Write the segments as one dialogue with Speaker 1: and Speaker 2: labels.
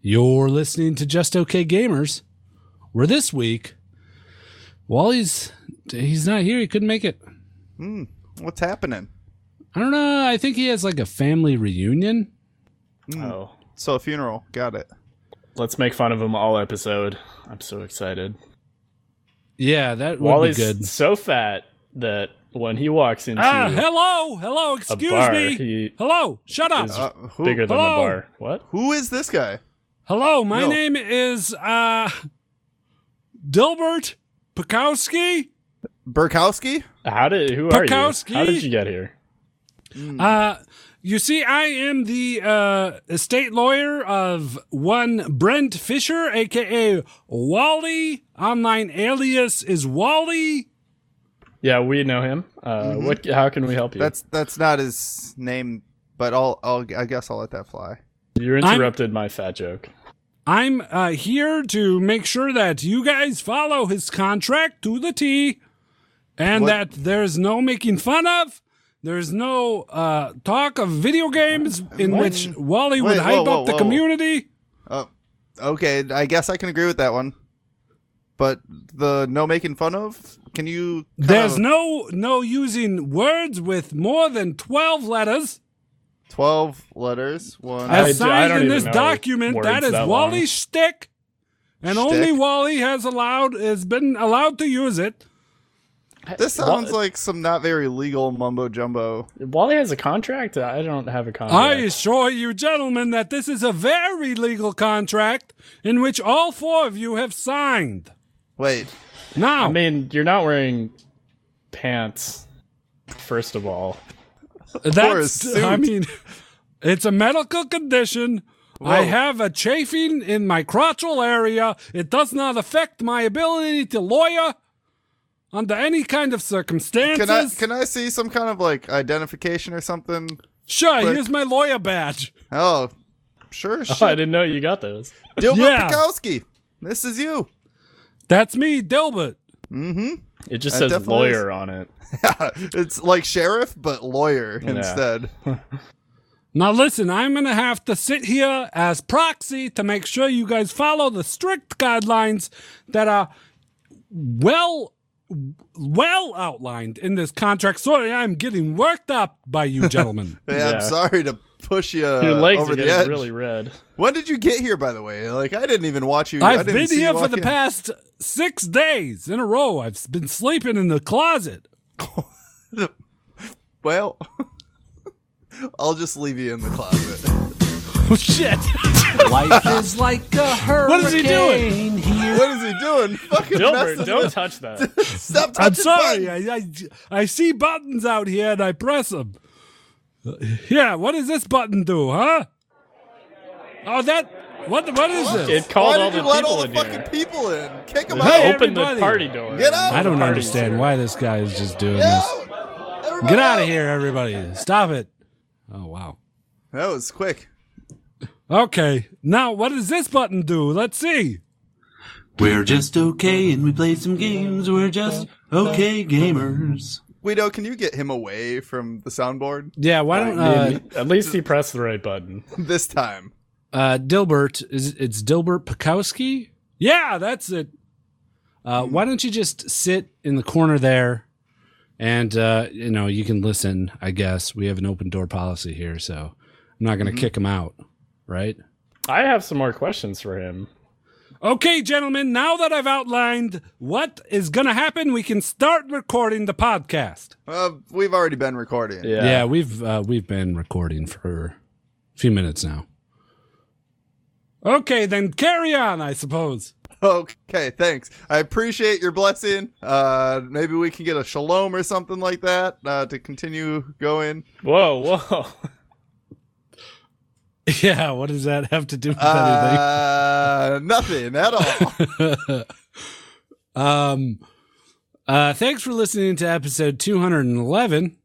Speaker 1: You're listening to Just Okay Gamers, where this week Wally's he's not here. He couldn't make it.
Speaker 2: Hmm. What's happening?
Speaker 1: I don't know. I think he has like a family reunion.
Speaker 2: Hmm.
Speaker 3: Oh,
Speaker 2: So a funeral. Got it.
Speaker 3: let's make fun of him all episode. I'm so excited.
Speaker 1: Yeah, that would
Speaker 3: Wally's
Speaker 1: be good.
Speaker 3: so fat that when he walks into
Speaker 1: Ah, hello, hello.
Speaker 3: a
Speaker 1: Excuse
Speaker 3: bar,
Speaker 1: me.
Speaker 3: he
Speaker 1: hello, shut up.
Speaker 3: is
Speaker 2: Uh, who,
Speaker 3: bigger than
Speaker 1: Hello?
Speaker 3: the bar. What?
Speaker 2: who is this guy?
Speaker 1: hello, my
Speaker 2: No.
Speaker 1: name is uh Dilbert Pakowski.
Speaker 2: Burkowski?
Speaker 3: How did? Who are
Speaker 1: Pakowski?
Speaker 3: you? How did you get here?
Speaker 1: Uh, you see, I am the uh, estate lawyer of one Brent Fisher, aka Wally. Online alias is Wally.
Speaker 3: Yeah, we know him. Uh, What? How can we help you?
Speaker 2: Mm-hmm. That's that's not his name, but I'll, I'll I guess I'll let that fly.
Speaker 3: you
Speaker 1: I'm-
Speaker 3: interrupted my fat joke.
Speaker 1: I'm uh, here to make sure that you guys follow his contract to the T, and
Speaker 2: What-
Speaker 1: that there's no making fun of. There's no uh, talk of video games in
Speaker 2: What?
Speaker 1: which Wally would
Speaker 2: Wait,
Speaker 1: hype
Speaker 2: whoa,
Speaker 1: up
Speaker 2: whoa,
Speaker 1: the
Speaker 2: whoa.
Speaker 1: community.
Speaker 2: Oh, okay. I guess I can agree with that one. But the no making fun of. Can you? kind
Speaker 1: There's
Speaker 2: of-
Speaker 1: no no using words with more than twelve letters.
Speaker 2: twelve letters. One.
Speaker 3: I-
Speaker 1: As
Speaker 3: I
Speaker 1: signed
Speaker 3: don't
Speaker 1: in
Speaker 3: even
Speaker 1: this
Speaker 3: know
Speaker 1: document,
Speaker 3: words
Speaker 1: that is
Speaker 3: that long.
Speaker 1: Wally's shtick, and only
Speaker 2: Shtick?
Speaker 1: Wally has allowed has been allowed to use it.
Speaker 2: this sounds
Speaker 3: Wa-
Speaker 2: like some not very legal mumbo jumbo.
Speaker 3: Wally has a contract. I don't have a contract.
Speaker 1: I assure you, gentlemen, that this is a very legal contract in which all four of you have signed.
Speaker 2: Wait.
Speaker 1: Now,
Speaker 3: I mean, you're not wearing pants. First of all,
Speaker 1: that's
Speaker 2: suit.
Speaker 1: I mean, it's a medical condition. I
Speaker 2: Whoa.
Speaker 1: have a chafing in my crotchal area. It does not affect my ability to lawyer under any kind of circumstances.
Speaker 2: Can I can I see some kind of like identification or something?
Speaker 1: Sure,
Speaker 2: But-
Speaker 1: here's my lawyer badge.
Speaker 2: Oh, sure.
Speaker 3: oh, I
Speaker 2: Shit.
Speaker 3: didn't know you got those.
Speaker 2: Dilbert
Speaker 1: yeah.
Speaker 2: Pikowski. This is you.
Speaker 1: That's me, Dilbert.
Speaker 3: It just
Speaker 2: That
Speaker 3: says
Speaker 2: definitely is-
Speaker 3: lawyer on it.
Speaker 2: it's like sheriff, but lawyer
Speaker 3: Yeah.
Speaker 2: instead.
Speaker 1: Now listen, I'm gonna have to sit here as proxy to make sure you guys follow the strict guidelines that are well well outlined in this contract. Sorry, I'm getting worked up by you gentlemen.
Speaker 2: Yeah,
Speaker 3: Yeah.
Speaker 2: I'm sorry to push you uh,
Speaker 3: Your legs
Speaker 2: over
Speaker 3: are
Speaker 2: the
Speaker 3: getting
Speaker 2: edge.
Speaker 3: really red.
Speaker 2: When did you get here, by the way? Like, I didn't even watch you. I
Speaker 1: I've
Speaker 2: didn't
Speaker 1: been
Speaker 2: see you
Speaker 1: here for
Speaker 2: walk
Speaker 1: the
Speaker 2: in.
Speaker 1: past six days in a row. I've been sleeping in the closet.
Speaker 2: Well, I'll just leave you in the closet.
Speaker 1: Oh shit.
Speaker 4: Life is like a hurricane.
Speaker 1: What is he doing?
Speaker 4: Here.
Speaker 2: what is he doing? Fucking
Speaker 3: Dilbert,
Speaker 2: messing
Speaker 3: don't
Speaker 2: with-
Speaker 3: touch that.
Speaker 2: Stop
Speaker 1: I'm
Speaker 2: touching
Speaker 1: sorry.
Speaker 2: buttons.
Speaker 1: I, I, I see buttons out here and I press them. Yeah, what does this button do, huh? Oh, that. What What is this?
Speaker 3: It called
Speaker 2: Why
Speaker 3: all
Speaker 2: did
Speaker 3: the
Speaker 2: you let
Speaker 3: people
Speaker 2: all the
Speaker 3: in
Speaker 2: fucking
Speaker 3: here.
Speaker 2: people in? Kick them
Speaker 1: Hey,
Speaker 2: out.
Speaker 3: Open
Speaker 1: everybody.
Speaker 3: the party door.
Speaker 2: Get out.
Speaker 1: I don't
Speaker 3: Party
Speaker 1: understand
Speaker 3: door.
Speaker 1: why this guy is just doing
Speaker 2: Get
Speaker 1: this.
Speaker 2: out. Everybody
Speaker 1: Get out
Speaker 2: out.
Speaker 1: of here, everybody. Stop it. Oh, wow.
Speaker 2: That was quick.
Speaker 1: Okay, now what does this button do? Let's see.
Speaker 4: We're just okay and we play some games. We're just okay gamers.
Speaker 2: Guido, can you get him away from the soundboard
Speaker 1: Yeah, why don't uh,
Speaker 3: At least he pressed the right button.
Speaker 2: this time?
Speaker 1: uh, Dilbert, is it- it's Dilbert Pakowski? Yeah, that's it. Uh, why don't you just sit in the corner there and, uh, you know, you can listen, I guess. We have an open door policy here, so I'm not going to 'em kick him out, right?
Speaker 3: I have some more questions for him.
Speaker 1: Okay, gentlemen, now that I've outlined what is going to happen, we can start recording the podcast.
Speaker 2: Uh, we've already been recording.
Speaker 3: Yeah.
Speaker 1: Yeah, we've uh, we've been recording for a few minutes now. Okay, then carry on, I suppose.
Speaker 2: Okay, thanks. I appreciate your blessing. Uh, maybe we can get a shalom or something like that uh, to continue going.
Speaker 3: Whoa, whoa.
Speaker 1: Yeah, what does that have to do with anything?
Speaker 2: Uh, nothing at all.
Speaker 1: um uh thanks for listening to episode 211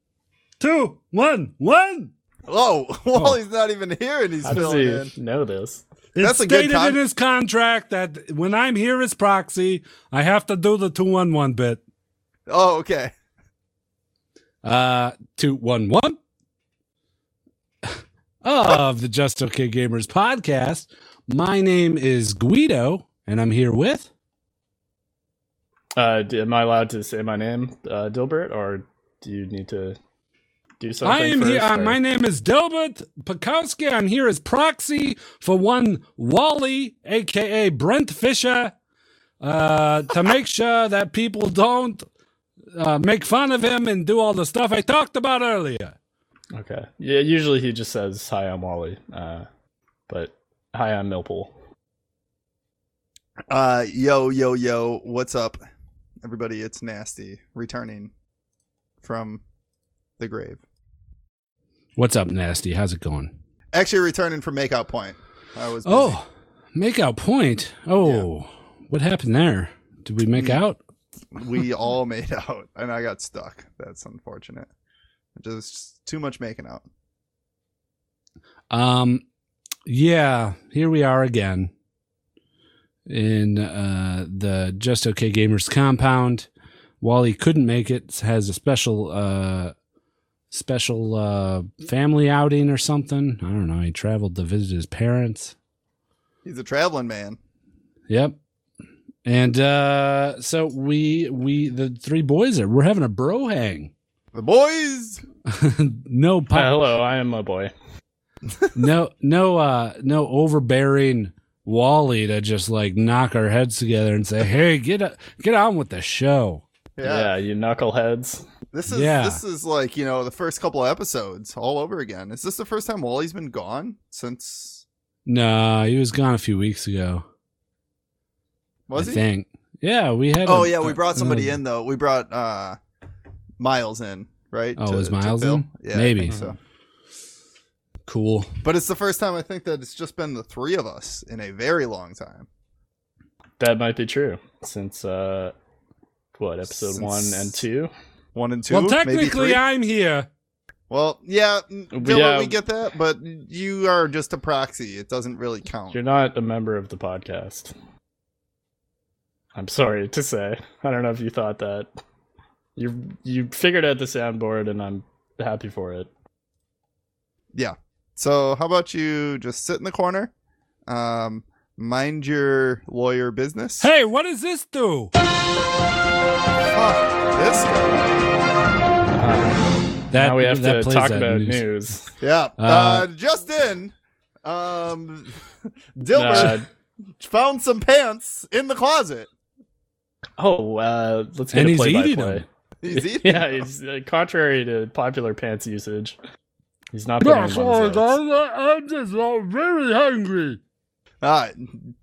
Speaker 1: two one one
Speaker 2: Whoa,
Speaker 1: Oh.
Speaker 2: Wally's Oh, not even here and he's
Speaker 3: How does
Speaker 2: filling
Speaker 3: he
Speaker 2: in.
Speaker 3: know this?
Speaker 1: it's
Speaker 2: That's a good
Speaker 1: stated
Speaker 2: con-
Speaker 1: in his contract that when i'm here as proxy i have to do the 211 bit
Speaker 2: Oh, okay.
Speaker 1: uh 211 of the just okay gamers podcast My name is Guido, and I'm here with.
Speaker 3: Uh, d- am I allowed to say my name, uh, Dilbert, or do you need to do something?
Speaker 1: I am here.
Speaker 3: first,
Speaker 1: Uh,
Speaker 3: or-
Speaker 1: my name is Delbert Pakowski. I'm here as proxy for one Wally, aka Brent Fisher, uh, to make sure that people don't uh, make fun of him and do all the stuff I talked about earlier.
Speaker 3: Okay. Yeah. Usually he just says, "Hi, I'm Wally," uh, but "Hi, I'm Millpool."
Speaker 2: Uh, yo, yo, yo, what's up, everybody? It's Nasty returning from the grave.
Speaker 1: What's up, Nasty? How's it going?
Speaker 2: Actually, returning from Makeout Point. I was. busy.
Speaker 1: Oh, make out point. Oh, what happened there? Did we make out?
Speaker 2: we all made out, and I got stuck. That's unfortunate. Just too much making out.
Speaker 1: Um, yeah, here we are again in uh, the Just Okay Gamers compound. Wally couldn't make it; has a special, uh, special uh, family outing or something. I don't know. He traveled to visit his parents.
Speaker 2: He's a traveling man.
Speaker 1: Yep. And uh, so we we the three boys are we're having a bro hang.
Speaker 2: The boys.
Speaker 1: no pop,
Speaker 3: Hi, Uh, hello, I am a boy.
Speaker 1: no no uh no overbearing wally to just like knock our heads together and say hey get a, get on with the show
Speaker 2: Yeah.
Speaker 3: you knuckleheads.
Speaker 2: This is
Speaker 1: Yeah.
Speaker 2: this is like you know the first couple of episodes all over again. Is this the first time Wally's been gone since?
Speaker 1: no he was gone a few weeks ago
Speaker 2: Was
Speaker 1: i
Speaker 2: he?
Speaker 1: think yeah we had
Speaker 2: Oh
Speaker 1: a-
Speaker 2: yeah, we brought somebody
Speaker 1: uh,
Speaker 2: in though. We brought uh Miles in, right?
Speaker 1: Oh, was Miles
Speaker 2: fill?
Speaker 1: in?
Speaker 2: Yeah, I
Speaker 1: Maybe. Mm-hmm.
Speaker 2: think so.
Speaker 1: cool
Speaker 2: But it's the first time I think that it's just been the three of us in a very long time.
Speaker 3: That might be true since uh, what episode
Speaker 2: Since-
Speaker 3: one and two.
Speaker 2: One and two.
Speaker 1: well
Speaker 2: maybe three?
Speaker 1: technically i'm here
Speaker 2: Well, yeah, n- Dylan,
Speaker 3: Yeah.
Speaker 2: we get that, but you are just a proxy. It doesn't really count.
Speaker 3: You're not a member of the podcast. I'm sorry to say. I don't know if you thought that. You you figured out the soundboard, and I'm happy for it.
Speaker 2: So how about you just sit in the corner, um, mind your lawyer business.
Speaker 1: hey what does this do
Speaker 2: Fuck, this guy.
Speaker 3: Uh,
Speaker 1: that
Speaker 3: now we have
Speaker 1: that
Speaker 3: to
Speaker 1: plays
Speaker 3: talk
Speaker 1: that
Speaker 3: about
Speaker 1: news.
Speaker 3: news.
Speaker 2: Yeah.
Speaker 1: Uh,
Speaker 2: Uh, just in, um,
Speaker 3: Uh,
Speaker 2: Dilbert found some pants in the closet.
Speaker 3: oh, uh, let's get
Speaker 1: and
Speaker 3: a
Speaker 1: he's
Speaker 3: play-by-play.
Speaker 1: eating them
Speaker 2: He's eating.
Speaker 3: yeah, it's uh, contrary to popular pants usage. He's not putting
Speaker 1: yeah,
Speaker 3: in
Speaker 1: sorry,
Speaker 3: one's eyes.
Speaker 1: guys, i'm just uh, very hungry
Speaker 2: Uh,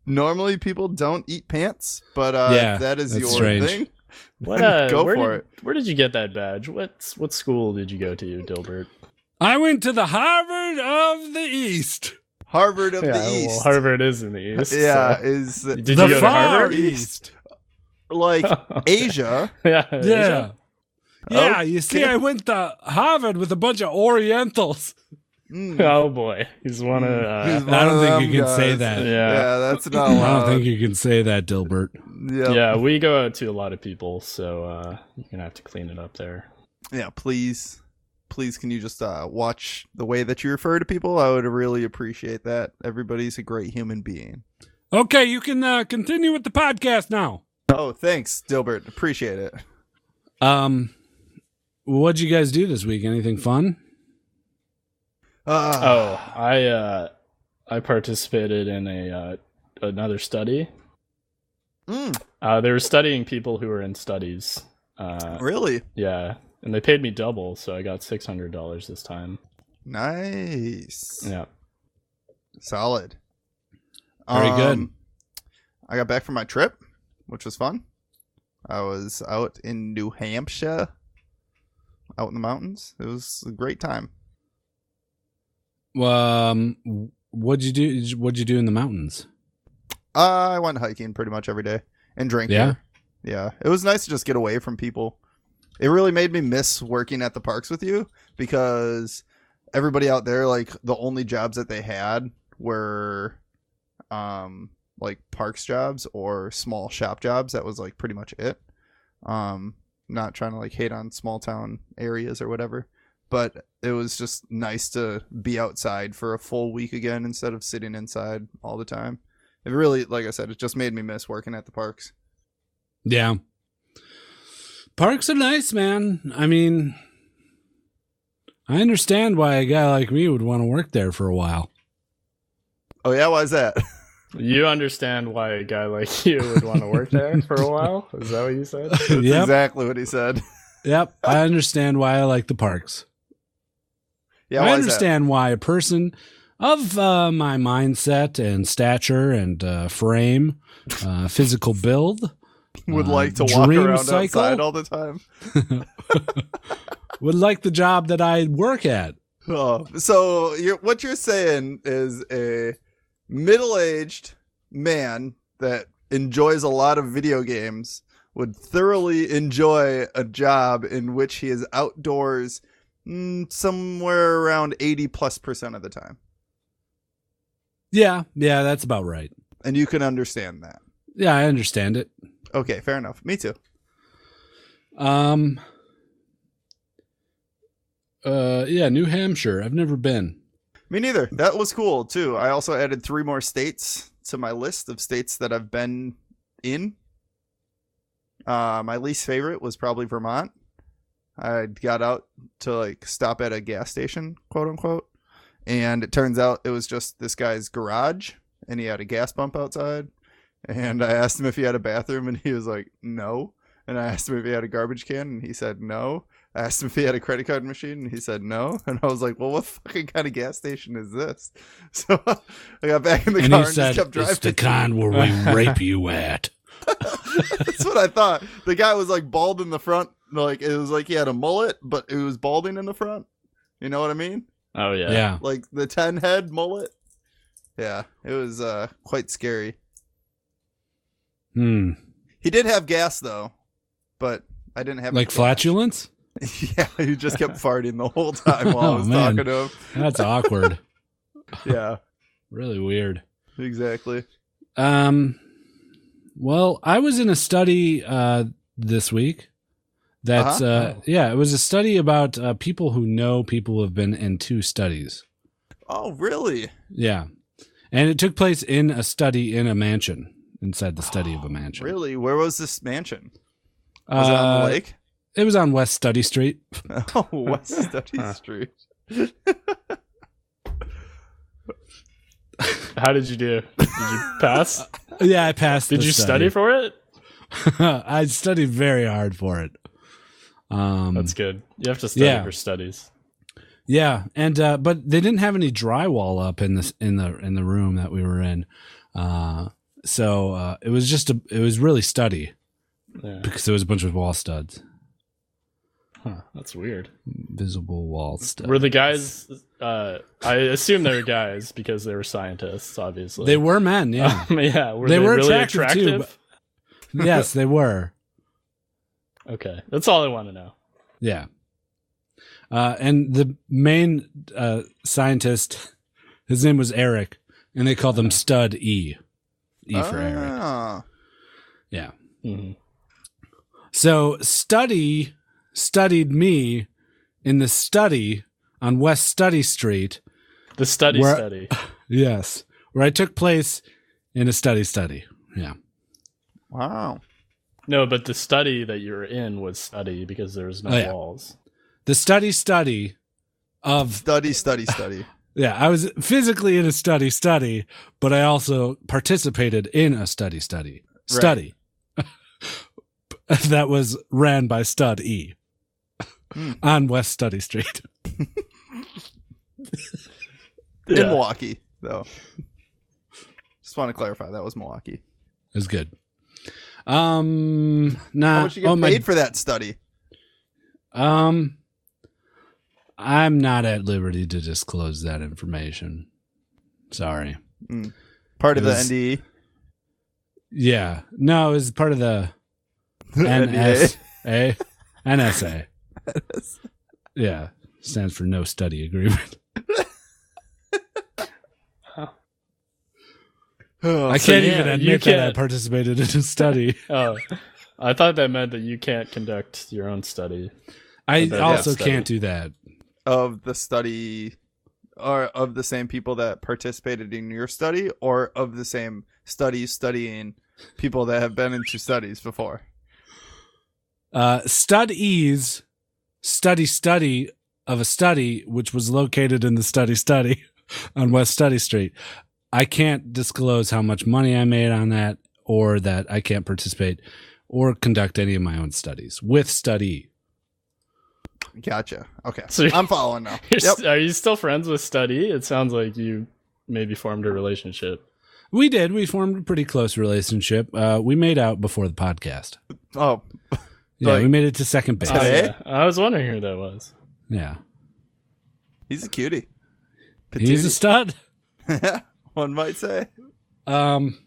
Speaker 2: normally people don't eat pants, but uh,
Speaker 1: Yeah,
Speaker 2: that is
Speaker 1: that's
Speaker 2: your
Speaker 1: strange.
Speaker 2: thing.
Speaker 3: What, uh,
Speaker 2: Go
Speaker 3: where
Speaker 2: for
Speaker 3: did, it. Where did you get that badge? What what school did you go to, Dilbert?
Speaker 1: i went to the harvard of the east
Speaker 2: Harvard of
Speaker 3: yeah,
Speaker 2: the East.
Speaker 3: well, Harvard is in the east.
Speaker 2: yeah,
Speaker 3: so-
Speaker 2: is
Speaker 3: Did you
Speaker 1: the
Speaker 3: go to
Speaker 1: far
Speaker 3: Harvard? Oh,
Speaker 1: east
Speaker 2: like Asia.
Speaker 3: yeah.
Speaker 1: Yeah. Yeah,
Speaker 2: Oh,
Speaker 1: you see, I went to Harvard with a bunch of Orientals.
Speaker 2: Mm.
Speaker 3: Oh boy, he's one of.
Speaker 2: He's
Speaker 3: Uh,
Speaker 2: one
Speaker 1: I don't
Speaker 2: of
Speaker 1: think you
Speaker 2: them
Speaker 1: can say
Speaker 2: guys.
Speaker 1: that.
Speaker 3: Yeah.
Speaker 2: yeah, that's not
Speaker 1: I don't
Speaker 2: allowed.
Speaker 1: think you can say that, Dilbert.
Speaker 2: yeah. yeah,
Speaker 3: Yeah, we go out to a lot of people, so uh, you're gonna have to clean it up there.
Speaker 2: Please, please, can you just uh, watch the way that you refer to people? I would really appreciate that. Everybody's a great human being.
Speaker 1: Okay, you can uh, continue with the podcast now.
Speaker 2: Oh, thanks, Dilbert. Appreciate it.
Speaker 1: Um, what'd you guys do this week? Anything fun?
Speaker 2: Uh,
Speaker 3: Oh, I uh, I participated in a uh, another study.
Speaker 2: mm,
Speaker 3: Uh, they were studying people who were in studies. Uh,
Speaker 2: really
Speaker 3: yeah, and they paid me double, so I got six hundred dollars this time.
Speaker 2: nice.
Speaker 3: Yeah.
Speaker 2: Solid. Um,
Speaker 1: Very good.
Speaker 2: I got back from my trip, which was fun. I was out in New Hampshire, out in the mountains. It was a great time.
Speaker 1: Um, what'd you do? What'd you do in the mountains?
Speaker 2: Uh, I went hiking pretty much every day and drank.
Speaker 1: Yeah?
Speaker 2: beer. Yeah. It was nice to just get away from people. It really made me miss working at the parks with you because everybody out there, like the only jobs that they had were, um, like parks jobs or small shop jobs. That was like pretty much it. Um, not trying to like hate on small town areas or whatever, but it was just nice to be outside for a full week again instead of sitting inside all the time. It really, like I said, it just made me miss working at the parks.
Speaker 1: Yeah. Parks are nice, man. I mean, I understand why a guy like me would want to work there for a while.
Speaker 2: Oh yeah, why is that?
Speaker 3: You understand why a guy like you would want to work there for a while? Is that what you said?
Speaker 2: That's
Speaker 1: yep.
Speaker 2: exactly what he said.
Speaker 1: Yep. I understand why I like the parks. I
Speaker 2: Yeah, why is that?
Speaker 1: understand why a person of uh, my mindset and stature and uh, frame, uh, physical build,
Speaker 2: Would
Speaker 1: uh,
Speaker 2: like to walk
Speaker 1: dream
Speaker 2: around
Speaker 1: cycle?
Speaker 2: outside all the time.
Speaker 1: would like the job that I work at.
Speaker 2: Oh, so you're, what you're saying is a middle-aged man that enjoys a lot of video games would thoroughly enjoy a job in which he is outdoors mm, somewhere around 80 plus percent of the time
Speaker 1: Yeah. Yeah. That's about right.
Speaker 2: and you can understand that
Speaker 1: Yeah. I understand it.
Speaker 2: okay fair enough me too
Speaker 1: Um. Uh, yeah, New Hampshire. I've never been.
Speaker 2: me neither that was cool too i also added three more states to my list of states that i've been in Uh, my least favorite was probably Vermont. I got out to like stop at a gas station, quote unquote, and it turns out it was just this guy's garage, and he had a gas pump outside. And I asked him if he had a bathroom, and he was like, "No." And I asked him if he had a garbage can, and he said no. I asked him if he had a credit card machine, and he said no. And I was like, "Well, what fucking kind of gas station is this?" So I got back in the
Speaker 1: And
Speaker 2: car
Speaker 1: he
Speaker 2: and
Speaker 1: said,
Speaker 2: just kept driving.
Speaker 1: "It's the kind where we rape you at."
Speaker 2: That's what I thought. The guy was like bald in the front, like it was like he had a mullet, but it was balding in the front. You know what I mean?
Speaker 3: Oh yeah.
Speaker 1: Yeah,
Speaker 2: Like the ten head mullet. Yeah, it was uh quite scary.
Speaker 1: hmm.
Speaker 2: He did have gas though, but I didn't have
Speaker 1: like
Speaker 2: gas.
Speaker 1: flatulence.
Speaker 2: yeah, he just kept farting the whole time while I
Speaker 1: Oh,
Speaker 2: was
Speaker 1: man.
Speaker 2: talking to him.
Speaker 1: That's awkward.
Speaker 2: Yeah,
Speaker 1: really weird.
Speaker 2: exactly.
Speaker 1: Um, well, I was in a study uh, this week. That's uh
Speaker 3: Uh-huh.
Speaker 2: Oh.
Speaker 1: yeah, it was a study about uh, people who know people who have been in two studies.
Speaker 2: Oh, really?
Speaker 1: Yeah, and it took place in a study in a mansion inside the study of a mansion.
Speaker 2: Really? Where was this mansion? Was it on
Speaker 1: Uh,
Speaker 2: the lake?
Speaker 1: It was on West Study Street.
Speaker 2: Oh, West Study Street.
Speaker 3: How did you do? Did you pass?
Speaker 1: Yeah, I passed.
Speaker 3: Did
Speaker 1: the
Speaker 3: you study for
Speaker 1: Mm.
Speaker 3: it?
Speaker 1: I studied very hard for it. Um,
Speaker 3: That's good. You have to study
Speaker 1: Yeah.
Speaker 3: for studies.
Speaker 1: yeah, and uh, but they didn't have any drywall up in this in the in the room that we were in, uh, so uh, it was just a it was really study
Speaker 3: Yeah.
Speaker 1: because there was a bunch of wall studs,
Speaker 3: Huh, that's weird.
Speaker 1: visible wall studs.
Speaker 3: Were the guys? Uh, I assume they were guys because they were scientists, obviously.
Speaker 1: they were men, yeah,
Speaker 3: Um, yeah. Were
Speaker 1: They
Speaker 3: they,
Speaker 1: were
Speaker 3: really
Speaker 1: attractive,
Speaker 3: attractive?
Speaker 1: too, yes, they were.
Speaker 3: Okay, that's all I want to know.
Speaker 1: Yeah. Uh, and the main uh, scientist, his name was Eric, and they called him Stud E. E for Eric.
Speaker 2: Ah,
Speaker 1: Yeah. Mm-hmm.
Speaker 3: hmm
Speaker 1: So Study studied me in the study on West Study Street.
Speaker 3: The study
Speaker 1: Where-
Speaker 3: study.
Speaker 1: Yes. Where I took place in a study study. Yeah.
Speaker 2: Wow.
Speaker 3: No, but the study that you were in was study because there was no
Speaker 1: Oh, yeah.
Speaker 3: walls.
Speaker 1: The study study of
Speaker 2: Study, study, study.
Speaker 1: Yeah, I was physically in a study study, but I also participated in a study study study that was ran by Stud E
Speaker 2: Hmm.
Speaker 1: on West Study Street.
Speaker 2: in
Speaker 3: Yeah.
Speaker 2: Milwaukee, though. Just want to clarify that was Milwaukee.
Speaker 1: It was good. Um,
Speaker 2: How
Speaker 1: nah,
Speaker 2: much you get
Speaker 1: oh
Speaker 2: paid
Speaker 1: my,
Speaker 2: for that study?
Speaker 1: um, I'm not at liberty to disclose that information. Sorry.
Speaker 2: Part
Speaker 1: It
Speaker 2: of the E?
Speaker 1: was-
Speaker 2: NDE.
Speaker 1: Yeah, no, it was part of the E.
Speaker 3: E.
Speaker 2: NDA.
Speaker 1: NSA. NSA. Yeah. Stands for no study agreement. I
Speaker 2: Ugh.
Speaker 1: can't
Speaker 3: Oh, yeah,
Speaker 1: even
Speaker 3: you
Speaker 1: admit that I
Speaker 3: can't-
Speaker 1: participated in a study.
Speaker 3: Oh, I thought that meant that you can't conduct your own study.
Speaker 1: I
Speaker 3: But that's
Speaker 1: also
Speaker 3: study.
Speaker 1: can't do that
Speaker 2: of the study or of the same people that participated in your study or of the same studies studying people that have been into studies before?
Speaker 1: Uh, studies, study, study of a study, which was located in the study, study on West Study Street. I can't disclose how much money I made on that or that I can't participate or conduct any of my own studies with E. study.
Speaker 2: Gotcha. Okay.
Speaker 3: So-
Speaker 2: I'm following now.
Speaker 3: You're
Speaker 2: Yep.
Speaker 3: s- Are you still friends with Study? It sounds like you maybe formed a relationship.
Speaker 1: We did. We formed a pretty close relationship. Uh, we made out before the podcast.
Speaker 2: Oh,
Speaker 1: Yeah,
Speaker 2: Like-
Speaker 1: we made it to second base.
Speaker 3: Oh,
Speaker 2: Today?
Speaker 3: yeah. I was wondering who that was.
Speaker 1: Yeah.
Speaker 2: he's a cutie.
Speaker 1: He's a stud.
Speaker 2: Patootie. One might say.
Speaker 1: Um,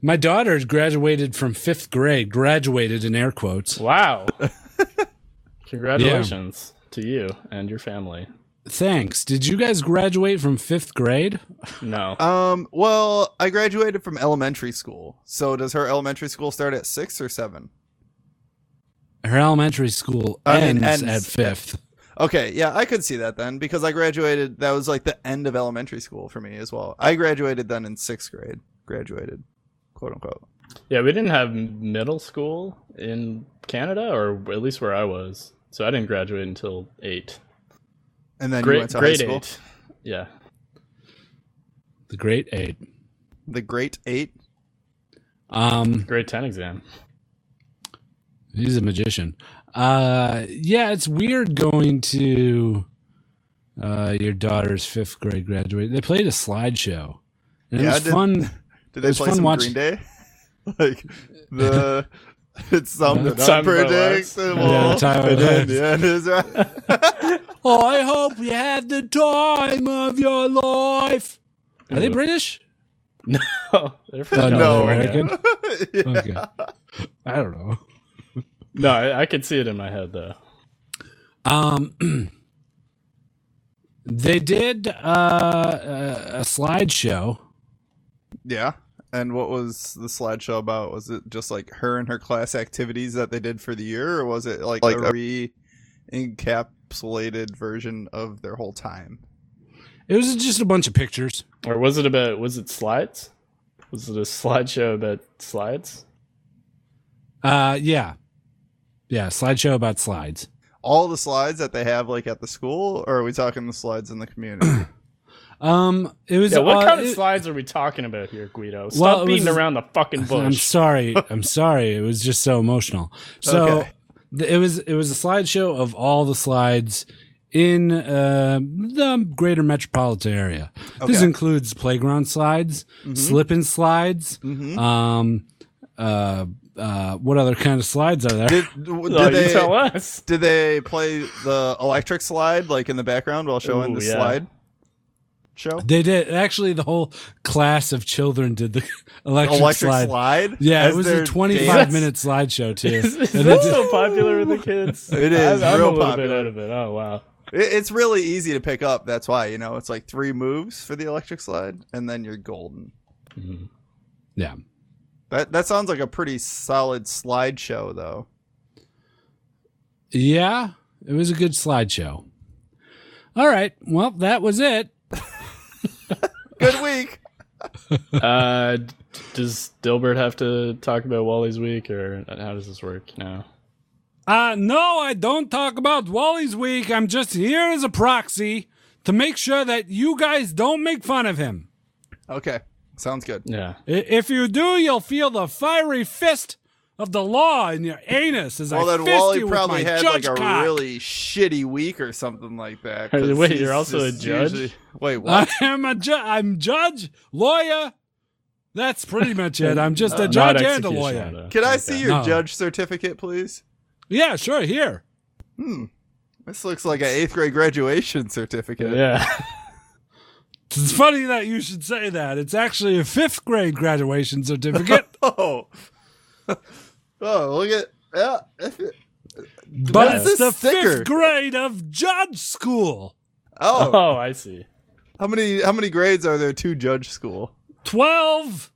Speaker 1: my daughter graduated from fifth grade, graduated in air quotes.
Speaker 3: Wow. Congratulations to you and your family.
Speaker 1: Thanks. Did you guys graduate from fifth grade?
Speaker 3: No.
Speaker 2: Um, well, I graduated from elementary school. So does her elementary school start at six or seven?
Speaker 1: Her elementary school
Speaker 2: I
Speaker 1: ends,
Speaker 2: mean, ends
Speaker 1: at fifth.
Speaker 2: Okay, yeah, I could see that then because I graduated. That was like the end of elementary school for me as well. I graduated then in sixth grade. Graduated, quote unquote.
Speaker 3: Yeah, we didn't have m- middle school in Canada, or at least where I was. So I didn't graduate until eight.
Speaker 2: And then you
Speaker 3: Great,
Speaker 2: went to
Speaker 3: grade
Speaker 2: high school.
Speaker 3: eight. Yeah.
Speaker 1: The grade eight.
Speaker 2: The Great Eight.
Speaker 1: Um,
Speaker 3: Grade 10 exam.
Speaker 1: he's a magician. Uh, yeah, it's weird going to uh, your daughter's fifth grade graduate. They played a slideshow. And
Speaker 2: Yeah, I
Speaker 1: it was
Speaker 2: did-
Speaker 1: fun.
Speaker 2: Did they
Speaker 1: was
Speaker 2: play
Speaker 1: fun
Speaker 2: some
Speaker 1: watching-
Speaker 2: Green Day? like the it's something
Speaker 3: It's something about us.
Speaker 2: unpredictable.
Speaker 1: Yeah, time
Speaker 2: and
Speaker 1: about
Speaker 2: then
Speaker 1: us.
Speaker 2: the end is right.
Speaker 1: Oh, I hope you had the time of your life. Are they
Speaker 3: Ooh.
Speaker 1: British?
Speaker 3: Oh, they're from
Speaker 1: Oh, no,
Speaker 2: No.
Speaker 1: they're
Speaker 3: California.
Speaker 1: American.
Speaker 2: Yeah.
Speaker 1: Okay. I don't know.
Speaker 3: No, I, I could see it in my head, though.
Speaker 1: Um, they did uh, a a slideshow.
Speaker 2: Yeah. And what was the slideshow about? Was it just like her and her class activities that they did for the year, or was it like,
Speaker 4: Like
Speaker 1: uh,
Speaker 2: a re encapsulated version of their whole time?
Speaker 1: It was just a bunch of pictures.
Speaker 3: Or was it about, was it slides? Was it a slideshow about slides?
Speaker 1: Uh, yeah, yeah, slideshow about slides.
Speaker 2: All the slides that they have like at the school, or are we talking the slides in the community?
Speaker 1: Um, it was
Speaker 3: Yeah, what
Speaker 1: uh,
Speaker 3: kind of
Speaker 1: it-
Speaker 3: slides are we talking about here, Guido? Stop
Speaker 1: Well, it
Speaker 3: beating
Speaker 1: was-
Speaker 3: around the fucking
Speaker 1: I'm
Speaker 3: bush.
Speaker 1: sorry. I'm sorry. It was just so emotional. So
Speaker 2: Okay.
Speaker 1: th- it was it was a slideshow of all the slides in uh, the greater metropolitan area. This
Speaker 2: Okay. Mm-hmm.
Speaker 1: includes playground slides, slip and slides.
Speaker 2: Mhm.
Speaker 1: Um, uh, uh, what other kind of slides are there?
Speaker 2: Did, w-
Speaker 3: oh,
Speaker 2: did
Speaker 3: you tell
Speaker 2: they
Speaker 3: us.
Speaker 2: did they play the electric slide like in the background while showing
Speaker 3: Ooh,
Speaker 2: the
Speaker 3: yeah.
Speaker 2: slide show?
Speaker 1: They did actually. The whole class of children did the electric,
Speaker 2: electric
Speaker 1: slide.
Speaker 2: slide.
Speaker 1: Yeah,
Speaker 2: As
Speaker 1: it was
Speaker 2: their
Speaker 1: a
Speaker 2: dance?
Speaker 1: 25 minute slideshow too.
Speaker 3: Is, is
Speaker 1: And
Speaker 3: that
Speaker 1: that's-
Speaker 3: so popular with the kids?
Speaker 2: It is
Speaker 3: I'm, I'm
Speaker 2: real
Speaker 3: a little bit
Speaker 2: popular.
Speaker 3: out of it. Oh, wow.
Speaker 2: It, it's really easy to pick up. That's why you know it's like three moves for the electric slide, and then you're golden.
Speaker 3: Mhm.
Speaker 1: yeah.
Speaker 2: That that sounds like a pretty solid slideshow, though.
Speaker 1: Yeah, it was a good slideshow. All right, well, that was it.
Speaker 2: Good week.
Speaker 3: uh, d- does Dilbert have to talk about Wally's week, or uh, how does this work now?
Speaker 1: Uh, no, I don't talk about Wally's week. I'm just here as a proxy to make sure that you guys don't make fun of him.
Speaker 2: Okay, sounds good.
Speaker 3: Yeah.
Speaker 1: I- If you do, you'll feel the fiery fist of the law in your anus as
Speaker 2: Well,
Speaker 1: I
Speaker 2: then
Speaker 1: fist
Speaker 2: Wally
Speaker 1: you
Speaker 2: probably
Speaker 1: with my
Speaker 2: had
Speaker 1: judge
Speaker 2: like a
Speaker 1: cock.
Speaker 2: really shitty week or something like that. 'cause
Speaker 3: Wait,
Speaker 2: he's
Speaker 3: you're also a
Speaker 2: just
Speaker 3: judge?
Speaker 2: Wait,
Speaker 1: I
Speaker 2: what?
Speaker 1: am a ju- I'm judge, lawyer. That's pretty much it. I'm just a
Speaker 3: Uh, Not
Speaker 1: judge and a
Speaker 3: executioner,
Speaker 1: lawyer.
Speaker 3: though.
Speaker 2: Can I
Speaker 3: Okay.
Speaker 2: see your
Speaker 1: No.
Speaker 2: judge certificate, please?
Speaker 1: Yeah, sure. Here.
Speaker 2: This looks like an eighth grade graduation certificate.
Speaker 3: Yeah.
Speaker 1: It's funny that you should say that. It's actually a fifth grade graduation certificate,
Speaker 2: Oh, oh, look at yeah.
Speaker 1: but
Speaker 2: What's
Speaker 1: it's the
Speaker 2: this sticker?
Speaker 1: fifth grade of judge school.
Speaker 2: Oh,
Speaker 3: Oh, I see.
Speaker 2: How many how many grades are there to judge school?
Speaker 1: 12.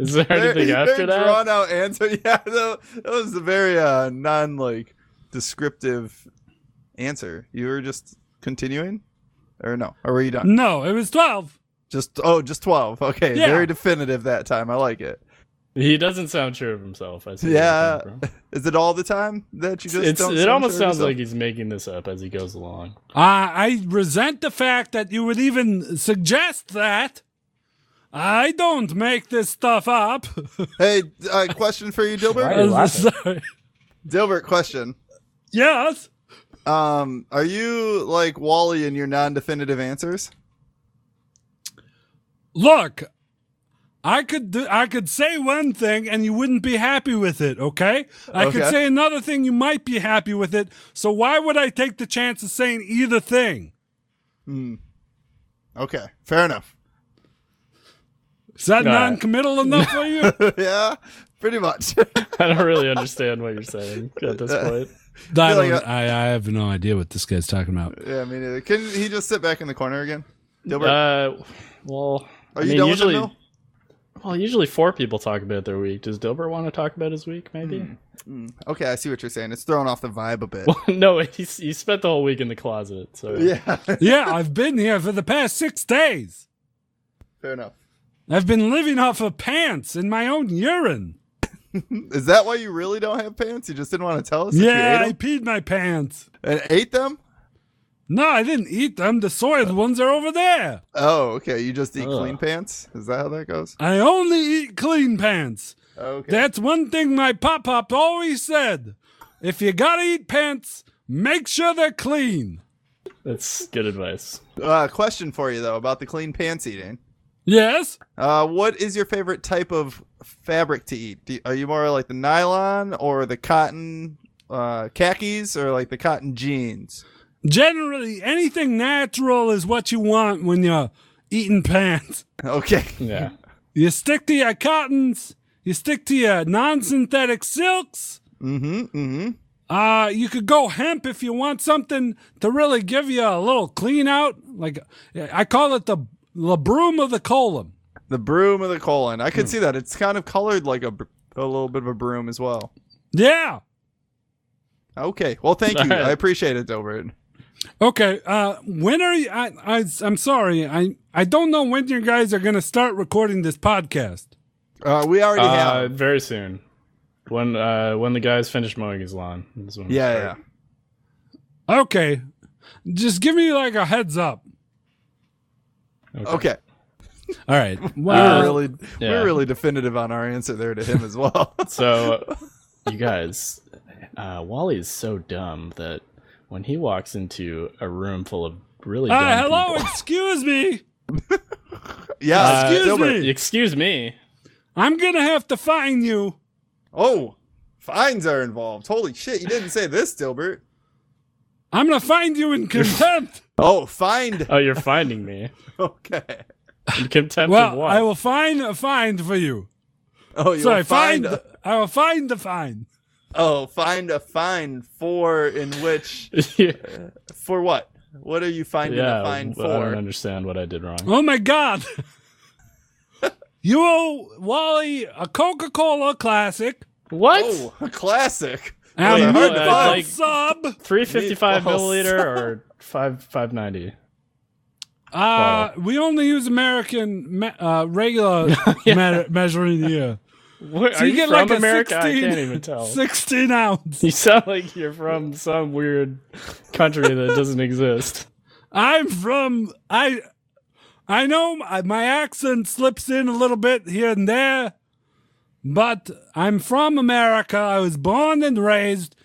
Speaker 3: Is there
Speaker 2: Very-
Speaker 3: anything after
Speaker 2: very
Speaker 3: that?
Speaker 2: drawn out answer. Yeah, no, that was a very uh, non like descriptive answer. You were just continuing, or no? Or were you done?
Speaker 1: No, it was 12.
Speaker 2: Just oh, just twelve. Okay,
Speaker 1: Yeah.
Speaker 2: very definitive that time. I like it.
Speaker 3: He doesn't sound sure of himself. I see where you're
Speaker 2: Yeah,
Speaker 3: coming from.
Speaker 2: Is it all the time that you just?
Speaker 3: It's,
Speaker 2: don't
Speaker 3: it
Speaker 2: sound
Speaker 3: almost
Speaker 2: sure
Speaker 3: sounds
Speaker 2: yourself?
Speaker 3: like he's making this up as he goes along.
Speaker 1: Uh, I resent the fact that you would even suggest that. I don't make this stuff up.
Speaker 2: Hey, uh, question for you,
Speaker 3: Why
Speaker 2: Dilbert.
Speaker 3: are you laughing?
Speaker 1: Sorry.
Speaker 2: Dilbert, question.
Speaker 1: Yes.
Speaker 2: Um, are you like Wally in your non-definitive answers?
Speaker 1: Look, I could do, I could say one thing and you wouldn't be happy with it, okay? I could
Speaker 2: Okay.
Speaker 1: say another thing you might be happy with it. So why would I take the chance of saying either thing?
Speaker 2: Okay, fair enough.
Speaker 1: Is that
Speaker 3: All right.
Speaker 1: non-committal enough for you?
Speaker 2: yeah, pretty much.
Speaker 3: I don't really understand what you're saying at this
Speaker 2: Uh,
Speaker 3: point.
Speaker 1: I,
Speaker 2: like
Speaker 1: don't-
Speaker 2: a-
Speaker 1: I, I have no idea what this guy's talking about.
Speaker 2: yeah, me neither. Can he just sit back in the corner again? Dilbert,
Speaker 3: Uh, well,
Speaker 2: are
Speaker 3: I
Speaker 2: you
Speaker 3: mean,
Speaker 2: done
Speaker 3: usually,
Speaker 2: with him,
Speaker 3: well, usually four people talk about their week. Does Dilbert want to talk about his week? Maybe.
Speaker 2: Hmm. Bill? Okay, I see what you're saying. It's throwing off the vibe a bit.
Speaker 3: Well, no, he he spent the whole week in the closet. So
Speaker 2: yeah,
Speaker 1: yeah, I've been here for the past six days.
Speaker 2: fair enough.
Speaker 1: I've been living off of pants and my own urine.
Speaker 2: Is that why you really don't have pants? You just didn't want to tell us? that
Speaker 1: yeah,
Speaker 2: you
Speaker 1: I
Speaker 2: ate
Speaker 1: peed my pants.
Speaker 2: them? and ate them.
Speaker 1: No, I didn't eat them. The soiled ones are over there.
Speaker 2: Oh, okay. You just eat
Speaker 3: Ugh.
Speaker 2: clean pants. Is that how that goes?
Speaker 1: I only eat clean pants.
Speaker 2: Okay.
Speaker 1: That's one thing my pop pop always said. If you gotta eat pants, make sure they're clean.
Speaker 3: that's good advice.
Speaker 2: Uh, question for you though about the clean pants eating.
Speaker 1: Yes?
Speaker 2: Uh, what is your favorite type of fabric to eat? Do, are you more like the nylon or the cotton uh, khakis or like the cotton jeans?
Speaker 1: Generally, anything natural is what you want when you're eating pants.
Speaker 2: Okay.
Speaker 3: Yeah.
Speaker 1: You stick to your cottons, you stick to your non synthetic silks.
Speaker 2: Mm-hmm. Mm-hmm.
Speaker 1: Uh, you could go hemp if you want something to really give you a little clean out. Like I call it the the broom of the colon.
Speaker 2: The broom of the colon. I could
Speaker 3: Hmm.
Speaker 2: see that. It's kind of colored like a, br- a little bit of a broom as well.
Speaker 1: Yeah.
Speaker 2: Okay. Well, thank you.
Speaker 3: Alright.
Speaker 2: I appreciate it, Dilbert.
Speaker 1: Okay. Uh, when are you? I, I I'm sorry. I I don't know when you guys are gonna start recording this podcast.
Speaker 2: Uh, we already
Speaker 3: Uh,
Speaker 2: have.
Speaker 3: very soon, when uh when the guys finish mowing his lawn. is when we
Speaker 2: Yeah, yeah.
Speaker 3: start.
Speaker 2: yeah.
Speaker 1: Okay. Just give me like a heads up.
Speaker 2: Okay.
Speaker 1: All right. Uh,
Speaker 2: We
Speaker 1: Well,
Speaker 2: were really, we
Speaker 3: Uh, yeah.
Speaker 2: were really definitive on our answer there to him as well.
Speaker 3: So, you guys, uh, Wally is so dumb that when he walks into a room full of really dumb
Speaker 1: uh, hello.
Speaker 3: people,
Speaker 1: Excuse me.
Speaker 2: yeah.
Speaker 3: Uh,
Speaker 2: Dilbert.
Speaker 1: Excuse me.
Speaker 3: excuse me.
Speaker 1: I'm gonna have to fine you.
Speaker 2: Oh, fines are involved. Holy shit! You didn't say this, Dilbert.
Speaker 1: I'm gonna find you in contempt.
Speaker 2: Oh, find.
Speaker 3: Oh, you're finding me.
Speaker 2: Okay.
Speaker 3: In contempt of
Speaker 1: well,
Speaker 3: what?
Speaker 1: I will find a find for you.
Speaker 2: Oh, you
Speaker 1: Sorry,
Speaker 2: will
Speaker 1: find.
Speaker 2: find.
Speaker 1: I
Speaker 2: a-
Speaker 1: will find the fine.
Speaker 2: oh, find a fine for in which
Speaker 3: yeah,
Speaker 2: for what? What are you finding a fine
Speaker 3: well, I don't
Speaker 2: for?
Speaker 3: understand what I did wrong.
Speaker 1: Oh my god. you owe Wally a Coca Cola classic
Speaker 3: What?
Speaker 2: Oh, a classic.
Speaker 1: and a
Speaker 2: Wait,
Speaker 1: meatball
Speaker 2: what?
Speaker 3: Like-
Speaker 1: sub.
Speaker 3: Three fifty-five
Speaker 2: Meatballs.
Speaker 3: milliliter or five five ninety.
Speaker 1: Uh, we only use American me- uh, regular me- measuring here.
Speaker 3: What,
Speaker 1: So
Speaker 3: are
Speaker 1: you
Speaker 3: you,
Speaker 1: get
Speaker 3: from
Speaker 1: like a
Speaker 3: America?
Speaker 1: 16
Speaker 3: I can't even tell.
Speaker 1: 16 ounce.
Speaker 3: You sound like you're from some weird country that doesn't exist.
Speaker 1: I'm from I. I know my my accent slips in a little bit here and there, but I'm from America. I was born and raised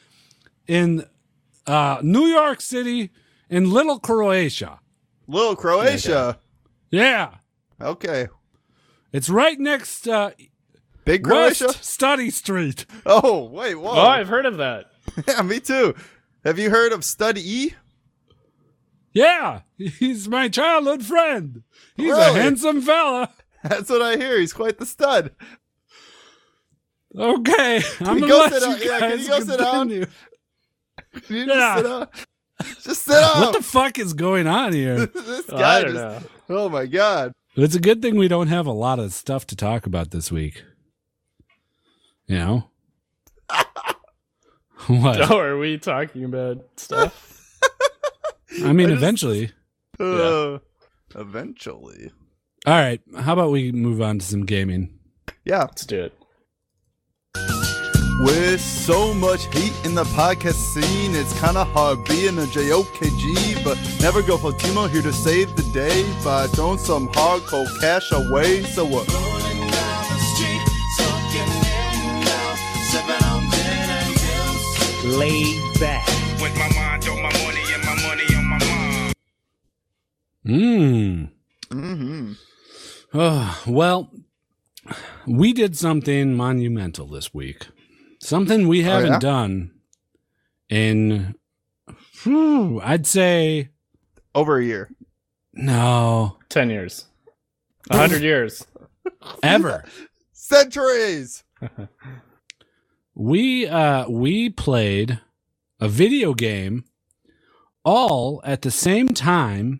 Speaker 1: in uh, New York City in Little Croatia.
Speaker 2: Little Croatia.
Speaker 1: Yeah,
Speaker 2: Okay.
Speaker 1: it's right next to uh,
Speaker 2: Big Croatia.
Speaker 1: West Study Street.
Speaker 2: Oh, wait. Whoa.
Speaker 3: Oh, I've heard of that.
Speaker 2: yeah, me too. Have you heard of Stud E?
Speaker 1: Yeah, he's my childhood friend. He's a
Speaker 2: Really?
Speaker 1: handsome fella.
Speaker 2: That's what I hear. He's quite the stud.
Speaker 1: Okay, I'm
Speaker 2: you
Speaker 1: gonna
Speaker 2: go
Speaker 1: let
Speaker 2: sit down?
Speaker 1: you
Speaker 2: Yeah, can
Speaker 1: guys
Speaker 2: you go sit down?
Speaker 1: continue.
Speaker 2: Can you
Speaker 1: Yeah.
Speaker 2: just sit up? Just sit up.
Speaker 1: What the fuck is going on here?
Speaker 2: this
Speaker 3: Oh,
Speaker 2: guy
Speaker 3: I don't
Speaker 2: just-
Speaker 3: know.
Speaker 2: Oh my god.
Speaker 1: It's a good thing we don't have a lot of stuff to talk about this week. You know? What?
Speaker 3: Oh, are we talking about stuff?
Speaker 1: I mean,
Speaker 2: I just-
Speaker 1: eventually.
Speaker 2: Uh, Eventually.
Speaker 1: All right. How about we move on to some gaming?
Speaker 2: Yeah.
Speaker 3: Let's do it.
Speaker 2: With so much heat in the podcast scene, it's kind of hard being a JOKG. But never go for Timo here to save the day by throwing some hardcore cash away. So what?
Speaker 5: laid back.
Speaker 6: With my mind on my money and my money on my mind.
Speaker 1: Mmm.
Speaker 2: Mm-hmm.
Speaker 1: Oh, well, we did something monumental this week. Something we haven't
Speaker 2: yeah?
Speaker 1: done in, phew, I'd say,
Speaker 2: Over a year.
Speaker 1: no,
Speaker 3: 10 years. 100 years.
Speaker 1: ever.
Speaker 2: Centuries.
Speaker 1: we uh we played a video game all at the same time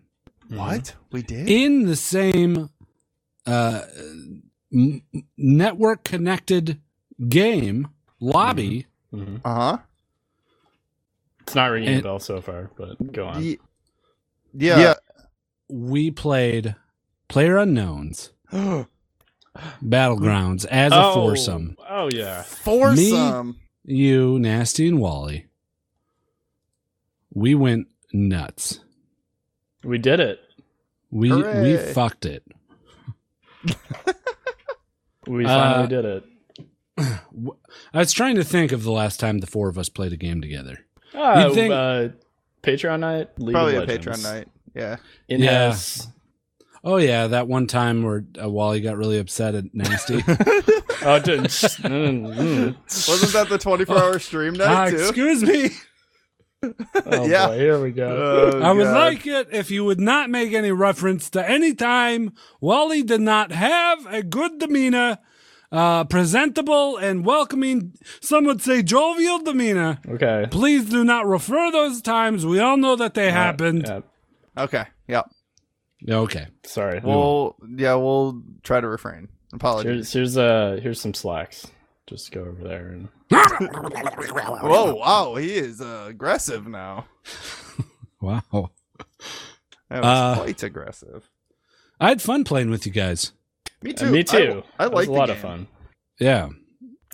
Speaker 3: Mm-hmm.
Speaker 2: What? We did?
Speaker 1: in the same uh m- network connected game lobby
Speaker 3: Mhm.
Speaker 2: uh
Speaker 3: It's not ringing a
Speaker 1: And-
Speaker 3: bell so far, but go
Speaker 2: huh.
Speaker 3: on.
Speaker 2: Yeah.
Speaker 1: we played player unknowns battlegrounds as a
Speaker 3: oh,
Speaker 1: foursome
Speaker 3: Oh, yeah.
Speaker 2: For
Speaker 1: Me?
Speaker 2: some.
Speaker 1: you nasty and wally we went nuts
Speaker 3: We did it.
Speaker 1: we we
Speaker 2: Hooray.
Speaker 1: fucked it
Speaker 3: We
Speaker 1: Uh,
Speaker 3: finally did it.
Speaker 1: W- I was trying to think of the last time the four of us played a game together.
Speaker 3: Uh,
Speaker 1: think-
Speaker 3: uh, Patreon night? League of
Speaker 2: Probably a
Speaker 3: Legends.
Speaker 2: Patreon night. Yeah.
Speaker 3: In-house.
Speaker 1: Oh yeah, that one time where uh, Wally got really upset at Nasty.
Speaker 3: Oh, dude. mm, mm.
Speaker 2: Wasn't that the 24 hour stream
Speaker 1: Ah,
Speaker 2: night, too?
Speaker 1: excuse me.
Speaker 3: Oh,
Speaker 2: Yeah.
Speaker 3: boy. Here we go.
Speaker 2: Oh,
Speaker 1: I would
Speaker 2: God.
Speaker 1: like it if you would not make any reference to any time Wally did not have a good demeanor, uh, presentable and welcoming. Some would say jovial demeanor.
Speaker 2: Uh,
Speaker 3: okay.
Speaker 1: Please do not refer those times. We all know that they happened.
Speaker 3: Uh, Yeah,
Speaker 2: Okay. Yeah.
Speaker 1: Okay.
Speaker 3: sorry.
Speaker 2: Well, yeah, we'll try to refrain. Apologies.
Speaker 3: here's here's uh here's some slacks. Just go over there and
Speaker 2: Whoa, wow, he is uh, aggressive now.
Speaker 1: Wow.
Speaker 2: That
Speaker 1: Uh,
Speaker 2: was quite aggressive.
Speaker 1: I had fun playing with you guys.
Speaker 2: Me
Speaker 3: Uh,
Speaker 2: too.
Speaker 3: me too.
Speaker 2: I, I
Speaker 3: It was
Speaker 2: like
Speaker 3: a
Speaker 2: the
Speaker 3: lot
Speaker 2: game.
Speaker 3: of fun.
Speaker 1: Yeah.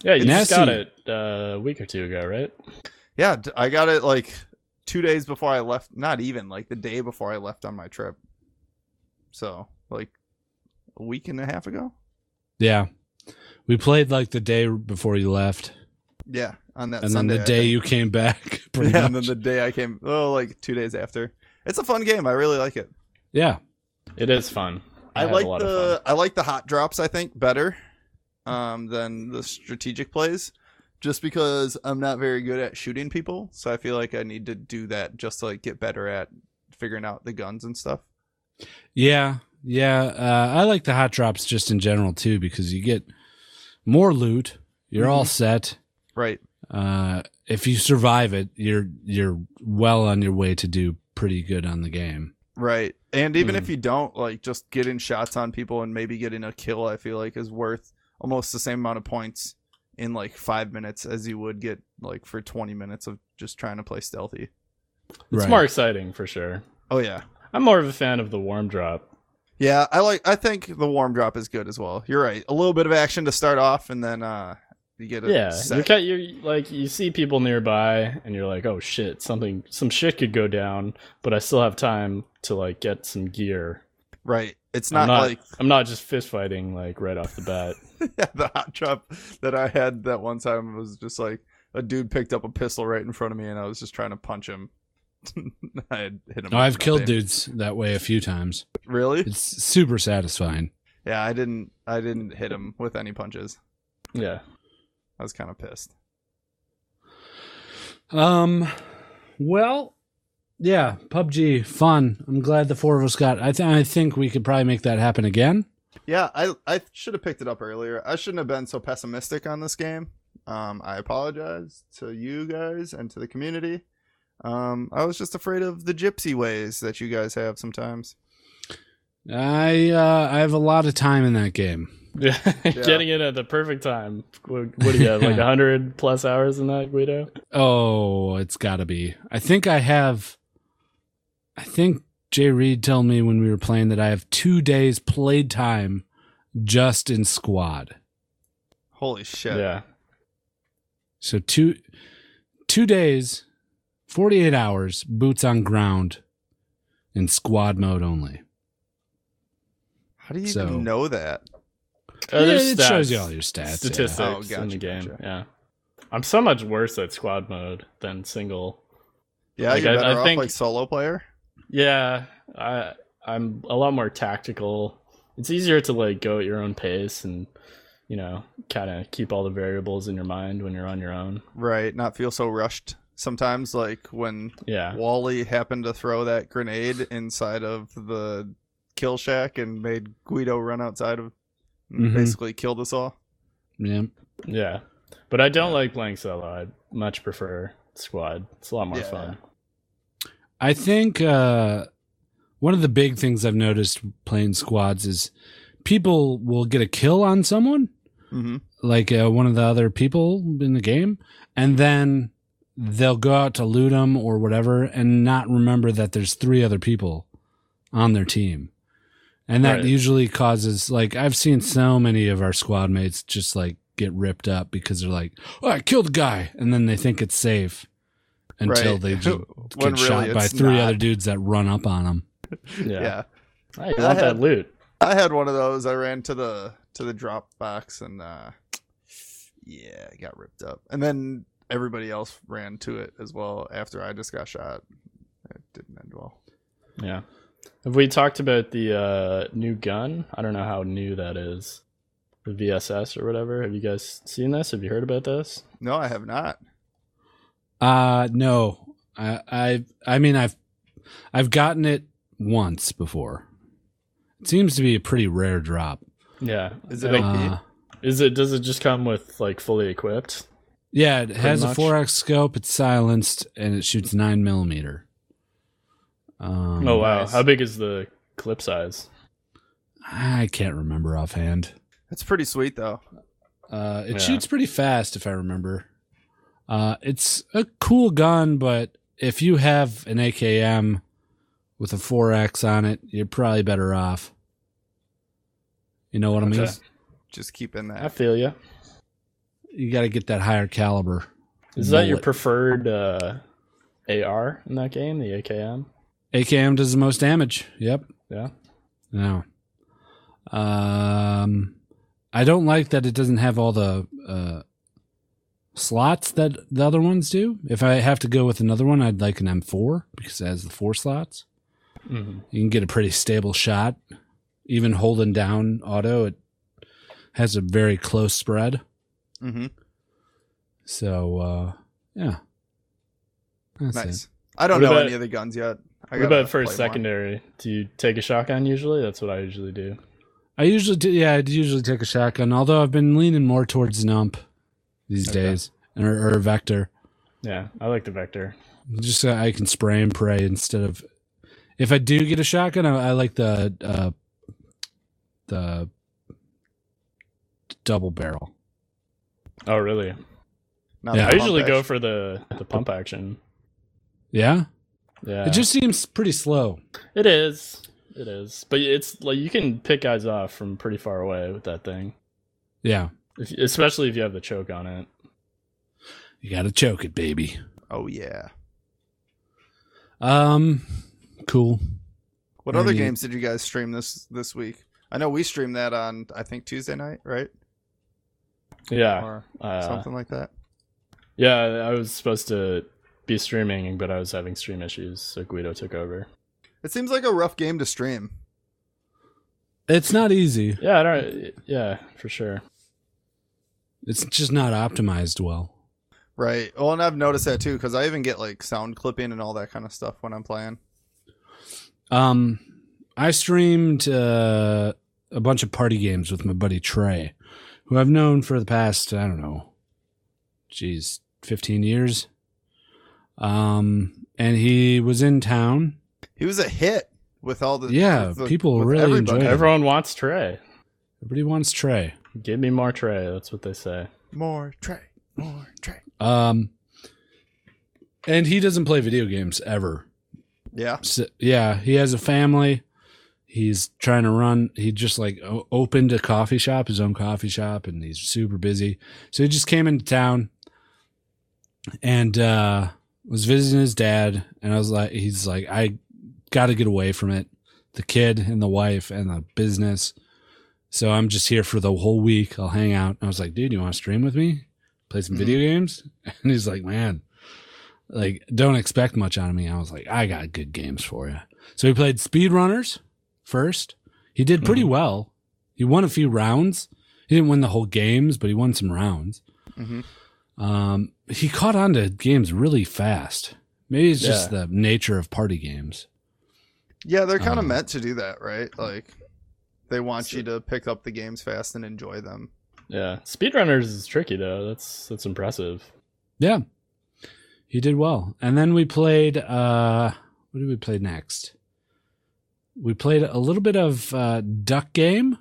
Speaker 3: Yeah, you
Speaker 1: Nasty.
Speaker 3: just got it uh, a week or two ago, right?
Speaker 2: Yeah, d- I got it like two days before I left. Not even like the day before I left on my trip. So like a week and a half ago.
Speaker 1: Yeah. We played like the day before you left,
Speaker 2: Yeah, on that.
Speaker 1: and
Speaker 2: Sunday,
Speaker 1: then the
Speaker 2: I
Speaker 1: day
Speaker 2: think.
Speaker 1: you came back. Pretty
Speaker 2: Yeah,
Speaker 1: yeah,
Speaker 2: and then the day I came. Oh, like two days after. It's a fun game. I really like it.
Speaker 1: yeah.
Speaker 3: It is fun.
Speaker 2: I,
Speaker 3: had a
Speaker 2: like
Speaker 3: lot of
Speaker 2: the I like the hot drops. I think better um, than the strategic plays, just because I'm not very good at shooting people. So I feel like I need to do that just to like get better at figuring out the guns and stuff.
Speaker 1: Yeah. Yeah. Uh, I like the hot drops just in general, too, because you get more loot. You're all
Speaker 2: Mm-hmm.
Speaker 1: set.
Speaker 2: Right.
Speaker 1: Uh, if you survive it, you're you're well on your way to do pretty good on the game.
Speaker 2: Right. And even
Speaker 3: Mm.
Speaker 2: if you don't like just getting shots on people and maybe getting a kill, I feel like is worth almost the same amount of points in like five minutes as you would get like for 20 minutes of just trying to play stealthy.
Speaker 3: fun. It's
Speaker 1: Right.
Speaker 3: more exciting for sure.
Speaker 2: Oh yeah.
Speaker 3: I'm more of a fan of the warm drop.
Speaker 2: Yeah, I like. I think the warm drop is good as well. You're right. A little bit of action to start off, and then uh, you get a
Speaker 3: Yeah,
Speaker 2: set.
Speaker 3: you're, ki- you're like you see people nearby, and you're like, oh shit, something, some shit could go down, but I still have time to like get some gear.
Speaker 2: right. It's not,
Speaker 3: I'm not-
Speaker 2: like
Speaker 3: I'm not just fist fighting like right off the bat.
Speaker 2: the hot drop that I had that one time was just like a dude picked up a pistol right in front of me, and I was just trying to punch him. I had hit him.
Speaker 1: Oh, I've killed
Speaker 2: dude.
Speaker 1: dudes that way a few times.
Speaker 2: Really?
Speaker 1: It's super satisfying.
Speaker 2: Yeah, I didn't. I didn't hit him with any punches.
Speaker 3: yeah,
Speaker 2: I was kind of pissed.
Speaker 1: Um, well, yeah, PUBG fun. I'm glad the four of us got. I think I think we could probably make that happen again.
Speaker 2: Yeah, I I should have picked it up earlier. I shouldn't have been so pessimistic on this game. Um, I apologize to you guys and to the community. Um, I was just afraid of the gypsy ways that you guys have sometimes.
Speaker 1: I uh, I have a lot of time in that game.
Speaker 3: Yeah. Getting in at the perfect time. What what do you have? Like
Speaker 1: Yeah.
Speaker 3: 100 plus hours in that, Guido?
Speaker 1: Oh, it's got to be. I think I have. I think Jay Reed told me when we were playing that I have two days played time just in squad.
Speaker 2: Holy shit.
Speaker 3: Yeah.
Speaker 1: So two two days, forty eight hours, boots on ground, in squad mode only.
Speaker 2: How do you
Speaker 1: So-
Speaker 2: even know that?
Speaker 3: Uh,
Speaker 1: Yeah,
Speaker 3: there's
Speaker 1: it shows you
Speaker 3: stats.
Speaker 1: all your stats. yeah.
Speaker 3: statistics
Speaker 2: Oh,
Speaker 3: in the
Speaker 2: gotcha,
Speaker 3: game.
Speaker 2: gotcha.
Speaker 3: Yeah, I'm so much worse at squad mode than single.
Speaker 2: Yeah,
Speaker 3: Like,
Speaker 2: you're
Speaker 3: I-
Speaker 2: better
Speaker 3: I
Speaker 2: off
Speaker 3: think-
Speaker 2: like solo player.
Speaker 3: Yeah, I I'm a lot more tactical. It's easier to like go at your own pace and you know kind of keep all the variables in your mind when you're on your own.
Speaker 2: Right. Not feel so rushed. Sometimes like when
Speaker 3: Yeah,
Speaker 2: Wally happened to throw that grenade inside of the kill shack and made Guido run outside of
Speaker 3: Mm-hmm.
Speaker 1: Mhm.
Speaker 2: basically killed us all.
Speaker 1: Yeah.
Speaker 3: yeah, but I don't like playing solo. I much prefer squad. It's a lot more
Speaker 2: Yeah.
Speaker 3: fun.
Speaker 1: I think uh, one of the big things I've noticed playing squads is people will get a kill on someone,
Speaker 2: hmm
Speaker 1: like uh, one of the other people in the game, and then they'll go out to loot them or whatever and not remember that there's three other people on their team. And that
Speaker 3: Right.
Speaker 1: usually causes, like, I've seen so many of our squad mates just like get ripped up because they're like, oh, I killed a guy. And then they think it's safe until
Speaker 2: Right.
Speaker 1: they just get
Speaker 2: When
Speaker 1: shot
Speaker 2: really
Speaker 1: by
Speaker 2: it's
Speaker 1: three
Speaker 2: not.
Speaker 1: other dudes that run up on them.
Speaker 3: Yeah,
Speaker 2: yeah.
Speaker 3: I want that loot.
Speaker 2: I had one of those. I ran to the to the drop box and uh yeah, I got ripped up. And then everybody else ran to it as well after I just got shot. It didn't end well.
Speaker 3: Yeah. Have we talked about the uh, new gun? I don't know how new that is. The VSS or whatever. Have you guys seen this? Have you heard about this?
Speaker 2: No, I have not.
Speaker 1: Uh no. I I I mean I've I've gotten it once before. It seems to be a pretty rare drop.
Speaker 3: Yeah.
Speaker 2: Is it
Speaker 3: I think-
Speaker 2: OP?
Speaker 1: Uh,
Speaker 3: is it does it just come with like fully equipped?
Speaker 1: yeah, it has
Speaker 3: much.
Speaker 1: a 4x scope, it's silenced and it shoots 9 millimeter. Um,
Speaker 3: oh wow.
Speaker 2: nice.
Speaker 3: How big is the clip size?
Speaker 1: I can't remember offhand.
Speaker 2: That's pretty sweet though.
Speaker 1: Uh, it
Speaker 3: Yeah.
Speaker 1: shoots pretty fast, if I remember. Uh, it's a cool gun, but if you have an AKM with a 4X on it, you're probably better off. You know what I mean?
Speaker 3: Okay.
Speaker 2: Just keeping
Speaker 3: I
Speaker 2: that.
Speaker 3: feel you.
Speaker 1: You got to get that higher caliber.
Speaker 3: Is that your
Speaker 1: Mullet.
Speaker 3: preferred uh, AR in that game? The AKM?
Speaker 1: AKM does the most damage. Yep.
Speaker 3: Yeah.
Speaker 1: No. Um, I don't like that it doesn't have all the uh, slots that the other ones do. If I have to go with another one, I'd like an M4 because it has the four slots.
Speaker 3: hmm
Speaker 1: you can get a pretty stable shot. Even holding down auto, it has a very close spread.
Speaker 2: Mm-hmm.
Speaker 1: So uh yeah. That's
Speaker 2: Nice.
Speaker 1: it.
Speaker 2: I don't
Speaker 3: What
Speaker 2: know
Speaker 3: about-
Speaker 2: any of the guns yet. I
Speaker 3: What
Speaker 2: gotta
Speaker 3: about for
Speaker 2: play more.
Speaker 3: secondary? Do you take a shotgun usually? That's what I usually do.
Speaker 1: I usually do yeah, I usually take a shotgun, although I've been leaning more towards Nump these
Speaker 3: Okay.
Speaker 1: days. Or, or Vector.
Speaker 3: Yeah, I like the Vector.
Speaker 1: Just so I can spray and pray instead of if I do get a shotgun, I, I like the uh the double barrel.
Speaker 3: Oh really?
Speaker 2: Not
Speaker 1: Yeah.
Speaker 2: the
Speaker 3: I usually
Speaker 2: pump
Speaker 3: go
Speaker 2: action.
Speaker 3: for the the pump action.
Speaker 1: Yeah?
Speaker 3: Yeah,
Speaker 1: It just seems pretty slow.
Speaker 3: it is, it is. But it's like you can pick guys off from pretty far away with that thing,
Speaker 1: Yeah.
Speaker 3: if, especially if you have the choke on it.
Speaker 1: You gotta choke it, baby.
Speaker 2: Oh yeah.
Speaker 1: Um, cool.
Speaker 2: What
Speaker 1: Very
Speaker 2: other
Speaker 1: neat.
Speaker 2: games did you guys stream this this week? I know we streamed that on I think Tuesday night, right?
Speaker 3: Yeah,
Speaker 2: Or
Speaker 3: uh,
Speaker 2: something like that.
Speaker 3: yeah. I was supposed to be streaming, but I was having stream issues, so Guido took over.
Speaker 2: It seems like a rough game to stream.
Speaker 1: It's not easy.
Speaker 3: Yeah, I don't. Yeah, for sure.
Speaker 1: It's just not optimized well.
Speaker 2: Right. Well, and I've noticed that too because I even get like sound clipping and all that kind of stuff when I'm playing.
Speaker 1: Um, I streamed uh, a bunch of party games with my buddy Trey, who I've known for the past I don't know, geez, fifteen years. Um, and he was in town.
Speaker 2: He was a hit with all the
Speaker 1: Yeah,
Speaker 2: with the-
Speaker 1: people
Speaker 2: with
Speaker 1: really
Speaker 2: everybody.
Speaker 1: enjoyed it.
Speaker 3: Everyone wants Trey.
Speaker 1: Everybody wants Trey.
Speaker 3: Give me more Trey. That's what they say.
Speaker 2: More Trey. More Trey.
Speaker 1: Um, and he doesn't play video games ever.
Speaker 2: Yeah.
Speaker 1: So, yeah, he has a family. He's trying to run. He just like o- opened a coffee shop, his own coffee shop, and he's super busy. So he just came into town and uh, was visiting his dad. And I was like, he's like, I got to get away from it the kid and the wife and the business. So I'm just here for the whole week. I'll hang out. I was like, dude, you want to stream with me? Play some video games? And he's like, man, like, don't expect much out of me. I was like, I got good games for you. So he played Speedrunners first. He did pretty well. He won a few rounds. He didn't win the whole games, but he won some rounds.
Speaker 2: Mhm.
Speaker 1: Um, he caught on to games really fast. Maybe it's just the nature of party games.
Speaker 2: Yeah, they're kind of
Speaker 1: Um,
Speaker 2: meant to do that, right? Like, they want you to pick up the games fast and enjoy them.
Speaker 3: Yeah, speedrunners is tricky though. That's that's impressive.
Speaker 1: Yeah. He did well. And then we played uh what did we play next? We played a little bit of uh duck game.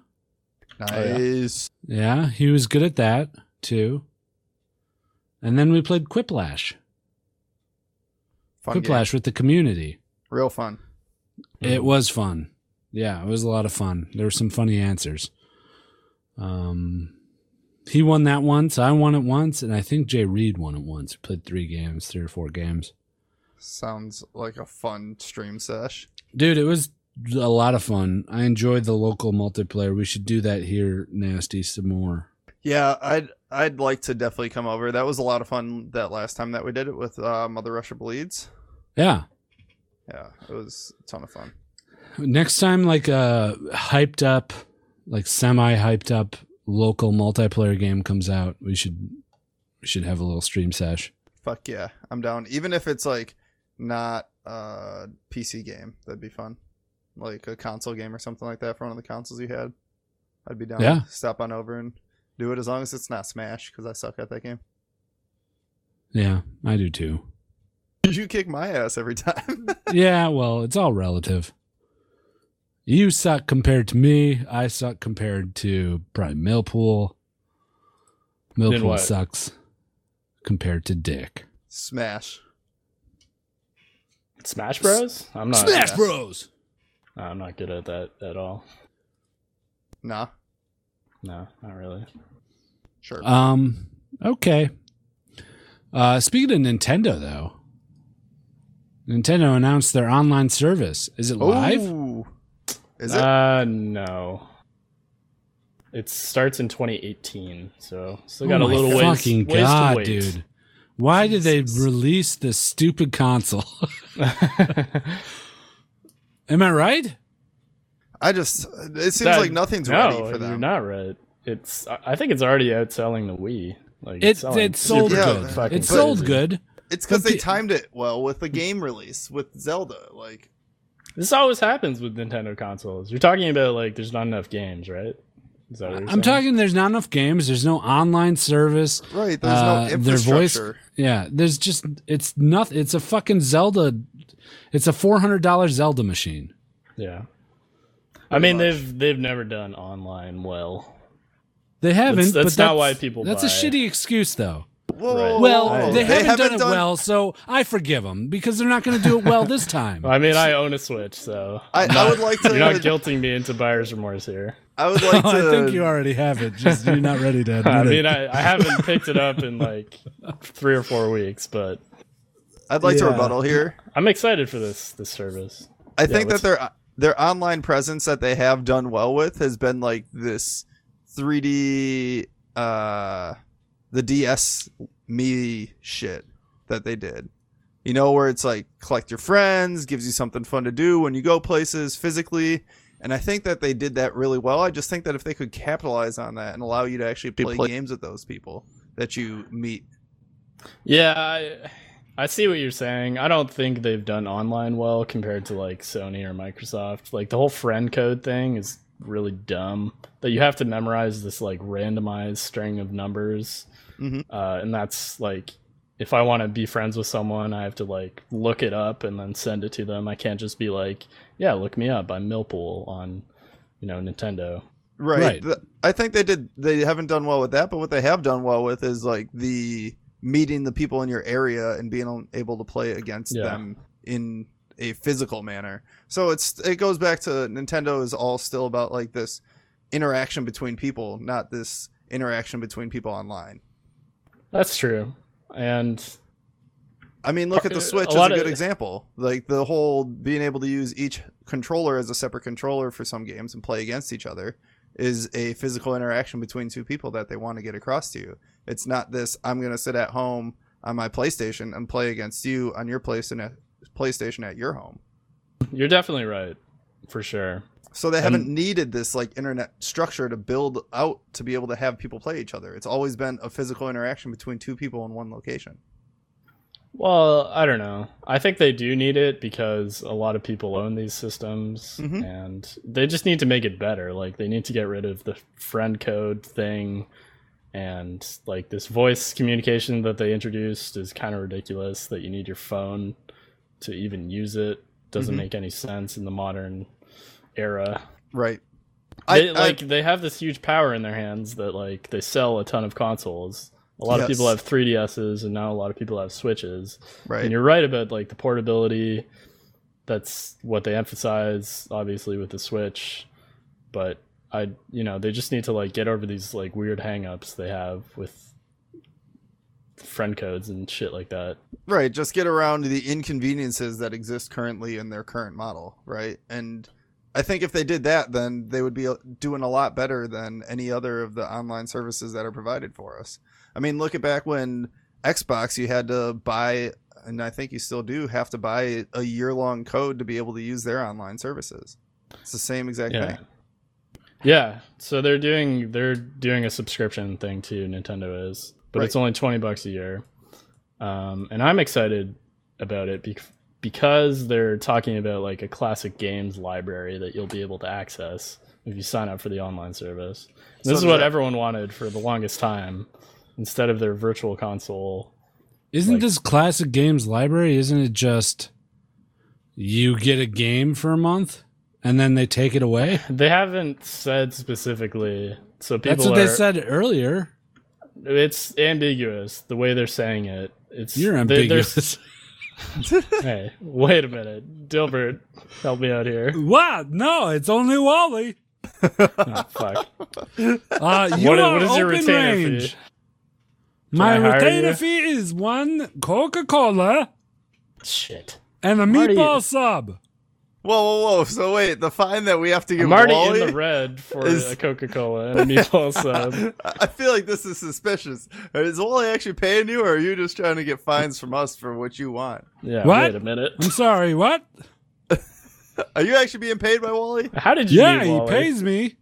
Speaker 3: yeah.
Speaker 2: Nice.
Speaker 1: Yeah, he was good at that too. And then we played Quiplash.
Speaker 2: Fun game.
Speaker 1: Quiplash with the community.
Speaker 2: Real fun.
Speaker 1: It was fun. Yeah, it was a lot of fun. There were some funny answers. Um he won that once, I won it once, and I think Jay Reed won it once. We played three games, three or four games.
Speaker 2: Sounds like a fun stream sesh.
Speaker 1: dude it was a lot of fun i enjoyed the local multiplayer we should do that here nasty some more
Speaker 2: Yeah, I'd I'd like to definitely come over. That was a lot of fun that last time that we did it with uh, Mother Russia Bleeds.
Speaker 1: yeah
Speaker 2: Yeah, it was a ton of fun.
Speaker 1: next time like a hyped up like semi hyped up local multiplayer game comes out we should we should have a little stream sesh
Speaker 2: Fuck yeah, I'm down. Even if it's like not a PC game, that'd be fun. Like a console game or something like that for one of the consoles you had. I'd be down.
Speaker 1: Yeah.
Speaker 2: Stop on over and do it as long as it's not Smash because I suck at that game.
Speaker 1: yeah i do too
Speaker 2: You kick my ass every time.
Speaker 1: yeah well it's all relative you suck compared to me i suck compared to probably millpool millpool
Speaker 3: what?
Speaker 1: sucks compared to dick
Speaker 2: Smash.
Speaker 3: Smash Bros. I'm not.
Speaker 1: smash bros
Speaker 3: I'm not good at that at all.
Speaker 2: Nah,
Speaker 3: No, not really.
Speaker 2: sure.
Speaker 1: Um. Okay. Uh, speaking of Nintendo, though, Nintendo announced their online service. Is it live?
Speaker 2: Ooh. Is it?
Speaker 3: Uh, no. It starts in 2018, so still got
Speaker 1: oh
Speaker 3: a
Speaker 1: my
Speaker 3: little ways,
Speaker 1: fucking
Speaker 3: ways
Speaker 1: god,
Speaker 3: to wait.
Speaker 1: dude! Why did they release this stupid console? Am I right?
Speaker 2: I just. It seems
Speaker 3: That-
Speaker 2: like nothing's
Speaker 3: no,
Speaker 2: ready for
Speaker 3: You're
Speaker 2: them.
Speaker 3: not right. It's. I I think it's already outselling the Wii. Like
Speaker 1: It
Speaker 3: selling
Speaker 1: it sold
Speaker 2: Yeah,
Speaker 3: super
Speaker 1: good.
Speaker 3: fucking
Speaker 1: It sold
Speaker 3: crazy.
Speaker 1: good.
Speaker 2: It's because they
Speaker 1: Okay.
Speaker 2: timed it well with the game release with Zelda. Like,
Speaker 3: This always happens with Nintendo consoles. You're talking about like there's not enough games, right? Is that what you're
Speaker 1: I'm
Speaker 3: saying?
Speaker 1: talking. There's not enough games. There's no online service.
Speaker 2: right? There's
Speaker 1: Uh,
Speaker 2: no
Speaker 1: their voice-
Speaker 2: infrastructure.
Speaker 1: Yeah, there's just it's nothing. It's a fucking Zelda. It's a four hundred dollar Zelda machine.
Speaker 3: Yeah. I mean,
Speaker 2: much.
Speaker 3: they've they've never done online well.
Speaker 1: They haven't.
Speaker 3: That's- that's
Speaker 1: but
Speaker 3: not why people
Speaker 1: That's
Speaker 3: buy.
Speaker 1: a shitty excuse, though.
Speaker 2: Whoa,
Speaker 3: Right.
Speaker 1: Well,
Speaker 3: Oh,
Speaker 1: they,
Speaker 3: they
Speaker 1: haven't, done it well, so I forgive them because they're not going to do it well this time.
Speaker 3: I mean, I own a Switch, so
Speaker 2: I,
Speaker 3: I'm
Speaker 2: I
Speaker 3: not-
Speaker 2: would like
Speaker 3: You're not
Speaker 2: to.
Speaker 3: guilting me into buyer's remorse here.
Speaker 2: I would like to.
Speaker 1: I think you already have it. Just you're not ready to admit
Speaker 3: I
Speaker 1: it.
Speaker 3: mean, I, I haven't picked it up in like three or four weeks, but
Speaker 2: I'd like to
Speaker 1: Yeah.
Speaker 2: rebuttal here.
Speaker 3: I'm excited for this this service.
Speaker 2: I think that
Speaker 3: what's-
Speaker 2: their their online presence that they have done well with has been like this 3D uh the DS me shit that they did. You know where it's like collect your friends, gives you something fun to do when you go places physically. And I think that they did that really well. I just think that if they could capitalize on that and allow you to actually play, games with those people that you meet,
Speaker 3: Yeah, I, I see what you're saying. I don't think they've done online well compared to like Sony or Microsoft. Like the whole friend code thing is really dumb. That you have to memorize this like randomized string of numbers,
Speaker 2: Mhm.
Speaker 3: uh, and that's like if I want to be friends with someone, I have to like look it up and then send it to them. I can't just be like, yeah, look me up. I'm Millpool on, you know, Nintendo.
Speaker 2: right,
Speaker 1: Right.
Speaker 2: The- i think they did they haven't done well with that but what they have done well with is like the meeting the people in your area and being able to play against
Speaker 3: Yeah.
Speaker 2: them in a physical manner so it's it goes back to nintendo is all still about like this interaction between people not this interaction between people online
Speaker 3: That's true. And
Speaker 2: I mean, look at
Speaker 3: Uh,
Speaker 2: the Switch
Speaker 3: a
Speaker 2: as a
Speaker 3: lot of-
Speaker 2: good example. Like the whole being able to use each controller as a separate controller for some games and play against each other is a physical interaction between two people that they want to get across to you. It's not this I'm going to sit at home on my PlayStation and play against you on your PlayStation PlayStation at your home.
Speaker 3: you're definitely right, for sure.
Speaker 2: So they haven't needed this like internet structure to build out to be able to have people play each other. It's always been a physical interaction between two people in one location.
Speaker 3: Well, I don't know. I think they do need it because a lot of people own these systems
Speaker 2: Mhm.
Speaker 3: and they just need to make it better. Like they need to get rid of the friend code thing and like this voice communication that they introduced is kind of ridiculous that you need your phone to even use it. Doesn't
Speaker 2: Mhm.
Speaker 3: make any sense in the modern era.
Speaker 2: Right.
Speaker 3: they, like they have this huge power in their hands that like they sell a ton of consoles. A lot of people
Speaker 2: Yes.
Speaker 3: have 3DSs and now a lot of people have Switches.
Speaker 2: right.
Speaker 3: And you're right about like the portability. That's what they emphasize, obviously, with the Switch. But I, you know, they just need to like get over these like weird hangups they have with friend codes and shit like that.
Speaker 2: Right, just get around the inconveniences that exist currently in their current model, right? And I think if they did that, then they would be uh, doing a lot better than any other of the online services that are provided for us. I mean, look at back when Xbox, you had to buy, and I think you still do have to buy a year long code to be able to use their online services. It's the same exact
Speaker 3: Yeah.
Speaker 2: thing.
Speaker 3: Yeah. So they're doing they're doing a subscription thing too, Nintendo is. But it's
Speaker 2: Right.
Speaker 3: only 20 bucks a year. Um, and I'm excited about it bec- because they're talking about like a classic games library that you'll be able to access if you sign up for the online service. And
Speaker 2: So
Speaker 3: this is
Speaker 2: does
Speaker 3: what
Speaker 2: that-
Speaker 3: everyone wanted for the longest time instead of their virtual console.
Speaker 1: Isn't
Speaker 3: Like-
Speaker 1: this classic games library? Isn't it just you get a game for a month and then they take it away?
Speaker 3: They haven't said specifically. So people
Speaker 1: That's what
Speaker 3: are-
Speaker 1: they said earlier.
Speaker 3: It's ambiguous the way they're saying it. It's
Speaker 1: You're
Speaker 3: they- they're-
Speaker 1: ambiguous.
Speaker 3: hey, wait a minute. Dilbert, help me out here.
Speaker 1: what? No, it's only Wally.
Speaker 3: Oh, fuck.
Speaker 1: Uh, you
Speaker 3: What-
Speaker 1: are
Speaker 3: what is your
Speaker 1: open
Speaker 3: retainer
Speaker 1: range.
Speaker 3: fee?
Speaker 1: My
Speaker 3: Can I hire
Speaker 1: retainer
Speaker 3: you?
Speaker 1: fee is one Coca Cola
Speaker 3: Shit.
Speaker 1: and a
Speaker 3: Marty-
Speaker 1: meatball sub.
Speaker 2: Whoa, whoa, whoa. So, wait, the fine that we have to give
Speaker 3: I'm already
Speaker 2: Wally?
Speaker 3: in the red for
Speaker 2: is-
Speaker 3: a Coca Cola and a meatball sub.
Speaker 2: I I feel like this is suspicious. Is Wally actually paying you, or are you just trying to get fines from us for what you want?
Speaker 3: Yeah,
Speaker 1: What?
Speaker 3: wait a minute.
Speaker 1: I'm sorry, what?
Speaker 2: Are you actually being paid by Wally?
Speaker 3: How did you
Speaker 1: Yeah,
Speaker 3: meet
Speaker 1: he
Speaker 3: Wally?
Speaker 1: pays me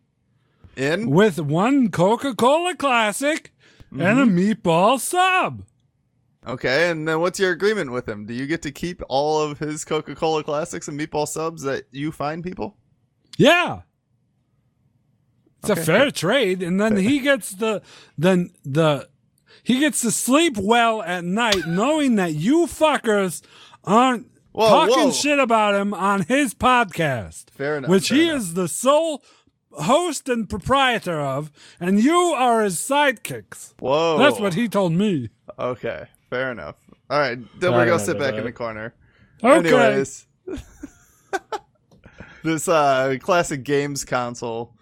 Speaker 2: In?
Speaker 1: with one Coca Cola Classic and a
Speaker 3: Mm-hmm.
Speaker 1: meatball sub.
Speaker 2: Okay, and then what's your agreement with him? Do you get to keep all of his Coca Cola classics and meatball subs that you find people?
Speaker 1: Yeah. It's
Speaker 2: Okay.
Speaker 1: a fair trade, and then he gets the then the he gets to sleep well at night knowing that you fuckers aren't
Speaker 2: Whoa,
Speaker 1: talking
Speaker 2: whoa.
Speaker 1: shit about him on his podcast.
Speaker 2: Fair enough.
Speaker 1: which
Speaker 2: fair
Speaker 1: he
Speaker 2: enough.
Speaker 1: is the sole host and proprietor of, and you are his sidekicks.
Speaker 2: Whoa.
Speaker 1: That's what he told me.
Speaker 2: Okay, fair enough. All right, then
Speaker 3: I
Speaker 2: we're gonna
Speaker 3: remember
Speaker 2: sit back
Speaker 3: that.
Speaker 2: in the corner.
Speaker 1: Okay.
Speaker 2: Anyways, this uh, classic games console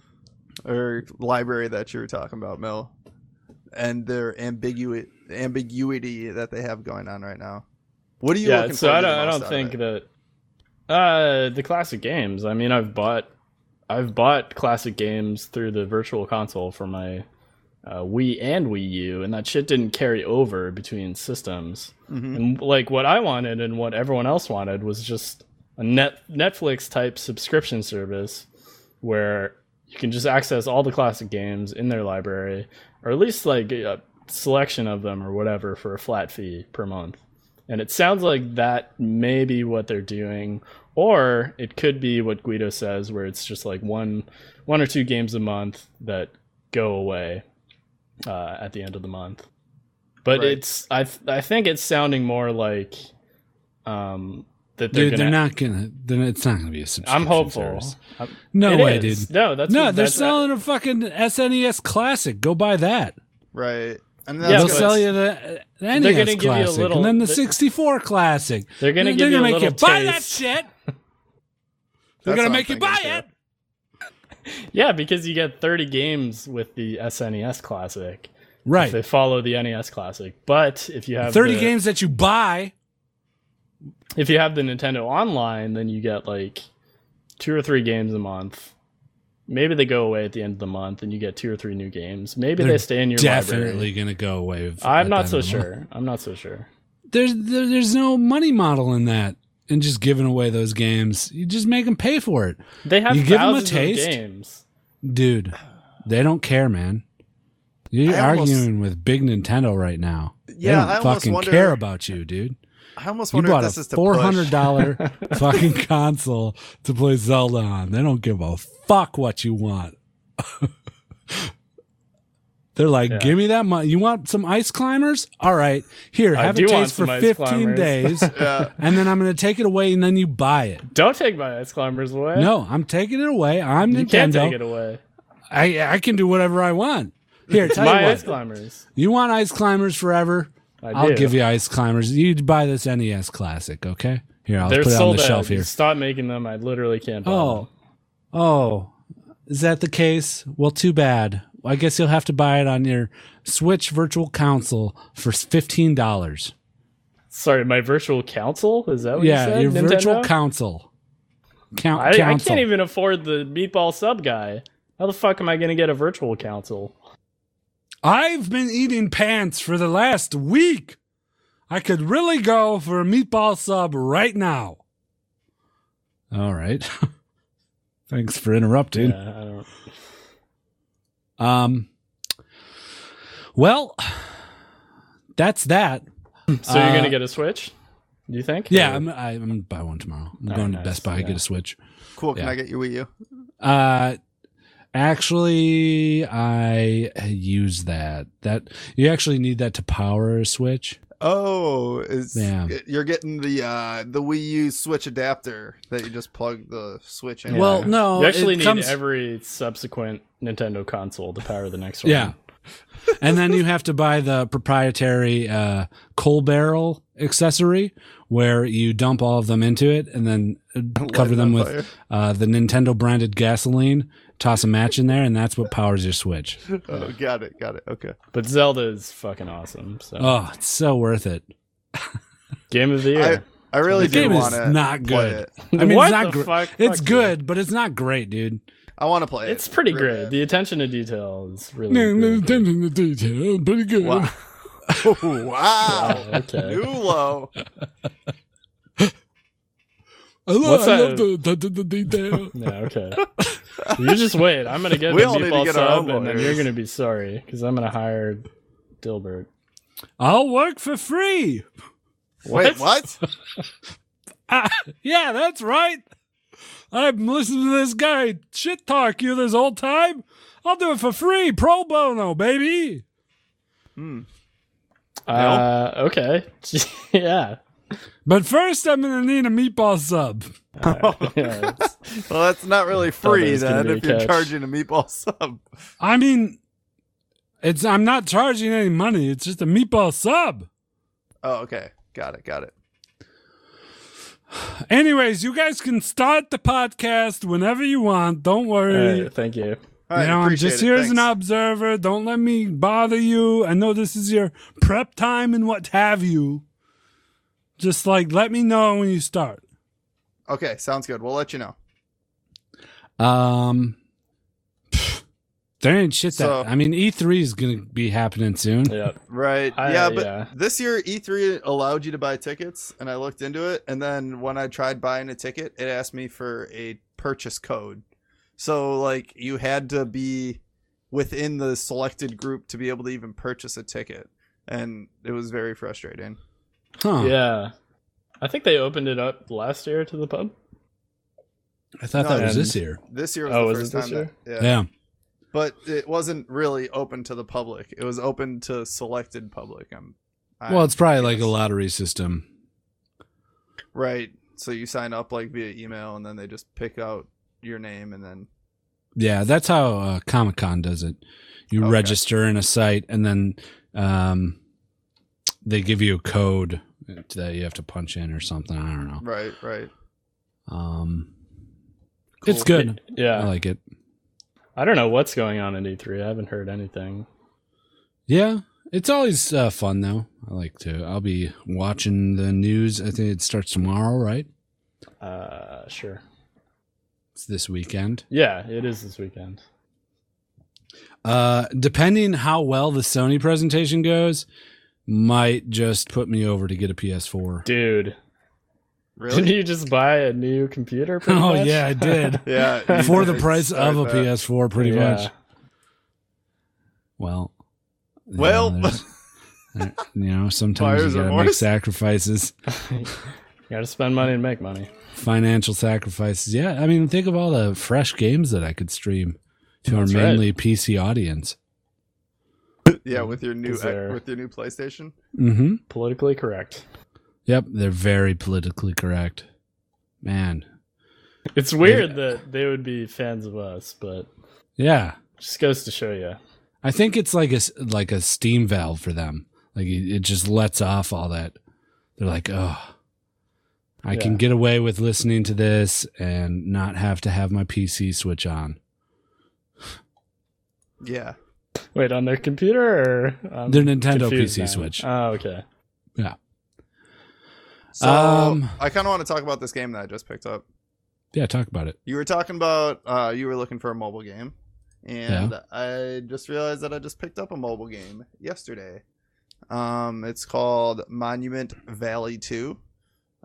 Speaker 2: or library that you were talking about, Mill, and their ambigui- ambiguity that they have going on right now. What are you
Speaker 3: Yeah,
Speaker 2: looking
Speaker 3: so
Speaker 2: for?
Speaker 3: I
Speaker 2: the
Speaker 3: don't, I
Speaker 2: most
Speaker 3: don't
Speaker 2: out of
Speaker 3: think
Speaker 2: it?
Speaker 3: that. Uh, the classic games. I mean, I've bought, I've bought classic games through the Virtual Console for my uh, Wii and Wii U, and that shit didn't carry over between systems.
Speaker 2: Mhm.
Speaker 3: And like what I wanted and what everyone else wanted was just a net Netflix type subscription service where you can just access all the classic games in their library, or at least like a selection of them or whatever for a flat fee per month. And it sounds like that may be what they're doing, or it could be what Guido says, where it's just like one, one or two games a month that go away uh, at the end of the month. But
Speaker 2: Right.
Speaker 3: it's I th- I think it's sounding more like um, that they're
Speaker 1: Dude,
Speaker 3: gonna.
Speaker 1: they're not gonna. They're not, it's not gonna be a subscription.
Speaker 3: I'm hopeful.
Speaker 1: service.
Speaker 3: I'm-
Speaker 1: No
Speaker 3: it
Speaker 1: way,
Speaker 3: is.
Speaker 1: dude.
Speaker 3: No, that's
Speaker 1: no,
Speaker 3: what-
Speaker 1: they're
Speaker 3: that's-
Speaker 1: selling a fucking SNES classic. Go buy that.
Speaker 2: right? And
Speaker 3: Yeah,
Speaker 1: They'll
Speaker 3: but-
Speaker 2: gonna-
Speaker 1: sell you the uh, NES
Speaker 3: gonna give you a
Speaker 1: classic
Speaker 3: little-
Speaker 1: and then the
Speaker 3: they-
Speaker 1: 64 classic.
Speaker 3: They're gonna
Speaker 1: They're
Speaker 3: give you a
Speaker 1: make
Speaker 3: little
Speaker 1: you buy that
Speaker 3: taste.
Speaker 1: shit. They're
Speaker 2: That's
Speaker 1: gonna
Speaker 2: what
Speaker 1: make you
Speaker 2: I'm
Speaker 1: buy
Speaker 2: thinking,
Speaker 1: it.
Speaker 2: too.
Speaker 3: Yeah, because you get 30 games with the SNES Classic. If they
Speaker 1: Right.
Speaker 3: follow the NES Classic, but if you have
Speaker 1: 30
Speaker 3: the-
Speaker 1: games that you buy.
Speaker 3: if you have the Nintendo Online, then you get like two or three games a month. Maybe they go away at the end of the month, and you get two or three new games. Maybe
Speaker 1: They're
Speaker 3: they stay in your
Speaker 1: Definitely
Speaker 3: library.
Speaker 1: gonna go away. with-
Speaker 3: I'm
Speaker 1: at
Speaker 3: not
Speaker 1: that
Speaker 3: so
Speaker 1: amount.
Speaker 3: sure. I'm not so sure.
Speaker 1: There's there, there's no money model in that. And just giving away those games, you just make them pay for it,
Speaker 3: They have
Speaker 1: You give 'em a
Speaker 3: thousands
Speaker 1: taste?
Speaker 3: of games.
Speaker 1: dude. They don't care, man. You're
Speaker 2: I almost-
Speaker 1: arguing with big Nintendo right now.
Speaker 2: Yeah,
Speaker 1: they
Speaker 2: I
Speaker 1: don't
Speaker 2: almost
Speaker 1: fucking
Speaker 2: wonder-
Speaker 1: care about you, dude.
Speaker 2: I almost
Speaker 1: You
Speaker 2: wonder if
Speaker 1: bought
Speaker 2: this
Speaker 1: a
Speaker 2: is to
Speaker 1: four hundred
Speaker 2: push.
Speaker 1: dollar fucking console to play Zelda on. They don't give a fuck what you want. They're like,
Speaker 3: Yeah.
Speaker 1: give me that money. You want some ice climbers? All right, here,
Speaker 3: I
Speaker 1: have
Speaker 3: do
Speaker 1: it
Speaker 3: want
Speaker 1: taste for
Speaker 3: some Ice
Speaker 1: fifteen
Speaker 3: Climbers."
Speaker 1: days,
Speaker 2: Yeah.
Speaker 1: and then I'm gonna take it away, and then you buy it.
Speaker 3: Don't take my ice climbers away.
Speaker 1: No, I'm taking it away. I'm
Speaker 3: you
Speaker 1: Nintendo.
Speaker 3: can't take it away.
Speaker 1: I I can do whatever I want. Here, tell
Speaker 3: My
Speaker 1: you
Speaker 3: ice
Speaker 1: what.
Speaker 3: climbers.
Speaker 1: You want ice climbers forever?
Speaker 3: I
Speaker 1: I'll
Speaker 3: do.
Speaker 1: give you ice climbers. You buy this NES classic, okay? Here, I'll
Speaker 3: They're
Speaker 1: put it on
Speaker 3: sold
Speaker 1: the
Speaker 3: out.
Speaker 1: shelf here.
Speaker 3: Stop making them. I literally can't. Buy
Speaker 1: Oh. Oh. Is that the case? Well, too bad. I guess you'll have to buy it on your Switch Virtual Console for $15.
Speaker 3: Sorry, my virtual council? Is that what
Speaker 1: yeah,
Speaker 3: you
Speaker 1: your
Speaker 3: said?
Speaker 1: virtual
Speaker 3: Nintendo?
Speaker 1: console. Count
Speaker 3: I, I
Speaker 1: council.
Speaker 3: can't even afford the meatball sub guy. How the fuck am I going to get a virtual council?
Speaker 1: I've been eating pants for the last week. I could really go for a meatball sub right now. All right. Thanks for interrupting.
Speaker 3: Yeah, I don't.
Speaker 1: Um, well, that's that.
Speaker 3: So you're going
Speaker 1: Uh,
Speaker 3: to get a Switch? Do you think?
Speaker 1: Yeah,
Speaker 3: Or-
Speaker 1: I'm, I'm gonna buy one tomorrow. I'm
Speaker 3: Oh,
Speaker 1: going to
Speaker 3: nice.
Speaker 1: Best Buy
Speaker 3: Yeah.
Speaker 1: get a Switch.
Speaker 2: Cool. Can
Speaker 1: Yeah.
Speaker 2: I get you Wii U?
Speaker 1: Uh, actually, I use that. That you actually need that to power a Switch.
Speaker 2: Oh, is
Speaker 1: Yeah.
Speaker 2: you're getting the uh the Wii U Switch adapter that you just plug the Switch in?
Speaker 3: Yeah.
Speaker 1: Well, no,
Speaker 3: you actually
Speaker 1: it
Speaker 3: need
Speaker 1: comes-
Speaker 3: every subsequent Nintendo console to power the next one.
Speaker 1: Yeah. and then you have to buy the proprietary uh, coal barrel accessory where you dump all of them into it and then uh, cover
Speaker 2: Light
Speaker 1: them
Speaker 2: it on
Speaker 1: with uh, the Nintendo branded gasoline, toss a match in there, and that's what powers your Switch.
Speaker 2: Oh, got it, got it. Okay.
Speaker 3: But Zelda is fucking awesome. So
Speaker 1: Oh, it's so worth it.
Speaker 3: game of the year.
Speaker 2: I really
Speaker 1: The
Speaker 2: do
Speaker 1: game
Speaker 2: want
Speaker 1: is
Speaker 2: to
Speaker 1: not
Speaker 2: play
Speaker 1: good.
Speaker 2: it.
Speaker 1: I mean,
Speaker 3: What
Speaker 1: it's not
Speaker 3: the
Speaker 1: gr-
Speaker 3: fuck?
Speaker 1: It's
Speaker 3: Fuck
Speaker 1: good, but it's not great, dude.
Speaker 2: I want to play it.
Speaker 3: It's pretty
Speaker 2: Really
Speaker 3: great.
Speaker 2: bad.
Speaker 3: The attention to detail is really. really good.
Speaker 1: Attention to detail, pretty good.
Speaker 2: Wow. wow.
Speaker 3: Wow, Oh, okay.
Speaker 2: New low.
Speaker 1: I love,
Speaker 3: What's
Speaker 1: I
Speaker 3: that?
Speaker 1: love the, the, the, the detail.
Speaker 3: Yeah, okay. you just wait. I'm gonna get
Speaker 2: We
Speaker 3: the
Speaker 2: all need to
Speaker 3: meatball
Speaker 2: get our
Speaker 3: sub,
Speaker 2: own
Speaker 3: and then
Speaker 2: lawyers.
Speaker 3: you're gonna be sorry because I'm gonna hire Dilbert.
Speaker 1: I'll work for free.
Speaker 2: Wait, what?
Speaker 1: Ah, yeah, that's right. I've listened to this guy shit talk you this whole time. I'll do it for free, pro bono, baby.
Speaker 3: Uh, okay. yeah.
Speaker 1: But first, I'm gonna need a meatball sub.
Speaker 3: yeah it's-
Speaker 2: Well, that's not really free
Speaker 3: was gonna
Speaker 2: then
Speaker 3: be a
Speaker 2: if you're
Speaker 3: catch.
Speaker 2: charging a meatball sub.
Speaker 1: I mean, it's I'm not charging any money. It's just a meatball sub.
Speaker 2: Oh, okay. Got it, got it.
Speaker 1: Anyways, you guys can start the podcast whenever you want. Don't
Speaker 3: all
Speaker 1: worry.
Speaker 3: right, thank you.
Speaker 2: All right,
Speaker 1: you know, I'm
Speaker 2: appreciate
Speaker 1: just
Speaker 2: it.
Speaker 1: here as an
Speaker 2: Thanks.
Speaker 1: observer. Don't let me bother you. I know this is your prep time and what have you. Just like let me know when you start.
Speaker 2: Okay, sounds good. We'll let you know.
Speaker 1: Um, there ain't shit
Speaker 2: So-
Speaker 1: that I mean. E three is gonna be happening soon.
Speaker 3: Yeah.
Speaker 2: Right.
Speaker 3: I-
Speaker 2: yeah, but
Speaker 3: yeah.
Speaker 2: this year E3 allowed you to buy tickets, and I looked into it, and then when I tried buying a ticket, it asked me for a purchase code. So like you had to be within the selected group to be able to even purchase a ticket, and it was very frustrating.
Speaker 1: Huh?
Speaker 3: Yeah. I think they opened it up last year to the pub.
Speaker 1: I thought that was
Speaker 3: And-
Speaker 1: this year.
Speaker 2: This year was
Speaker 3: Oh,
Speaker 2: the
Speaker 3: was it
Speaker 2: first
Speaker 3: this
Speaker 2: time
Speaker 3: year?
Speaker 2: that, yeah.
Speaker 1: Yeah.
Speaker 2: but it wasn't really open to the public. It was open to selected public. I'm, i
Speaker 1: Well, it's probably like a
Speaker 2: yes.
Speaker 1: lottery system.
Speaker 2: right. So you sign up like via email, and then they just pick out your name, and then
Speaker 1: Yeah, that's how uh, Comic Con does it. You
Speaker 2: Okay.
Speaker 1: register in a site, and then um, they give you a code that you have to punch in or something. I don't know.
Speaker 2: right, right.
Speaker 1: Um, It's
Speaker 2: Cool.
Speaker 1: good.
Speaker 3: Yeah.
Speaker 1: I like it.
Speaker 3: I don't know what's going on in E3. I haven't heard anything.
Speaker 1: Yeah, it's always uh, fun though. I like to. I'll be watching the news. I think it starts tomorrow, right?
Speaker 3: Uh, sure.
Speaker 1: It's this weekend.
Speaker 3: Yeah, it is this weekend.
Speaker 1: Uh, depending how well the Sony presentation goes, might just put me over to get a PS4.
Speaker 3: Dude, did
Speaker 2: Really?
Speaker 3: you just buy a new computer? pretty
Speaker 1: Oh
Speaker 3: much?
Speaker 1: yeah, I did.
Speaker 2: yeah. you
Speaker 1: For the
Speaker 2: guys
Speaker 1: price of
Speaker 2: start
Speaker 1: a
Speaker 2: that.
Speaker 1: PS4, pretty
Speaker 3: Yeah.
Speaker 1: much. Well, you know,
Speaker 2: Well.
Speaker 1: there's- there- you know, sometimes
Speaker 2: Buyer's
Speaker 1: you gotta make
Speaker 2: remorse?
Speaker 1: sacrifices,
Speaker 3: you gotta spend money and make money.
Speaker 1: financial sacrifices. Yeah, I mean, think of all the fresh games that I could stream to our
Speaker 3: That's right.
Speaker 1: mainly PC audience.
Speaker 2: yeah, with your new
Speaker 3: Is there-
Speaker 2: with your new PlayStation.
Speaker 1: Mm-hmm.
Speaker 3: Politically correct.
Speaker 1: Yep, they're very politically correct. Man,
Speaker 3: It's weird that they would be fans of us, but
Speaker 1: yeah.
Speaker 3: just goes to show you.
Speaker 1: I think it's like a s- like a steam valve for them. Like it, it just lets off all that. They're like, oh, I can
Speaker 3: Yeah.
Speaker 1: get away with listening to this and not have to have my PC switch on.
Speaker 2: Yeah.
Speaker 3: Wait, on their computer or on
Speaker 1: Their Nintendo PC
Speaker 3: now.
Speaker 1: Switch.
Speaker 3: Oh, okay.
Speaker 2: So
Speaker 1: Um,
Speaker 2: I kind of want to talk about this game that I just picked up.
Speaker 1: Yeah, talk about it.
Speaker 2: You were talking about uh, you were looking for a mobile game, and I just realized that I just picked up a mobile game yesterday. Um, it's called Monument Valley Two.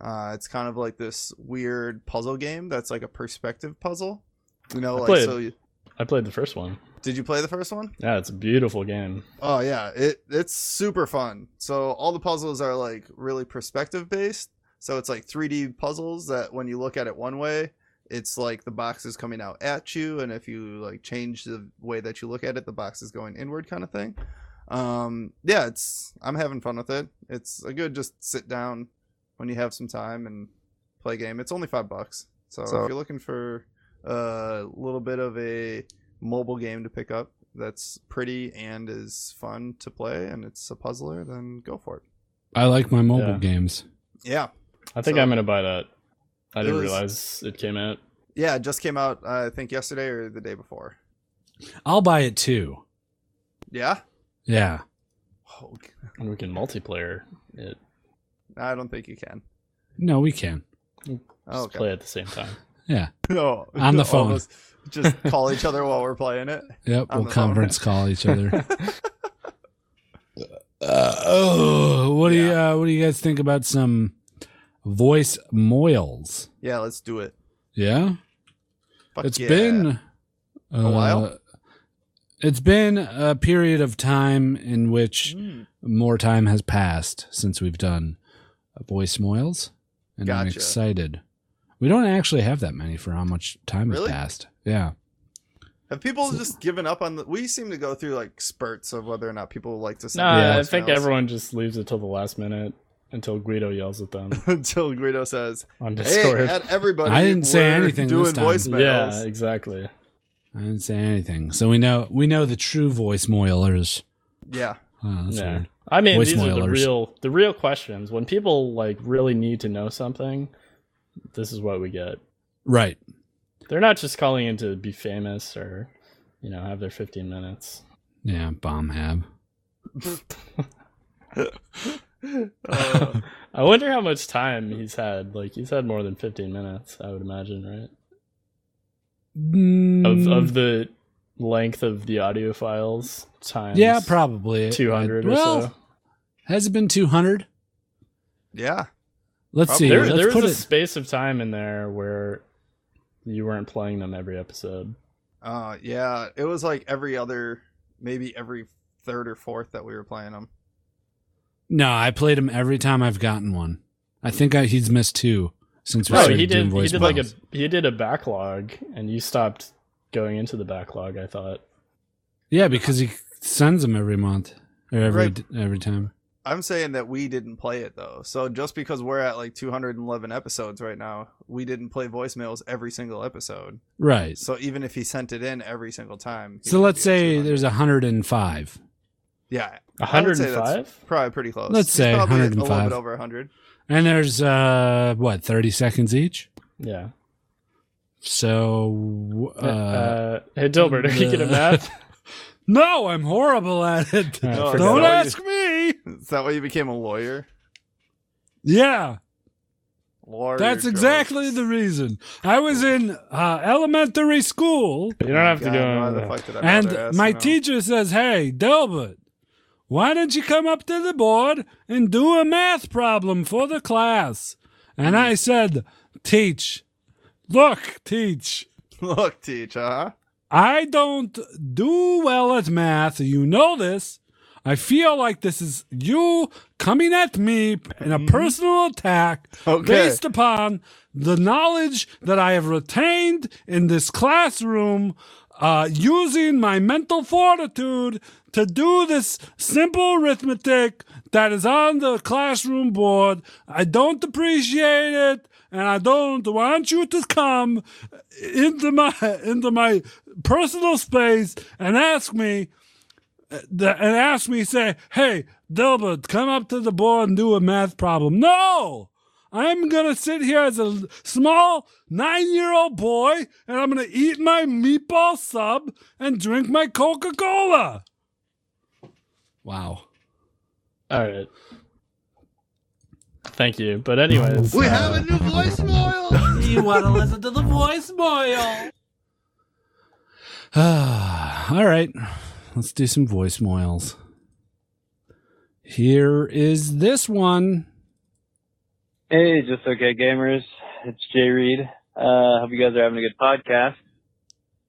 Speaker 2: Uh, it's kind of like this weird puzzle game that's like a perspective puzzle. You know,
Speaker 3: I
Speaker 2: like
Speaker 3: played.
Speaker 2: so. You,
Speaker 3: I played the first one.
Speaker 2: did you play the first one?
Speaker 3: Yeah, it's a beautiful game.
Speaker 2: Oh yeah, it it's super fun. So all the puzzles are like really perspective based. So it's like 3D puzzles that when you look at it one way, it's like the box is coming out at you, and if you like change the way that you look at it, the box is going inward kind of thing. Um, yeah, it's I'm having fun with it. It's a good just sit down when you have some time and play game. It's only five bucks. So, if you're looking for a little bit of a mobile game to pick up that's pretty and is fun to play and it's a puzzler, then go for it.
Speaker 1: I like my mobile
Speaker 3: Yeah.
Speaker 1: games.
Speaker 2: Yeah.
Speaker 3: I think
Speaker 2: So-
Speaker 3: I'm gonna buy that. I
Speaker 2: It
Speaker 3: didn't
Speaker 2: was-
Speaker 3: realize it came out.
Speaker 2: Yeah, it just came out uh, I think yesterday or the day before.
Speaker 1: I'll buy it too.
Speaker 2: Yeah?
Speaker 1: Yeah.
Speaker 2: Oh, g-
Speaker 3: And we can multiplayer it.
Speaker 2: I don't think you can.
Speaker 1: No, we can.
Speaker 2: Oh,
Speaker 3: Just
Speaker 2: okay.
Speaker 3: play at the same time.
Speaker 2: No.
Speaker 1: On the phone.
Speaker 2: Almost. Just call each other while we're playing it.
Speaker 1: Yep,
Speaker 2: On
Speaker 1: we'll
Speaker 2: the phone.
Speaker 1: conference call each other. Uh, oh, what do you uh, what do you guys think about some voice moils?
Speaker 2: Yeah, let's do it.
Speaker 1: Yeah.
Speaker 2: Fuck
Speaker 1: It's
Speaker 2: yeah.
Speaker 1: been uh,
Speaker 2: while?
Speaker 1: It's been a period of time in which
Speaker 2: Mm,
Speaker 1: more time has passed since we've done voice moils, and I'm
Speaker 2: Gotcha.
Speaker 1: excited. We don't actually have that many for how much time
Speaker 2: Really?
Speaker 1: has passed. Yeah,
Speaker 2: Have people just given up on the? We seem to go through like spurts of whether or not people like to. send
Speaker 3: Nah,
Speaker 1: Yeah.
Speaker 3: I think
Speaker 2: voicemails.
Speaker 3: everyone just leaves it till the last minute until Guido yells at them
Speaker 2: until Guido says,
Speaker 3: on
Speaker 2: "Hey,
Speaker 3: Discord.
Speaker 2: at everybody!"
Speaker 1: I didn't say
Speaker 2: we're
Speaker 1: anything this
Speaker 2: Doing
Speaker 1: time."
Speaker 2: voicemails.
Speaker 3: yeah, exactly.
Speaker 1: I didn't say anything, so we know we know the true voice moilers.
Speaker 2: Yeah.
Speaker 1: Oh, that's
Speaker 3: Yeah.
Speaker 1: weird.
Speaker 3: I mean,
Speaker 1: Voice
Speaker 3: these are the
Speaker 1: moilers.
Speaker 3: real the real questions. When people like really need to know something, this is what we get.
Speaker 1: Right?
Speaker 3: They're not just calling in to be famous or, you know, have their 15 minutes.
Speaker 1: Yeah, bomb hab.
Speaker 2: Uh,
Speaker 3: I wonder how much time he's had. Like he's had more than 15 minutes, I would imagine, right? Of
Speaker 1: Mm.
Speaker 3: of the length of the audio files times.
Speaker 1: yeah, probably
Speaker 3: 200 or so.
Speaker 1: Has it been two hundred?
Speaker 2: yeah.
Speaker 1: Let's see.
Speaker 3: There,
Speaker 1: Let's
Speaker 3: there
Speaker 1: put
Speaker 3: was a
Speaker 1: it-
Speaker 3: space of time in there where you weren't playing them every episode.
Speaker 2: Uh, yeah. It was like every other, maybe every third or fourth that we were playing them.
Speaker 1: No, I played him every time I've gotten one. I think I, he's missed two since we
Speaker 3: No,
Speaker 1: started
Speaker 3: Oh, he
Speaker 1: doing
Speaker 3: did. He
Speaker 1: voice
Speaker 3: did like a
Speaker 1: models.
Speaker 3: he did a backlog, and you stopped going into the backlog. I thought.
Speaker 1: yeah because he sends them every month or every
Speaker 2: Right.
Speaker 1: every time.
Speaker 2: I'm saying that we didn't play it though. So just because we're at like 211 episodes right now, we didn't play voicemails every single episode.
Speaker 1: Right.
Speaker 2: So even if he sent it in every single time, he
Speaker 1: So
Speaker 2: would
Speaker 1: let's
Speaker 2: be at
Speaker 1: say
Speaker 2: 200.
Speaker 1: there's 105.
Speaker 2: yeah, I would say that's
Speaker 3: 105?
Speaker 2: probably pretty close.
Speaker 1: Let's
Speaker 2: He's
Speaker 1: say
Speaker 2: probably a little
Speaker 1: 105.
Speaker 2: bit over 100.
Speaker 1: And there's uh what, 30 seconds each?
Speaker 3: Yeah.
Speaker 1: So
Speaker 3: Uh,
Speaker 1: uh,
Speaker 3: hey, Dilbert, are you good at math?
Speaker 1: No, I'm horrible at it.
Speaker 3: All right,
Speaker 2: No,
Speaker 3: forget
Speaker 1: Don't
Speaker 3: it.
Speaker 2: that.
Speaker 1: ask me.
Speaker 2: Is that why you became a lawyer?
Speaker 1: Yeah,
Speaker 2: Lawyer
Speaker 1: that's
Speaker 2: Joe.
Speaker 1: exactly the reason. I was in uh, elementary school
Speaker 3: You don't have to
Speaker 2: God,
Speaker 3: go
Speaker 2: why
Speaker 3: into
Speaker 2: the
Speaker 3: that.
Speaker 2: fuck did I bother
Speaker 1: And
Speaker 2: asking
Speaker 1: my
Speaker 2: him?
Speaker 1: teacher says, Hey, Delbert, why don't you come up to the board and do a math problem for the class? And I said, Teach, look, teach,
Speaker 2: Look, teacher. Huh?
Speaker 1: I don't do well at math. You know this. I feel like this is you coming at me in a personal attack
Speaker 2: Okay.
Speaker 1: based upon the knowledge that I have retained in this classroom, uh, using my mental fortitude to do this simple arithmetic that is on the classroom board. I don't appreciate it, and I don't want you to come into my into my personal space and ask me the, and asked me, say, hey, Delbert, come up to the board and do a math problem. No! I'm going to sit here as a small nine year old boy and I'm going to eat my meatball sub and drink my Coca Cola. Wow.
Speaker 3: All right. Thank you. But anyways,
Speaker 2: We
Speaker 3: uh,
Speaker 2: have a new voicemail.
Speaker 4: You want to listen to the voicemail?
Speaker 1: All right. Let's do some voicemails. Here is this one.
Speaker 5: Hey, just okay gamers. It's Jay Reed. Uh, hope you guys are having a good podcast.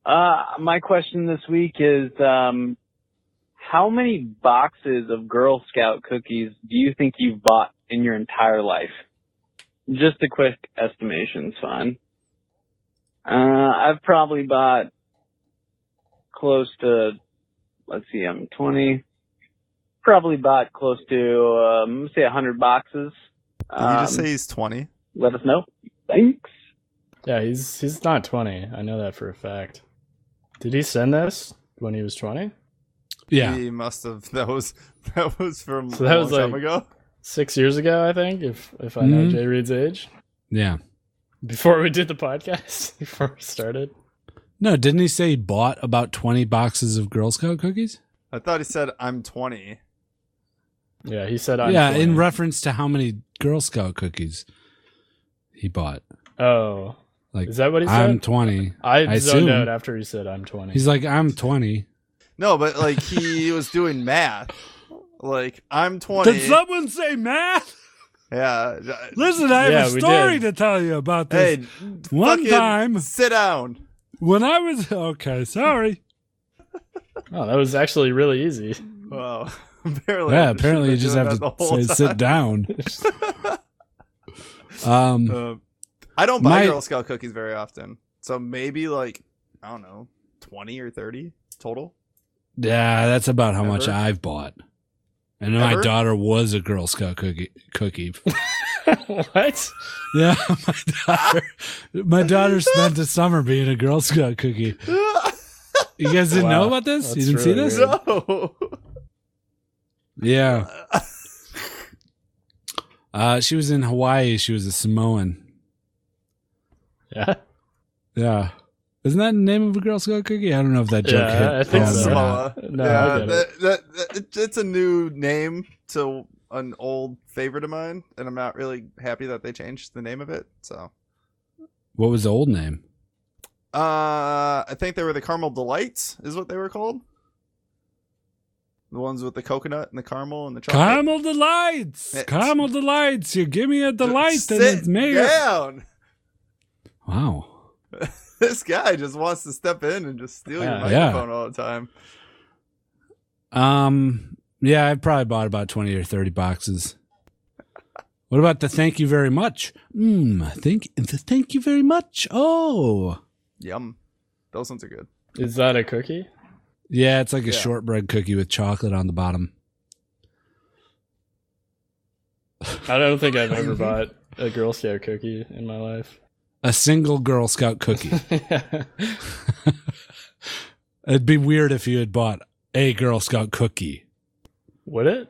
Speaker 5: Uh, my question this week is, um, how many boxes of Girl Scout cookies do you think you've bought in your entire life? Just a quick estimation's fine. Uh, I've probably bought close to, let's see, I'm 20. Probably bought close to, um, say 100 boxes.
Speaker 2: Did you just
Speaker 5: Um,
Speaker 2: say he's 20?
Speaker 5: let us know. Thanks.
Speaker 3: yeah, he's he's not 20. I know that for a fact. Did he send this when he was 20?
Speaker 1: Yeah.
Speaker 2: He must have. That was that was from
Speaker 3: So that
Speaker 2: a long
Speaker 3: was
Speaker 2: time
Speaker 3: like-
Speaker 2: ago.
Speaker 3: Six years ago, I think, if if I know
Speaker 1: Mhm.
Speaker 3: Jay Reed's age.
Speaker 1: Yeah.
Speaker 3: Before we did the podcast, before we started.
Speaker 1: No, didn't he say he bought about 20 boxes of Girl Scout cookies?
Speaker 2: I thought he said I'm 20.
Speaker 3: Yeah, he said I'm
Speaker 1: yeah,
Speaker 3: 20.
Speaker 1: in reference to how many Girl Scout cookies he bought.
Speaker 3: Oh.
Speaker 1: Like,
Speaker 3: Is that what he said?
Speaker 1: I'm 20.
Speaker 3: I,
Speaker 1: I assume.
Speaker 3: zoned out after he said I'm 20.
Speaker 1: He's like, I'm 20.
Speaker 2: No, but like he was doing math. Like I'm 20.
Speaker 1: someone say math?
Speaker 2: yeah.
Speaker 1: Listen, I
Speaker 3: Yeah,
Speaker 1: have a
Speaker 3: we
Speaker 1: story
Speaker 3: did.
Speaker 1: to tell you about this.
Speaker 2: Hey,
Speaker 1: One
Speaker 2: fucking
Speaker 1: time-
Speaker 2: Sit down.
Speaker 1: When I was okay, sorry.
Speaker 3: oh, that was actually really easy.
Speaker 2: Wow. Apparently,
Speaker 1: yeah,
Speaker 2: I should've
Speaker 1: apparently you
Speaker 2: been
Speaker 1: just
Speaker 2: doing
Speaker 1: have
Speaker 2: that
Speaker 1: to
Speaker 2: the whole
Speaker 1: say sit down. um,
Speaker 2: time. Uh, I don't buy
Speaker 1: My-
Speaker 2: Girl Scout cookies very often, so maybe like I don't know, 20 or 30 total.
Speaker 1: yeah, that's about how much
Speaker 2: Ever?
Speaker 1: I've bought. And my
Speaker 2: Ever?
Speaker 1: daughter was a Girl Scout cookie. Cookie.
Speaker 3: what?
Speaker 1: Yeah, my daughter. My daughter spent a summer being a Girl Scout cookie. You guys didn't know
Speaker 3: Wow,
Speaker 1: about this? You
Speaker 3: that's
Speaker 1: didn't see
Speaker 3: really
Speaker 1: this?
Speaker 3: weird.
Speaker 2: no.
Speaker 1: Yeah. Uh, she was in Hawaii. She was a Samoan.
Speaker 3: Yeah.
Speaker 1: Yeah. Isn't that the name of a Girl Scout cookie? I don't know if that joke
Speaker 3: Yeah,
Speaker 1: hit.
Speaker 3: I think
Speaker 1: home
Speaker 3: so.
Speaker 1: or not.
Speaker 2: Samoa.
Speaker 3: No, I
Speaker 2: yeah,
Speaker 3: get
Speaker 2: that, that, that- it- it's a new name to an old favorite of mine, and I'm not really happy that they changed the name of it. So,
Speaker 1: What was the old name?
Speaker 2: uh, I think they were the Caramel Delights, is what they were called. The ones with the coconut and the caramel and the chocolate.
Speaker 1: Caramel Delights.
Speaker 2: It's-
Speaker 1: Caramel Delights. You give me a delight and
Speaker 2: Sit
Speaker 1: it's made.
Speaker 2: down.
Speaker 1: Wow.
Speaker 2: This guy just wants to step in and just steal your
Speaker 3: Yeah.
Speaker 1: Yeah.
Speaker 2: microphone all the time.
Speaker 1: Um. Yeah, I probably bought about twenty or thirty boxes. What about the thank you very much? Mmm. Thank the thank you very much. Oh.
Speaker 2: Yum. Those ones are good.
Speaker 3: Is that a cookie?
Speaker 1: Yeah, it's like a
Speaker 2: Yeah.
Speaker 1: shortbread cookie with chocolate on the bottom.
Speaker 3: I don't think I've ever bought a Girl Scout cookie in my life.
Speaker 1: A single Girl Scout cookie. It'd be weird if you had bought a Girl Scout cookie.
Speaker 3: Would it?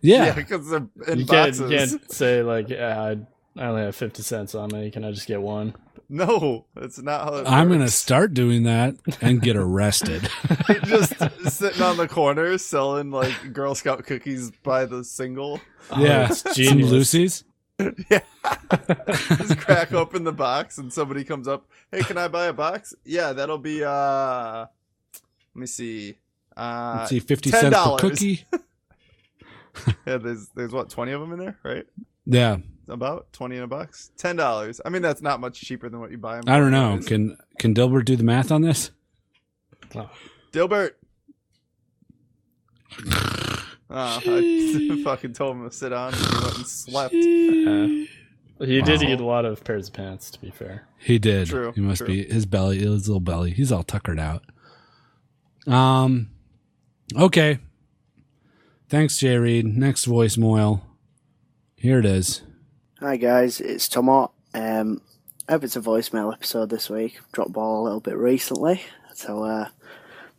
Speaker 1: Yeah.
Speaker 2: because they're in
Speaker 3: you can't,
Speaker 2: boxes.
Speaker 3: you can't say like "Ah, I, I only have fifty cents on me. Can I just get one?
Speaker 2: No, that's not how. It
Speaker 1: I'm going to
Speaker 2: works.
Speaker 1: start doing that and get arrested.
Speaker 2: You're just sitting on the corner selling like Girl Scout cookies by the single.
Speaker 1: yeah.
Speaker 3: it's
Speaker 1: Some
Speaker 3: genius.
Speaker 1: Lucy's.
Speaker 2: Yeah. just crack open the box and somebody comes up. Hey, can I buy a box? Yeah, that'll be uh. Let me see. Uh,
Speaker 1: Let's see, 50 cents per
Speaker 2: $10.
Speaker 1: cookie.
Speaker 2: yeah, there's there's what twenty of them in there, right?
Speaker 1: Yeah.
Speaker 2: About twenty in a box, ten dollars. I mean, that's not much cheaper than what you buy them.
Speaker 1: I don't know. Can can Dilbert do the math on this?
Speaker 2: Dilbert. Oh, I fucking told him to sit on. And he went and slept.
Speaker 3: Uh, he did eat a lot of pairs of pants. To be fair,
Speaker 1: He did.
Speaker 2: True,
Speaker 1: he must
Speaker 2: true.
Speaker 1: be his belly, his little belly. He's all tuckered out. Um okay. Thanks, Jay Reed. Next voice moil. Here it is.
Speaker 7: Hi guys, it's Tomo. Um, I hope it's a voicemail episode this week. Dropped ball a little bit recently, so uh,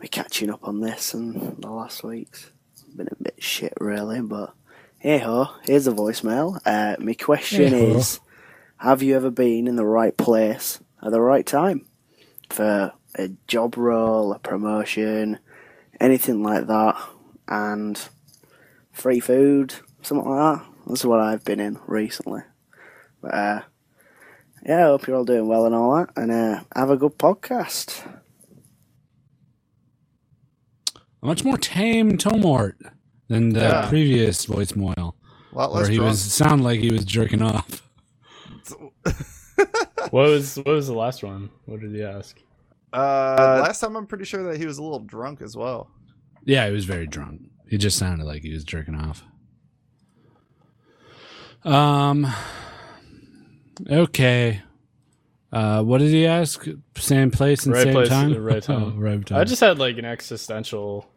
Speaker 7: we're catching up on this and the last week's been a bit shit really. But hey ho, here's a voicemail. Uh, my question
Speaker 1: Hey-ho.
Speaker 7: is: Have you ever been in the right place at the right time for a job role, a promotion, anything like that, and free food, something like that? That's what I've been in recently. But uh, yeah, I hope you're all doing well and all that, and uh, have a good podcast.
Speaker 1: A much more tame Tomort than the
Speaker 2: Yeah.
Speaker 1: previous voice moil.
Speaker 2: A lot
Speaker 1: Where
Speaker 2: less
Speaker 1: he
Speaker 2: drunk.
Speaker 1: was sound like he was jerking off.
Speaker 3: what was what was the last one? What did he ask?
Speaker 2: Uh, last time, I'm pretty sure that he was a little drunk as well.
Speaker 1: Yeah, he was very drunk. He just sounded like he was jerking off. Um. Okay. Uh, what did he ask? Same place and
Speaker 3: Right
Speaker 1: same
Speaker 3: place
Speaker 1: time.
Speaker 3: at the right time.
Speaker 1: Oh, right time.
Speaker 3: I just had like an existential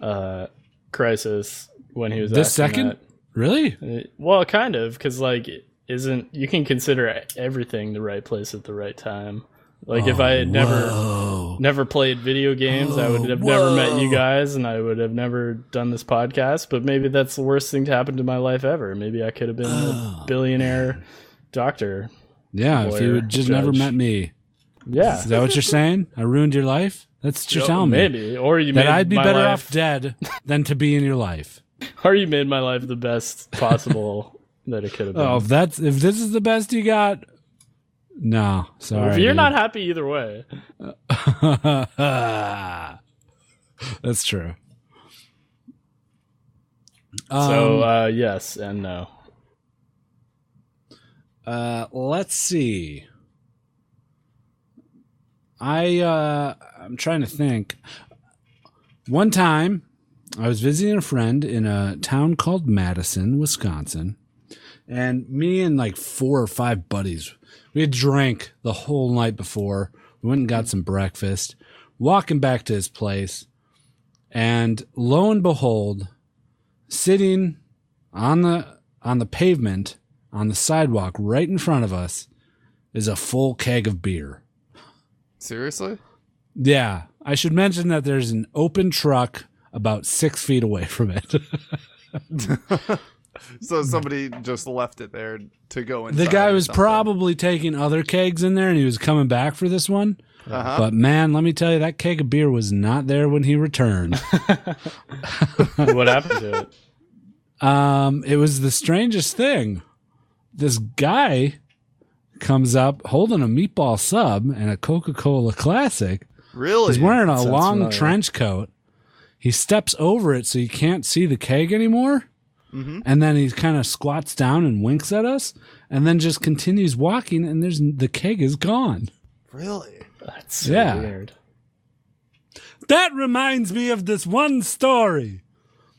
Speaker 3: uh, crisis when he was
Speaker 1: This
Speaker 3: asking
Speaker 1: second? really.
Speaker 3: that. Uh, Well, kind of, because like, isn't you can consider everything the right place at the right time. Like if I had never
Speaker 1: Oh, Whoa. Oh,
Speaker 3: never played video games, I would have never met you guys, and I would have never done this podcast. But maybe that's the worst thing to happen to my life ever. Maybe I could have been
Speaker 1: Oh,
Speaker 3: a billionaire doctor.
Speaker 1: Yeah, if you
Speaker 3: Lawyer,
Speaker 1: had just
Speaker 3: judge.
Speaker 1: never met me,
Speaker 3: Yeah,
Speaker 1: is that what you're saying? I ruined your life. That's what you're
Speaker 3: Yeah,
Speaker 1: telling me.
Speaker 3: maybe, or you
Speaker 1: That
Speaker 3: made
Speaker 1: I'd be
Speaker 3: my
Speaker 1: better
Speaker 3: life-
Speaker 1: off dead than to be in your life.
Speaker 3: or you made my life the best possible that it could have been.
Speaker 1: Oh, if that's if this is the best you got, no, sorry.
Speaker 3: if you're
Speaker 1: dude.
Speaker 3: not happy either way,
Speaker 1: That's true.
Speaker 3: so
Speaker 1: Um,
Speaker 3: uh, yes and no.
Speaker 1: uh, let's see. I uh, I'm trying to think. One time, I was visiting a friend in a town called Madison, Wisconsin, and me and like four or five buddies, we had drank the whole night before. We went and got some breakfast. Walking back to his place, and lo and behold, sitting on the on the pavement on the sidewalk right in front of us is a full keg of beer.
Speaker 2: Seriously?
Speaker 1: Yeah, I should mention that there's an open truck about six feet away from it.
Speaker 2: So somebody just left it there to go in.
Speaker 1: the guy was probably taking other kegs in there and he was coming back for this one.
Speaker 2: Uh-huh.
Speaker 1: But man, let me tell you, that keg of beer was not there when he returned.
Speaker 3: what happened to it?
Speaker 1: Um, it was the strangest thing. This guy comes up holding a meatball sub and a Coca Cola Classic.
Speaker 2: Really?
Speaker 1: He's wearing a
Speaker 3: Sounds
Speaker 1: long
Speaker 3: familiar.
Speaker 1: trench coat. He steps over it so you can't see the keg anymore.
Speaker 2: Mhm.
Speaker 1: And then he kind of squats down and winks at us and then just continues walking and there's the keg is gone.
Speaker 2: Really?
Speaker 3: That's so
Speaker 1: Yeah.
Speaker 3: weird.
Speaker 1: That reminds me of this one story.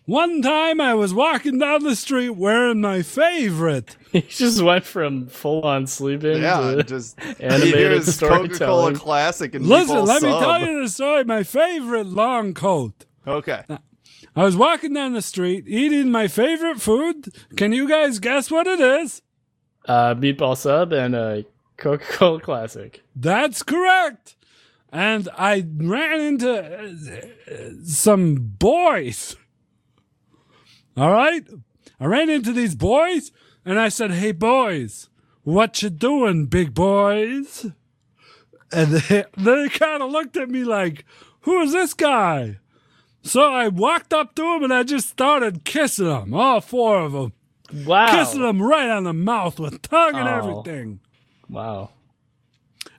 Speaker 1: One time I was walking down the street wearing my favorite.
Speaker 3: He just went from full on sleeping
Speaker 2: Yeah,
Speaker 3: to
Speaker 2: just he
Speaker 3: animated
Speaker 2: hears Coca-Cola
Speaker 3: storytelling.
Speaker 2: classic and
Speaker 1: Listen,
Speaker 2: meatball
Speaker 1: let me
Speaker 2: sub.
Speaker 1: tell you the story. My favorite long coat.
Speaker 2: Okay,
Speaker 1: I was walking down the street eating my favorite food. Can you guys guess what it is?
Speaker 3: Uh, meatball sub and a Coca Cola classic.
Speaker 1: That's correct. And I ran into uh, uh, some boys. All right? I ran into these boys and I said, "Hey boys, what you doing, big boys?" And they, they kind of looked at me like, "Who is this guy?" So I walked up to him and I just started kissing them, all four of them,
Speaker 3: Wow.
Speaker 1: kissing them right on the mouth with tongue and
Speaker 3: Oh.
Speaker 1: everything.
Speaker 3: Wow.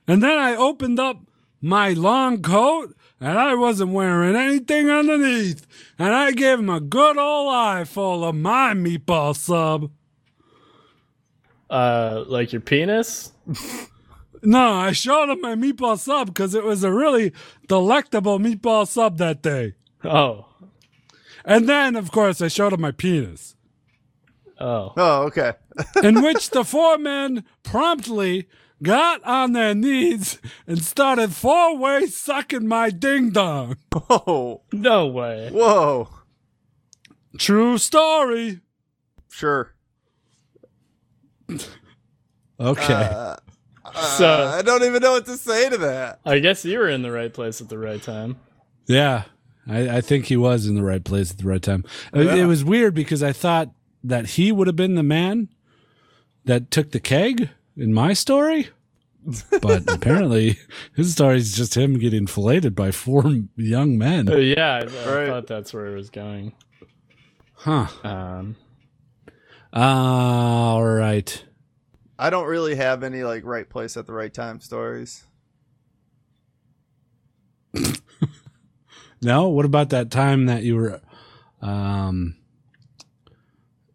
Speaker 1: And then I opened up my long coat and I wasn't wearing anything underneath. And I gave him a good old eye full of my meatball sub.
Speaker 3: Uh, like your penis?
Speaker 1: No, I showed him my meatball sub because it was a really delectable meatball sub that day.
Speaker 3: Oh.
Speaker 1: And then, of course, I showed him my penis,
Speaker 3: Oh.
Speaker 2: Oh, okay.
Speaker 1: in which the four men promptly got on their knees and started four way sucking my ding dong.
Speaker 2: Whoa.
Speaker 3: No way.
Speaker 2: Whoa.
Speaker 1: True story.
Speaker 2: Sure.
Speaker 1: Okay.
Speaker 2: Uh,
Speaker 3: so
Speaker 2: I don't even know what to say to that.
Speaker 3: I guess you were in the right place at the right time.
Speaker 1: Yeah, I, I think he was in the right place at the right time. Uh, It- It was weird because I thought that he would have been the man that took the keg in my story, but apparently his story is just him getting filleted by four young
Speaker 3: Uh,
Speaker 1: men.
Speaker 3: yeah, I, I thought that's where it was going.
Speaker 1: Huh. Ah,
Speaker 3: Um,
Speaker 1: all right.
Speaker 2: I don't really have any like right place at the right time stories.
Speaker 1: No. What about that time that you were um,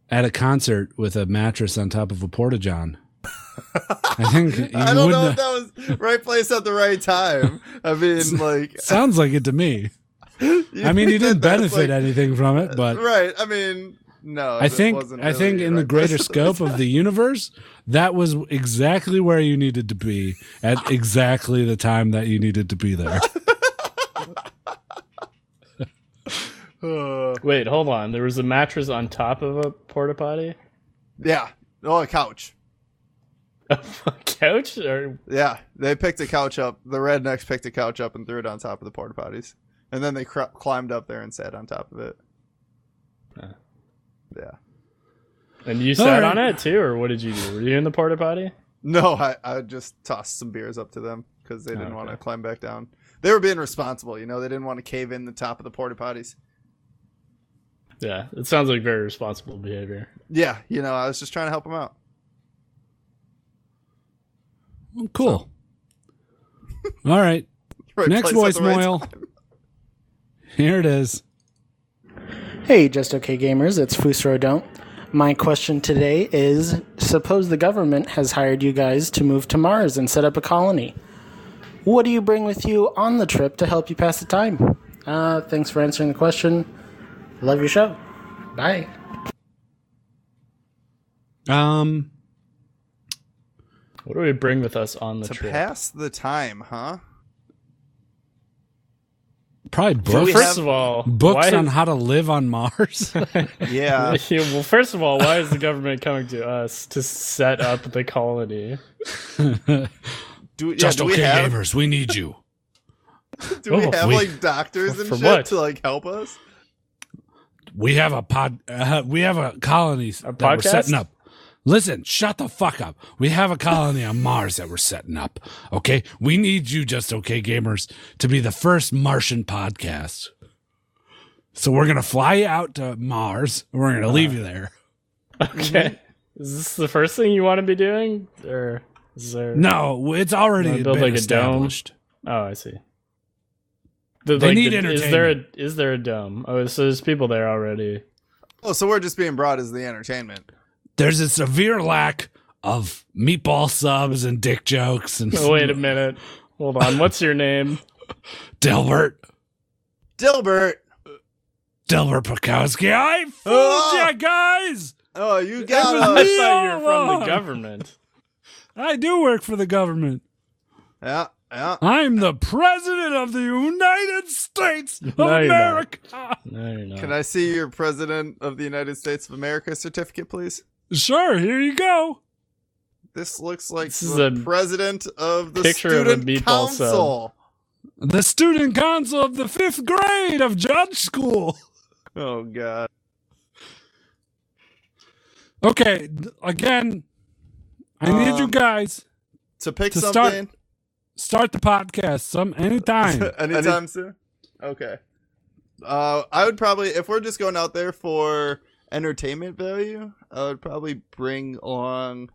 Speaker 1: at a concert with a mattress on top of a porta john? I think you
Speaker 2: I don't
Speaker 1: wouldn't
Speaker 2: know
Speaker 1: have-
Speaker 2: if that was right place at the right time. I mean, like,
Speaker 1: Sounds like it to me. I mean, he didn't
Speaker 2: that's,
Speaker 1: benefit
Speaker 2: like-
Speaker 1: anything from it, but
Speaker 2: right. I mean, no.
Speaker 1: I
Speaker 2: it
Speaker 1: think
Speaker 2: wasn't
Speaker 1: I think
Speaker 2: really
Speaker 1: in the
Speaker 2: right place
Speaker 1: greater
Speaker 2: at the right
Speaker 1: scope of the universe, that was exactly where you needed to be at exactly the time that you needed to be there.
Speaker 2: time. Uh,
Speaker 3: wait, hold on. There was a mattress on top of a porta potty.
Speaker 2: yeah. Oh, a couch.
Speaker 3: A couch or
Speaker 2: Yeah, they picked a couch up. The rednecks picked a couch up and threw it on top of the porta potties, and then they cr- climbed up there and sat on top of it. Yeah.
Speaker 3: and you sat
Speaker 1: right.
Speaker 3: on it too, or what did you do? Were you in the porta potty?
Speaker 2: No, I, I just tossed some beers up to them because they didn't want to climb back down. They were being responsible, you know. They didn't want to cave in the top of the porta potties.
Speaker 3: Yeah, it sounds like very responsible behavior.
Speaker 2: Yeah, you know, I was just trying to help them out.
Speaker 1: Well, cool. All right,
Speaker 2: Right
Speaker 1: next
Speaker 2: place at the right
Speaker 1: voicemail. Here it is.
Speaker 8: Hey, just okay gamers, it's Fusro Don't. My question today is suppose the government has hired you guys to move to Mars and set up a colony. What do you bring with you on the trip to help you pass the time? Uh, thanks for answering the question. Love your show. Bye.
Speaker 1: Um,
Speaker 3: What do we bring with us on the
Speaker 2: To
Speaker 3: trip?
Speaker 2: pass the time, huh?
Speaker 1: probably books.
Speaker 3: First of all,
Speaker 1: books
Speaker 3: why
Speaker 1: on how to live on Mars.
Speaker 2: Yeah.
Speaker 3: Yeah, well, first of all, why is the government coming to us to set up the colony?
Speaker 2: Do, yeah,
Speaker 1: Just
Speaker 2: do
Speaker 1: okay,
Speaker 2: we have
Speaker 1: gamers. We need you.
Speaker 2: do we
Speaker 3: Oh,
Speaker 2: have
Speaker 1: we-
Speaker 2: like doctors and
Speaker 3: For
Speaker 2: shit
Speaker 3: what?
Speaker 2: to like help us?
Speaker 1: we have a pod uh, we have a colony that we're
Speaker 3: podcast?
Speaker 1: setting up listen shut the fuck up we have a colony on mars that we're setting up okay we need you just okay gamers to be the first martian podcast so we're gonna fly you out to mars and we're gonna leave you there
Speaker 3: Okay, is this the first thing you want to be doing, or is there?
Speaker 1: no it's already
Speaker 3: Wanna build,
Speaker 1: been
Speaker 3: like, a dome?
Speaker 1: established
Speaker 3: Oh, I see. The,
Speaker 1: They need
Speaker 3: Is there a is there a dome? Oh, so there's people there already.
Speaker 2: Oh, so we're just being brought as the entertainment.
Speaker 1: there's a severe lack of meatball subs and dick jokes and
Speaker 3: Oh, wait a minute. Hold on. What's your name?
Speaker 1: dilbert
Speaker 2: Dilbert.
Speaker 1: dilbert Pakowski. i fooled
Speaker 2: Oh!
Speaker 1: ya, guys
Speaker 2: Oh, you got
Speaker 1: was
Speaker 2: us.
Speaker 1: me.
Speaker 3: I thought you were from
Speaker 1: Elon.
Speaker 3: the government.
Speaker 1: I do work for the government.
Speaker 2: Yeah. Yeah.
Speaker 1: I'm the president of the United States of
Speaker 3: No, you're not.
Speaker 1: America.
Speaker 3: No, you're not.
Speaker 2: Can I see your President of the United States of America certificate, please?
Speaker 1: Sure, here you go.
Speaker 2: This looks like
Speaker 3: This is
Speaker 2: the
Speaker 3: a
Speaker 2: President of the
Speaker 3: picture of a
Speaker 2: Student
Speaker 3: meatball
Speaker 2: Council.
Speaker 3: cell.
Speaker 1: The student council of the fifth grade of judge school.
Speaker 2: Oh, God.
Speaker 1: Okay, th- again, I need you
Speaker 2: Um,
Speaker 1: guys
Speaker 2: To pick
Speaker 1: To start-
Speaker 2: something
Speaker 1: start the podcast some anytime.
Speaker 2: anytime soon? Okay. Uh, I would probably, if we're just going out there for entertainment value, I would probably bring along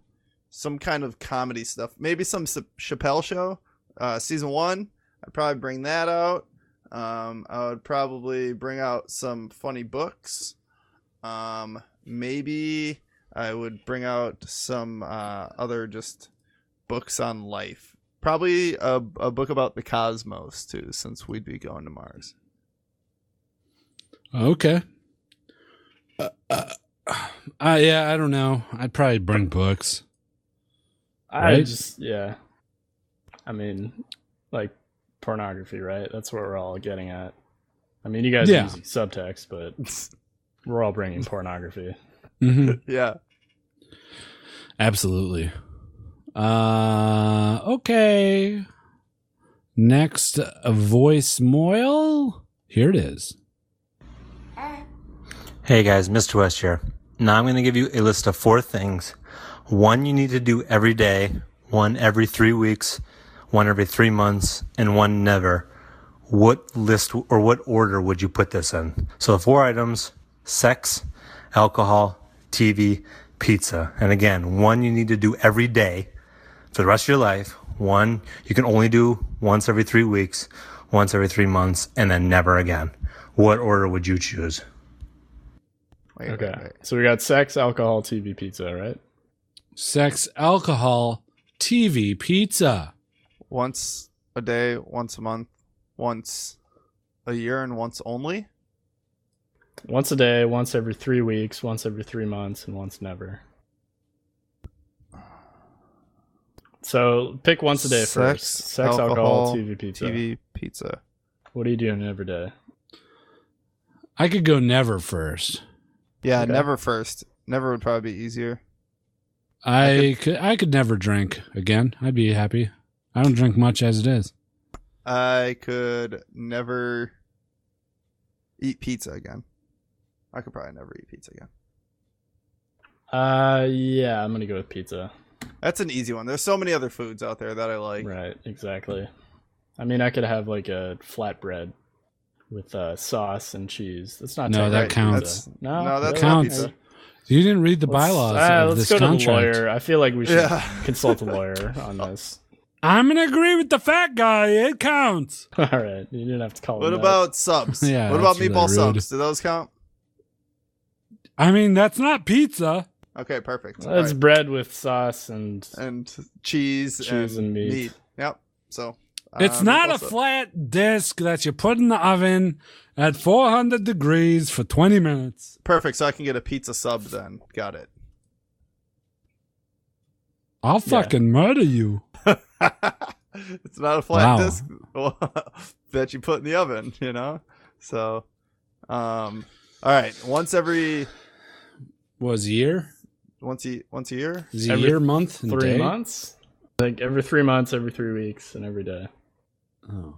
Speaker 2: some kind of comedy stuff. Maybe some Ch- Chappelle show, uh, season one. I'd probably bring that out. Um, I would probably bring out some funny books. Um, maybe I would bring out some uh, other just books on life. Probably a, a book about the cosmos too, since we'd be going to Mars.
Speaker 1: Okay. Uh, uh, uh, yeah, I don't know. I'd probably bring books.
Speaker 3: I
Speaker 1: Right?
Speaker 3: just yeah. I mean, like pornography, right? That's what we're all getting at. I mean, you guys
Speaker 1: Yeah.
Speaker 3: are using subtext, but we're all bringing pornography.
Speaker 1: Mhm.
Speaker 2: Yeah.
Speaker 1: Absolutely. Uh, okay. Next, a voice moil. Here it is.
Speaker 9: Hey guys, Mr. West here. Now I'm going to give you a list of four things. One you need to do every day, one every three weeks, one every three months, and one never. What list or what order would you put this in? So the four items sex, alcohol, TV, pizza. And again, one you need to do every day for the rest of your life, one you can only do once every three weeks, once every three months, and then never again. What order would you choose?
Speaker 2: Wait, wait,
Speaker 3: Okay,
Speaker 2: wait.
Speaker 3: so we got sex, alcohol, TV, pizza, right?
Speaker 1: Sex, alcohol, TV, pizza.
Speaker 2: Once a day, once a month, once a year, and once only.
Speaker 3: Once a day, once every three weeks, once every three months, and once never. So pick once a day
Speaker 2: Sex,
Speaker 3: first. Sex, alcohol,
Speaker 2: alcohol,
Speaker 3: TV, pizza.
Speaker 2: TV, pizza.
Speaker 3: What are you doing every day?
Speaker 1: I could go never first.
Speaker 2: Yeah,
Speaker 3: Okay.
Speaker 2: never first. Never would probably be easier.
Speaker 1: I, could, I could never drink again. I'd be happy. I don't drink much as it is.
Speaker 2: I could never eat pizza again. I could probably never eat pizza again.
Speaker 3: Uh, yeah, I'm gonna go with pizza.
Speaker 2: That's an easy one. There's so many other foods out there that I like.
Speaker 3: Right, exactly. I mean, I could have like a flatbread with uh, sauce and cheese. That's not
Speaker 1: No,
Speaker 3: technically
Speaker 1: that
Speaker 3: pizza.
Speaker 1: counts.
Speaker 2: That's-
Speaker 3: no,
Speaker 2: no, that's
Speaker 1: Oh, not
Speaker 3: really?
Speaker 1: pizza. You didn't read the
Speaker 3: Let's-
Speaker 1: bylaws
Speaker 3: ah,
Speaker 1: of this
Speaker 3: let's go
Speaker 1: contract.
Speaker 3: to the lawyer. I feel like we should
Speaker 2: Yeah.
Speaker 3: consult a lawyer on this.
Speaker 1: I'm gonna agree with the fat guy. It counts.
Speaker 3: All right, you didn't have to call.
Speaker 2: What
Speaker 3: him out.
Speaker 2: about subs?
Speaker 1: Yeah,
Speaker 2: what about
Speaker 1: that's really
Speaker 2: meatball
Speaker 1: rude.
Speaker 2: subs? Do those count?
Speaker 1: I mean, that's not pizza.
Speaker 2: Okay, perfect. All
Speaker 3: That's
Speaker 2: right.
Speaker 3: bread with sauce and
Speaker 2: And cheese,
Speaker 3: cheese
Speaker 2: and,
Speaker 3: and meat.
Speaker 2: meat. Yep. So
Speaker 1: It's
Speaker 2: um,
Speaker 1: not
Speaker 2: meatball
Speaker 1: a
Speaker 2: sub.
Speaker 1: flat disc that you put in the oven at 400 degrees for 20 minutes.
Speaker 2: Perfect. So I can get a pizza sub then. Got it.
Speaker 1: I'll fucking murder you.
Speaker 2: it's not a
Speaker 1: Wow.
Speaker 2: flat disc that you put in the oven, you know? So um all right. Once every
Speaker 1: Was year?
Speaker 2: once a once a year?
Speaker 1: Is it
Speaker 3: Every
Speaker 1: year, month, and
Speaker 3: Three
Speaker 1: day?
Speaker 3: months. Like every three months, every three weeks, and every day.
Speaker 1: Oh.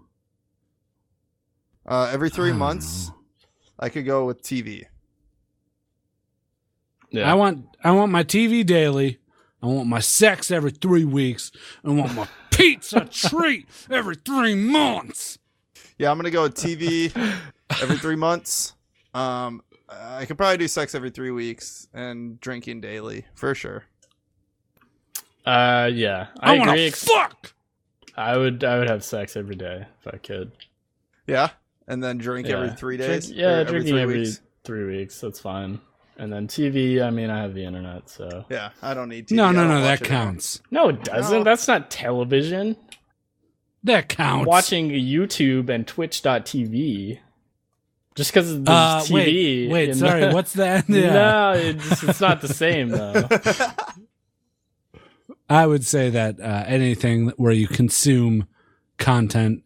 Speaker 2: Uh every
Speaker 1: I
Speaker 2: three
Speaker 1: don't
Speaker 2: months
Speaker 1: know.
Speaker 2: I could go with TV.
Speaker 3: Yeah.
Speaker 1: I want I want my TV daily. I want my sex every three weeks. I want my pizza treat every three months.
Speaker 2: Yeah, I'm gonna go with TV every three months. Um I could probably do sex every three weeks and drinking daily for sure.
Speaker 3: Uh, yeah,
Speaker 1: I,
Speaker 3: I,
Speaker 1: want
Speaker 3: agree.
Speaker 1: to
Speaker 3: ex-
Speaker 1: fuck.
Speaker 3: I would, I would have sex every day if I could.
Speaker 2: Yeah, and then drink every
Speaker 3: Yeah.
Speaker 2: three
Speaker 3: Drink-
Speaker 2: days. or
Speaker 3: yeah,
Speaker 2: every
Speaker 3: drinking
Speaker 2: three
Speaker 3: every
Speaker 2: weeks.
Speaker 3: three weeks. That's fine. And then TV. I mean, I have the internet, so
Speaker 2: Yeah, I don't need. TV.
Speaker 1: No,
Speaker 2: I
Speaker 1: no,
Speaker 2: don't
Speaker 1: no.
Speaker 2: watch
Speaker 1: That
Speaker 2: it.
Speaker 1: counts.
Speaker 3: no, it doesn't.
Speaker 2: No.
Speaker 3: That's not television.
Speaker 1: That counts.
Speaker 3: Watching YouTube and Twitch.tv. Just because there's
Speaker 1: Uh,
Speaker 3: TV.
Speaker 1: wait, wait.
Speaker 3: in
Speaker 1: Sorry.
Speaker 3: the-
Speaker 1: What's that?
Speaker 3: No, it's, it's not the same though.
Speaker 1: I would say that uh, anything where you consume content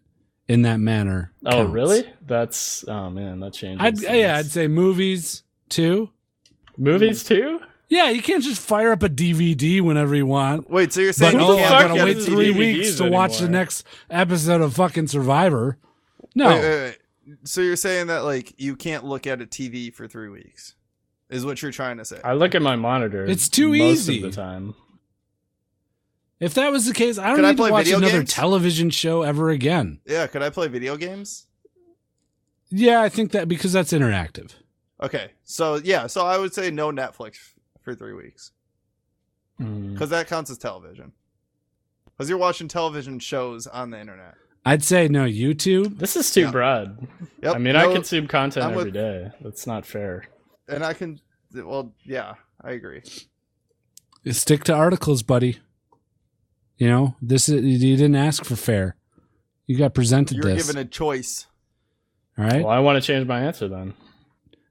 Speaker 1: in that manner.
Speaker 3: Oh,
Speaker 1: counts.
Speaker 3: really? That's oh man, that changes.
Speaker 1: I'd,
Speaker 3: things.
Speaker 1: yeah, I'd say movies too.
Speaker 3: movies too.
Speaker 1: Yeah, you can't just fire up a DVD whenever you want.
Speaker 2: Wait, so you're
Speaker 1: But
Speaker 2: saying
Speaker 3: Who
Speaker 2: you
Speaker 1: oh,
Speaker 3: the
Speaker 2: can't
Speaker 3: fuck
Speaker 1: I'm
Speaker 2: get
Speaker 1: gonna
Speaker 2: a
Speaker 1: wait
Speaker 3: uses
Speaker 1: three
Speaker 2: DVD?
Speaker 1: weeks to watch the
Speaker 3: anymore?
Speaker 1: next episode of fucking Survivor. No,
Speaker 2: Wait, wait, wait. So you're saying that like you can't look at a TV for three weeks, is what you're trying to say?
Speaker 3: I look at my monitor.
Speaker 1: It's too
Speaker 3: most
Speaker 1: easy.
Speaker 3: of the time.
Speaker 1: if that was the case, I don't
Speaker 2: Can I
Speaker 1: need
Speaker 2: play
Speaker 1: to watch
Speaker 2: video
Speaker 1: another
Speaker 2: games?
Speaker 1: television show ever again.
Speaker 2: yeah. Could I play video games?
Speaker 1: Yeah, I think that because that's interactive.
Speaker 2: Okay. So yeah. So I would say no Netflix for three weeks
Speaker 3: Mm.
Speaker 2: because that counts as television. Because you're watching television shows on the internet.
Speaker 1: I'd say no YouTube.
Speaker 3: This is too
Speaker 2: Yeah.
Speaker 3: broad.
Speaker 2: Yep.
Speaker 3: I mean,
Speaker 2: no-
Speaker 3: I consume content
Speaker 2: I'm
Speaker 3: every
Speaker 2: with-
Speaker 3: day. That's not fair.
Speaker 2: and I can. Well, yeah, I agree.
Speaker 1: Stick to articles, buddy. You know this is you didn't ask for fair. You got presented
Speaker 2: You're
Speaker 1: this.
Speaker 2: given a choice.
Speaker 1: all right.
Speaker 3: Well, I want to change my answer then.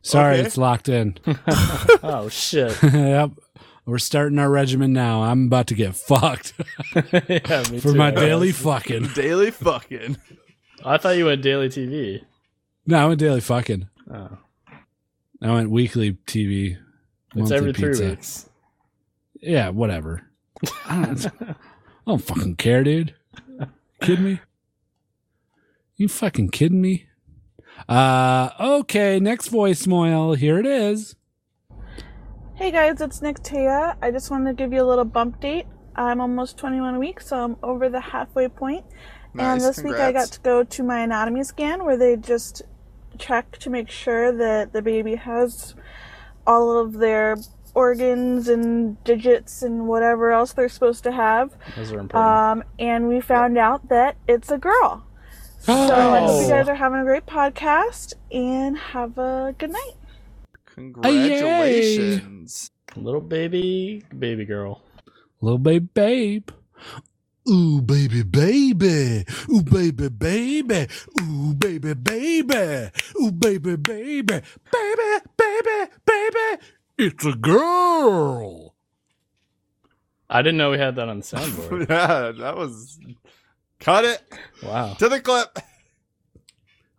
Speaker 1: Sorry,
Speaker 2: okay.
Speaker 1: it's locked in.
Speaker 3: oh shit.
Speaker 1: yep. We're starting our regimen now. I'm about to get fucked
Speaker 3: yeah, me
Speaker 1: for
Speaker 3: too.
Speaker 1: my
Speaker 3: I
Speaker 1: daily
Speaker 3: was-
Speaker 1: fucking.
Speaker 2: Daily fucking.
Speaker 3: I thought you went daily TV.
Speaker 1: No, I went daily fucking.
Speaker 3: Oh.
Speaker 1: I went weekly TV.
Speaker 3: It's
Speaker 1: monthly
Speaker 3: every
Speaker 1: pizza.
Speaker 3: three weeks.
Speaker 1: Yeah, whatever. I don't, I don't fucking care, dude. Kidding me? You fucking kidding me? Uh, okay. Next voicemail. Here it is.
Speaker 10: Hey guys, it's Nick Taya. I just wanted to give you a little bump date. I'm almost 21 weeks, so I'm over the halfway point. and
Speaker 2: Nice,
Speaker 10: this week I
Speaker 2: congrats.
Speaker 10: got to go to my anatomy scan where they just check to make sure that the baby has all of their organs and digits and whatever else they're supposed to have.
Speaker 3: Those are important.
Speaker 10: Um, and we found out that it's a girl. So I hope
Speaker 3: Oh.
Speaker 10: you guys are having a great podcast and have a good night.
Speaker 2: Congratulations.
Speaker 3: Little baby, baby girl.
Speaker 1: Little babe, babe. Ooh, baby, baby. Ooh, baby, baby. Ooh, baby, baby. Ooh, baby, baby. Baby, baby, baby. It's a girl.
Speaker 3: I didn't know we had that on the soundboard.
Speaker 2: yeah, that was. Cut it
Speaker 3: wow.
Speaker 2: to the clip.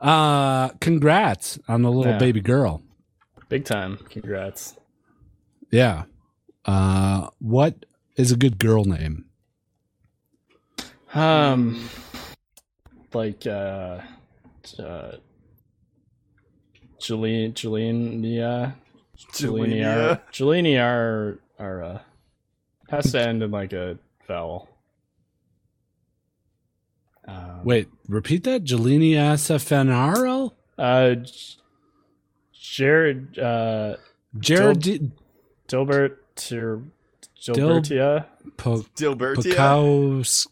Speaker 1: Uh, congrats on the little
Speaker 3: Yeah.
Speaker 1: baby girl.
Speaker 3: Big time. Congrats.
Speaker 1: Yeah. Uh, what is a good girl name?
Speaker 3: Um, like uh, uh, Jolene, Jolene, Jolene,
Speaker 2: Julia.
Speaker 3: Jolene are are uh, has to end in like a vowel. Um,
Speaker 1: Wait, repeat that. Jelini SFNRL?
Speaker 3: uh, J- Jared, uh,
Speaker 1: Jared
Speaker 3: Dilbert, or Gilbertia.
Speaker 1: Dil-
Speaker 2: Dilbertia.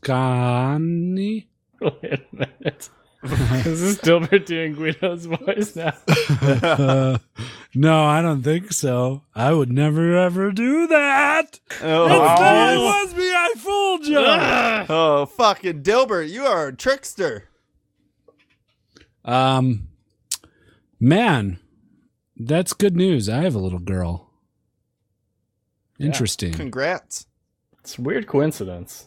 Speaker 1: Pekowskani?
Speaker 3: Wait a minute. Is this Dilbert doing Guido's voice now?
Speaker 1: Uh, no, I don't think so. I would never ever do that. It's not- it was me. I fooled you.
Speaker 2: Oh, fucking Dilbert, you are a trickster.
Speaker 1: Um, man, that's good news. I have a little girl. Interesting.
Speaker 2: Congrats.
Speaker 3: It's a weird coincidence.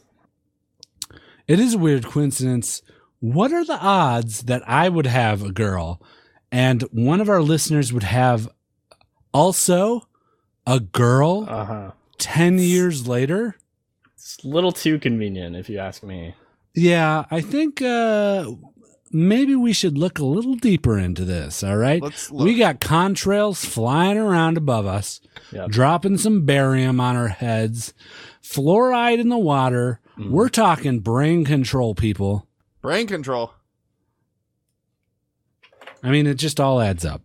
Speaker 1: It is a weird coincidence. What are the odds that I would have a girl and one of our listeners would have also a girl
Speaker 3: Uh huh.
Speaker 1: 10 years later?
Speaker 3: It's a little too convenient, if you ask me.
Speaker 1: Yeah, I think uh, maybe we should look a little deeper into this. All right.
Speaker 2: Let's look.
Speaker 1: We got contrails flying around above us,
Speaker 3: Yep.
Speaker 1: dropping some barium on our heads, fluoride in the water.
Speaker 2: Mm.
Speaker 3: Mhm.
Speaker 1: We're talking brain control, people.
Speaker 2: Brain control.
Speaker 1: I mean, it just all adds up.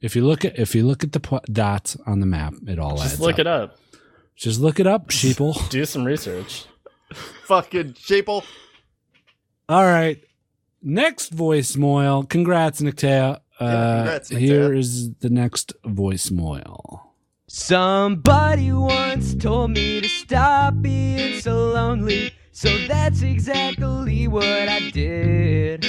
Speaker 1: If you look at if you look at the pl- dots on the map, it all
Speaker 3: Just
Speaker 1: adds
Speaker 3: look
Speaker 1: up.
Speaker 3: it up.
Speaker 1: Just look it up, sheeple.
Speaker 3: Do some research.
Speaker 2: Fucking Shaple.
Speaker 1: all right. Next voicemail. Congrats, Nictea.
Speaker 2: Yeah,
Speaker 1: Uh,
Speaker 2: congrats, Nictea.
Speaker 1: Here is the next voicemail.
Speaker 5: Somebody once told me to stop being so lonely, so that's exactly what I did.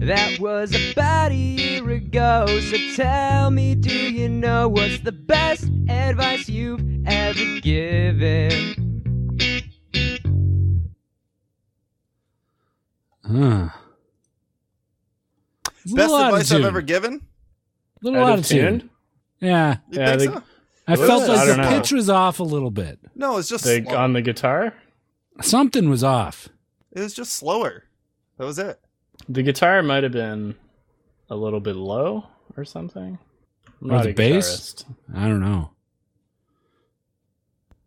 Speaker 5: That was about a year ago, so tell me, do you know what's the best advice you've ever given?
Speaker 1: Huh. It's a
Speaker 2: Best
Speaker 1: little out of
Speaker 2: advice I've
Speaker 1: tune.
Speaker 2: ever given.
Speaker 1: little out of tune. Yeah.
Speaker 2: You Yeah, think they- so?
Speaker 1: I
Speaker 2: What
Speaker 1: felt
Speaker 2: is
Speaker 1: like
Speaker 2: it? I
Speaker 1: the
Speaker 2: don't know.
Speaker 1: pitch was off a little bit.
Speaker 2: No, it's just
Speaker 3: Like,
Speaker 2: slow.
Speaker 3: on the guitar.
Speaker 1: Something was off.
Speaker 2: It was just slower. That was it.
Speaker 3: The guitar might have been a little bit low or something. I'm
Speaker 1: Or
Speaker 3: not
Speaker 1: Oh, the
Speaker 3: a
Speaker 1: bass? I don't know.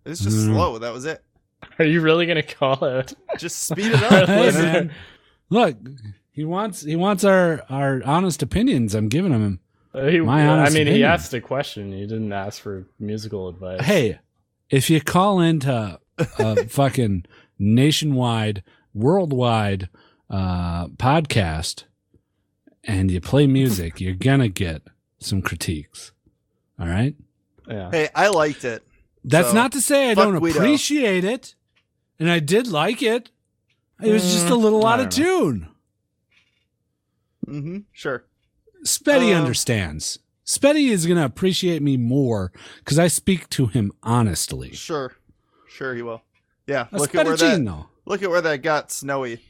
Speaker 2: It was just
Speaker 1: Mm.
Speaker 2: slow. That was it.
Speaker 3: guitarist. Are you really gonna call it?
Speaker 2: Just speed it up.
Speaker 1: Hey,
Speaker 2: Listen.
Speaker 1: man. Look, he wants he wants our our honest opinions. I'm giving him.
Speaker 3: Uh, he-
Speaker 1: my
Speaker 3: I mean,
Speaker 1: honest
Speaker 3: he
Speaker 1: opinion.
Speaker 3: asked a question. He didn't ask for musical advice.
Speaker 1: Hey, if you call into a fucking nationwide, worldwide uh, podcast and you play music, you're gonna get some critiques. All right.
Speaker 3: Yeah.
Speaker 2: Hey, I liked it.
Speaker 1: That's
Speaker 2: So,
Speaker 1: not to say I
Speaker 2: fuck
Speaker 1: don't
Speaker 2: Guido.
Speaker 1: appreciate it, and I did like it. It was just a little
Speaker 3: Mm,
Speaker 1: out
Speaker 3: I
Speaker 1: of
Speaker 3: don't
Speaker 1: tune.
Speaker 2: Mm-hmm. Sure.
Speaker 1: Spetty
Speaker 2: Uh,
Speaker 1: understands. Spetty is going to appreciate me more because I speak to him honestly.
Speaker 2: Sure. Sure he will. Yeah.
Speaker 1: A
Speaker 2: look at where that
Speaker 1: Spettuccine, though.
Speaker 2: look at where that got snowy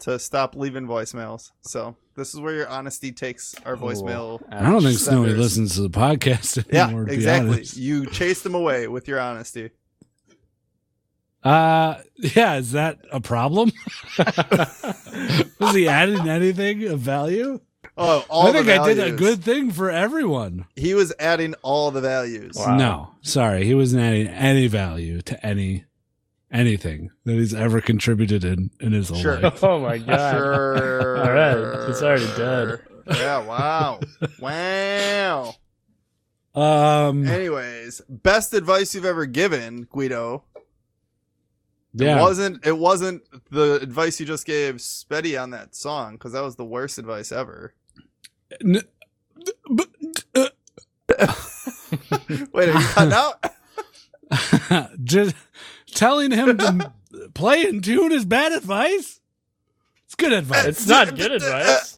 Speaker 2: to stop leaving voicemails. So this is where your honesty takes our voicemail.
Speaker 3: Uh,
Speaker 1: I don't think
Speaker 2: senders.
Speaker 1: Snowy listens to the podcast
Speaker 2: Yeah,
Speaker 1: anymore. to be
Speaker 2: exactly.
Speaker 1: honest.
Speaker 2: You chase them away with your honesty.
Speaker 1: Uh, yeah, is that a problem? Was he adding anything of value?
Speaker 2: Oh, all
Speaker 1: I think
Speaker 2: the
Speaker 1: I did a
Speaker 2: values.
Speaker 1: good thing for everyone.
Speaker 2: He was adding all the values.
Speaker 3: Wow.
Speaker 1: No, sorry, he wasn't adding any value to any anything that he's ever contributed in in his whole
Speaker 2: Sure.
Speaker 1: life.
Speaker 3: Oh my god.
Speaker 2: Sure.
Speaker 3: All right, it's already dead.
Speaker 2: Yeah. Wow. wow.
Speaker 1: Um,
Speaker 2: Anyways, best advice you've ever given, Guido. It
Speaker 1: yeah,
Speaker 2: wasn't it wasn't the advice you just gave Spetty on that song because that was the worst advice ever.
Speaker 1: N- but- uh,
Speaker 2: Wait, are you cutting out?
Speaker 1: uh, just telling him to play in tune is bad advice. It's good advice.
Speaker 3: It's not good
Speaker 2: uh,
Speaker 3: advice.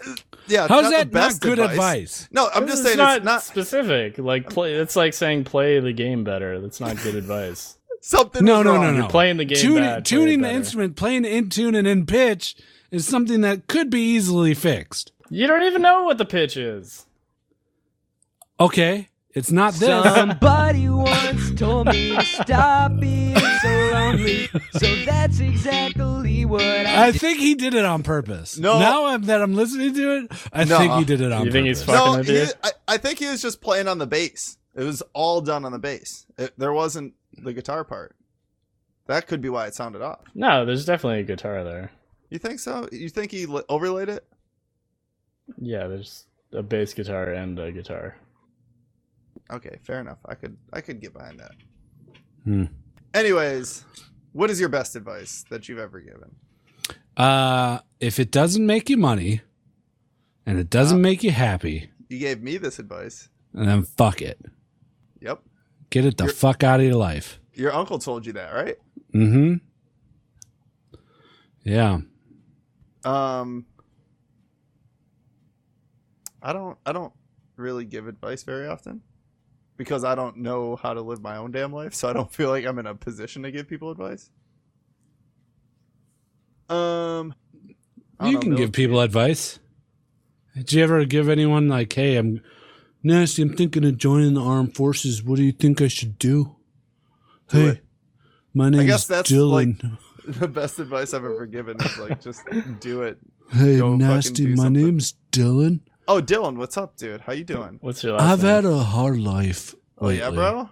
Speaker 2: Yeah, it's
Speaker 1: How's
Speaker 2: not
Speaker 1: that
Speaker 2: the best
Speaker 1: not good advice?
Speaker 2: No, I'm just
Speaker 3: It's
Speaker 2: saying
Speaker 3: not
Speaker 2: it's not
Speaker 3: specific. Like play. It's like saying play the game better. That's not good advice.
Speaker 2: something.
Speaker 1: No,
Speaker 2: was
Speaker 1: no,
Speaker 2: wrong.
Speaker 1: no, no.
Speaker 3: Playing the game
Speaker 1: Tune-
Speaker 3: bad, play it
Speaker 1: tuning the
Speaker 3: better.
Speaker 1: instrument, playing in tune and in pitch is something that could be easily fixed.
Speaker 3: You don't even know what the pitch is.
Speaker 1: Okay, it's not this.
Speaker 11: Somebody once told me to stop being so lonely, so that's exactly what I.
Speaker 1: I think he did it on purpose.
Speaker 2: No.
Speaker 1: now I'm, that I'm listening to it, I
Speaker 2: No.
Speaker 1: think he did it on purpose.
Speaker 3: You think he's
Speaker 2: No,
Speaker 3: fucking with
Speaker 2: he-
Speaker 3: you?
Speaker 2: I, I think he was just playing on the bass. It was all done on the bass. It, there wasn't the guitar part. That could be why it sounded off.
Speaker 3: No, there's definitely a guitar there.
Speaker 2: You think so? You think he li- overlaid it?
Speaker 3: Yeah, there's a bass guitar and a guitar.
Speaker 2: Okay, fair enough. I could I could get behind that.
Speaker 1: Hmm.
Speaker 2: Anyways, what is your best advice that you've ever given?
Speaker 1: Uh, if it doesn't make you money and it doesn't make you happy,
Speaker 2: You gave me this advice.
Speaker 1: then fuck it.
Speaker 2: Yep.
Speaker 1: Get it the fuck out of your life.
Speaker 2: Your uncle told you that, right?
Speaker 1: Mm-hmm. Yeah.
Speaker 2: Um I don't I don't really give advice very often because I don't know how to live my own damn life, so I don't feel like I'm in a position to give people advice. Um I don't
Speaker 1: You
Speaker 2: know,
Speaker 1: can
Speaker 2: Bill.
Speaker 1: give people advice. Did you ever give anyone like, hey, I'm nasty, I'm thinking of joining the armed forces. What do you think I should do?
Speaker 2: Do
Speaker 1: hey,
Speaker 2: it.
Speaker 1: my name's
Speaker 2: guess that's
Speaker 1: Dylan.
Speaker 2: the best advice I've ever given is like just do it.
Speaker 1: hey,
Speaker 2: go
Speaker 1: I'm
Speaker 2: fucking
Speaker 1: nasty,
Speaker 2: do
Speaker 1: my
Speaker 2: something.
Speaker 1: name's Dylan.
Speaker 2: Oh, Dylan, what's up, dude? How you doing?
Speaker 3: What's your last
Speaker 1: I've
Speaker 3: name?
Speaker 1: had a hard life.
Speaker 2: Oh yeah,
Speaker 1: lately.
Speaker 2: bro.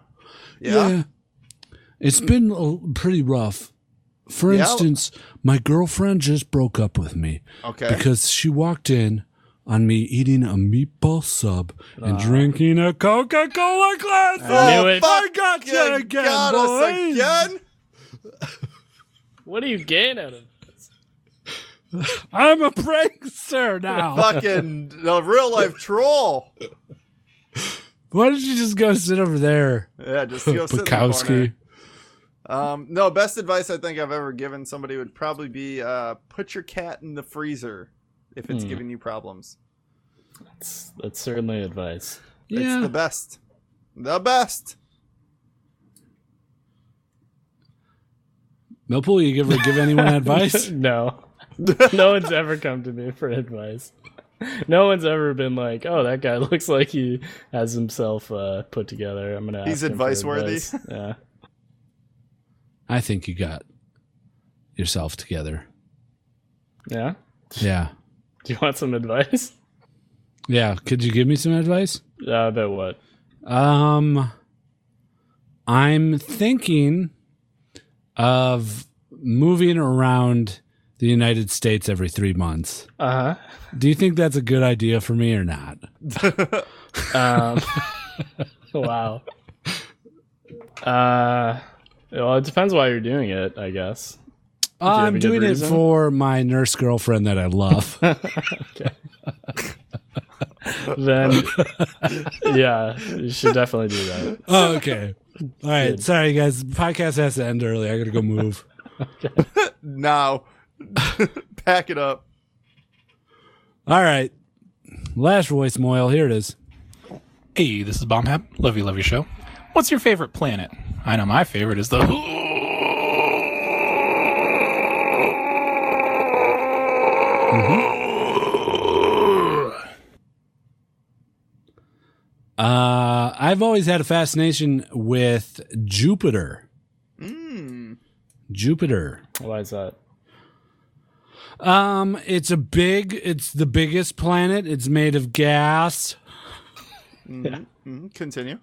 Speaker 2: Yeah.
Speaker 1: It's been a- pretty rough. For
Speaker 2: Yeah.
Speaker 1: instance, my girlfriend just broke up with me
Speaker 2: Okay.
Speaker 1: because she walked in on me eating a meatball sub
Speaker 2: Uh.
Speaker 1: and drinking a Coca Cola glass.
Speaker 3: I knew it.
Speaker 1: I got you
Speaker 2: Yeah,
Speaker 1: again,
Speaker 2: Oh, got us
Speaker 1: boys.
Speaker 2: again?
Speaker 3: What do you gain out of?
Speaker 1: I'm a prankster now.
Speaker 2: Fucking the real life troll.
Speaker 1: Why don't you just go sit over there,
Speaker 2: Yeah, just go sit in the corner.
Speaker 1: Bukowski?
Speaker 2: Um, no, best advice I think I've ever given somebody would probably be uh, put your cat in the freezer if
Speaker 1: Hmm.
Speaker 2: it's giving you problems.
Speaker 3: That's, that's certainly advice.
Speaker 2: It's
Speaker 1: Yeah,
Speaker 2: the best. The best.
Speaker 1: Millpool, you ever give anyone advice?
Speaker 3: no, no one's ever come to me for advice. No one's ever been like, "Oh, that guy looks like he has himself uh, put together." I'm gonna. Ask
Speaker 2: He's
Speaker 3: him for
Speaker 2: advice-worthy.
Speaker 3: advice. Yeah.
Speaker 1: I think you got yourself together.
Speaker 3: Yeah.
Speaker 1: Yeah.
Speaker 3: Do you want some advice?
Speaker 1: Yeah. Could you give me some advice?
Speaker 3: Uh, about what?
Speaker 1: Um, I'm thinking of moving around the United States every three months.
Speaker 3: Uh
Speaker 1: Do you think that's a good idea for me or not?
Speaker 3: huh. Um, wow. Uh, well, it depends why you're doing it, I guess. Did you have
Speaker 1: I'm
Speaker 3: a good
Speaker 1: doing it
Speaker 3: reason?
Speaker 1: for my nurse girlfriend that I love.
Speaker 3: Then, yeah, you should definitely do that.
Speaker 1: oh, okay. All right.
Speaker 3: Good.
Speaker 1: Sorry, guys. Podcast has to end early. I got to go move.
Speaker 2: now, pack it up.
Speaker 1: All right. Last voice, Moyle. Here it is.
Speaker 12: Hey, this is Bombhap. Love you, love your show. What's your favorite planet? I know my favorite is the.
Speaker 1: Uh, I've always had a fascination with Jupiter.
Speaker 3: Hmm.
Speaker 1: Jupiter.
Speaker 3: Why is that?
Speaker 1: Um, it's a big. It's the biggest planet. It's made of gas.
Speaker 2: Mhm, mhm, Continue.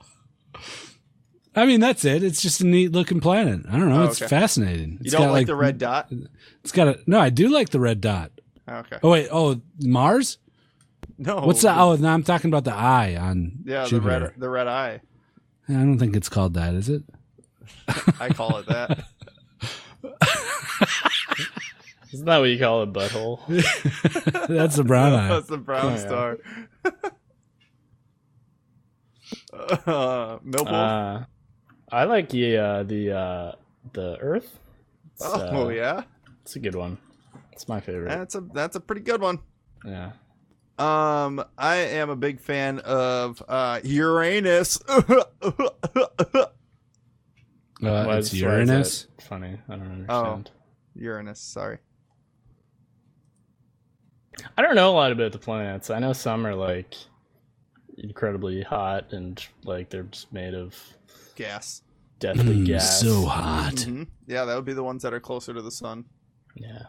Speaker 1: I mean, that's it. It's just a neat looking planet. I don't know.
Speaker 2: Oh,
Speaker 1: it's
Speaker 2: okay.
Speaker 1: fascinating.
Speaker 2: You
Speaker 1: It's
Speaker 2: don't
Speaker 1: got,
Speaker 2: like, the red dot?
Speaker 1: It's got a no. I do like the red dot.
Speaker 2: Okay.
Speaker 1: Oh wait. Oh Mars.
Speaker 2: No.
Speaker 1: What's the? Oh, no, I'm talking about the eye on
Speaker 2: Yeah, the
Speaker 1: Jupiter.
Speaker 2: red, the red eye.
Speaker 1: I don't think it's called that, is it?
Speaker 2: I call it that.
Speaker 3: Isn't that what you call a butthole?
Speaker 1: That's the brown eye.
Speaker 2: That's the brown
Speaker 3: Oh, yeah.
Speaker 2: star. uh, Mill
Speaker 3: Uh, I like the uh, the uh, the Earth. It's,
Speaker 2: oh
Speaker 3: uh,
Speaker 2: yeah,
Speaker 3: it's a good one. It's my favorite.
Speaker 2: that's a that's a pretty good one.
Speaker 3: Yeah.
Speaker 2: Um, I am a big fan of uh, Uranus.
Speaker 1: Uh,
Speaker 3: Why
Speaker 1: it's
Speaker 3: is- why is that
Speaker 1: Uranus.
Speaker 3: Funny. I don't
Speaker 2: oh,
Speaker 3: understand.
Speaker 2: Uranus. Sorry.
Speaker 3: I don't know a lot about the planets. I know some are like incredibly hot and like they're just made of
Speaker 2: Gas.
Speaker 3: deathly
Speaker 1: Mm,
Speaker 3: gas.
Speaker 1: So hot.
Speaker 2: Mhm. Yeah, that would be the ones that are closer to the sun.
Speaker 3: Yeah.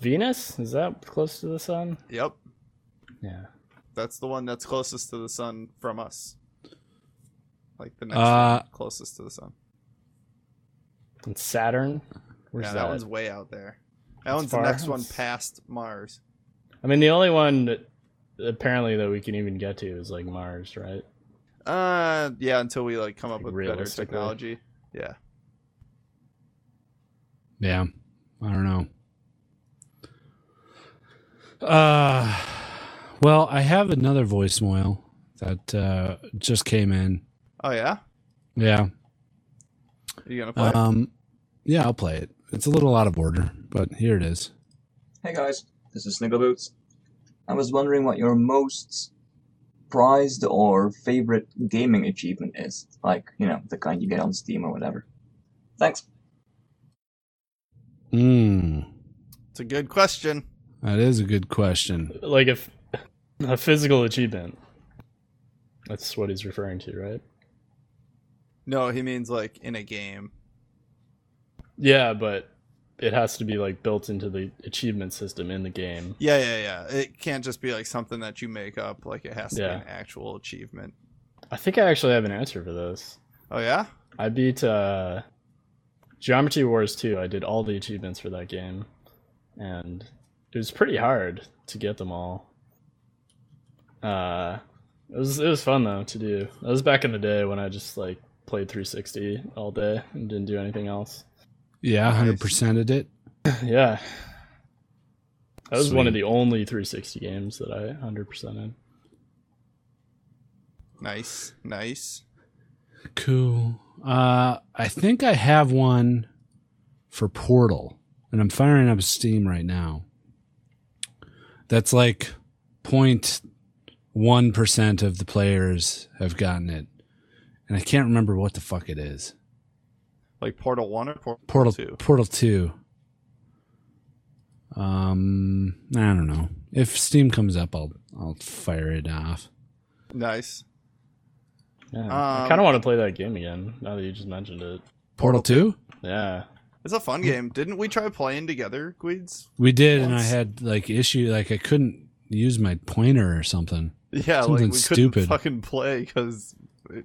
Speaker 3: Venus is that close to the sun?
Speaker 2: Yep,
Speaker 3: Yeah.
Speaker 2: that's the one that's closest to the sun from us. Like the next
Speaker 1: Uh,
Speaker 2: one closest to the sun.
Speaker 3: And Saturn. Where's
Speaker 2: yeah,
Speaker 3: that?
Speaker 2: that one's way out there. That
Speaker 3: That's
Speaker 2: one's the
Speaker 3: far.
Speaker 2: next one
Speaker 3: That's-
Speaker 2: past Mars.
Speaker 3: I mean, the only one that- apparently that we can even get to is like Mars, right?
Speaker 2: Uh, yeah, until we like come up with better
Speaker 3: Realistically.
Speaker 2: technology. Yeah.
Speaker 1: Yeah. I don't know. Uh well, I have another voicemail that uh just came in.
Speaker 2: Oh yeah.
Speaker 1: Yeah.
Speaker 2: Are you gonna play?
Speaker 3: Uh-huh.
Speaker 1: Um yeah, I'll play it. It's a little out of order, but here it is.
Speaker 13: Hey guys, this is Snickle Boots. I was wondering what your most prized or favorite gaming achievement is, like, you know, the kind you get on Steam or whatever. Thanks.
Speaker 1: Mm.
Speaker 2: it's a good question.
Speaker 1: That is a good question.
Speaker 3: Like if a physical achievement. That's what he's referring to, right?
Speaker 2: No, he means like in a game.
Speaker 3: Yeah, but it has to be like built into the achievement system in the game.
Speaker 2: Yeah, yeah, yeah. It can't just be like something that you make up. Like it has to
Speaker 3: Yeah.
Speaker 2: be an actual achievement.
Speaker 3: I think I actually have an answer for this.
Speaker 2: Oh yeah.
Speaker 3: I beat uh, Geometry Wars 2. I did all the achievements for that game, and it was pretty hard to get them all. Uh, it was it was fun though to do. That was back in the day when I just like played 360 all day and didn't do anything else.
Speaker 1: Yeah, hundred percented it.
Speaker 3: yeah, that was one of
Speaker 1: Sweet.
Speaker 3: the only 360 games that I 100% in.
Speaker 2: Nice, nice.
Speaker 1: Cool. Uh I think I have one for Portal, and I'm firing up Steam right now. That's like 0.1% of the players have gotten it. And I can't remember what the fuck it is.
Speaker 2: Like Portal One or Portal,
Speaker 1: Portal
Speaker 2: Two.
Speaker 1: Portal 2. Um, I don't know. If Steam comes up, I'll I'll fire it off.
Speaker 2: Nice.
Speaker 3: Yeah,
Speaker 2: Um,
Speaker 3: I kind of want to play that game again. Now that you just mentioned it.
Speaker 1: Portal Two.
Speaker 3: Yeah.
Speaker 2: It's a fun game. Didn't we try playing together, Gweeds?
Speaker 1: We did, and I had like issue, like I couldn't use my pointer or something.
Speaker 2: Yeah, like
Speaker 1: something
Speaker 2: we couldn't
Speaker 1: stupid,
Speaker 2: fucking play because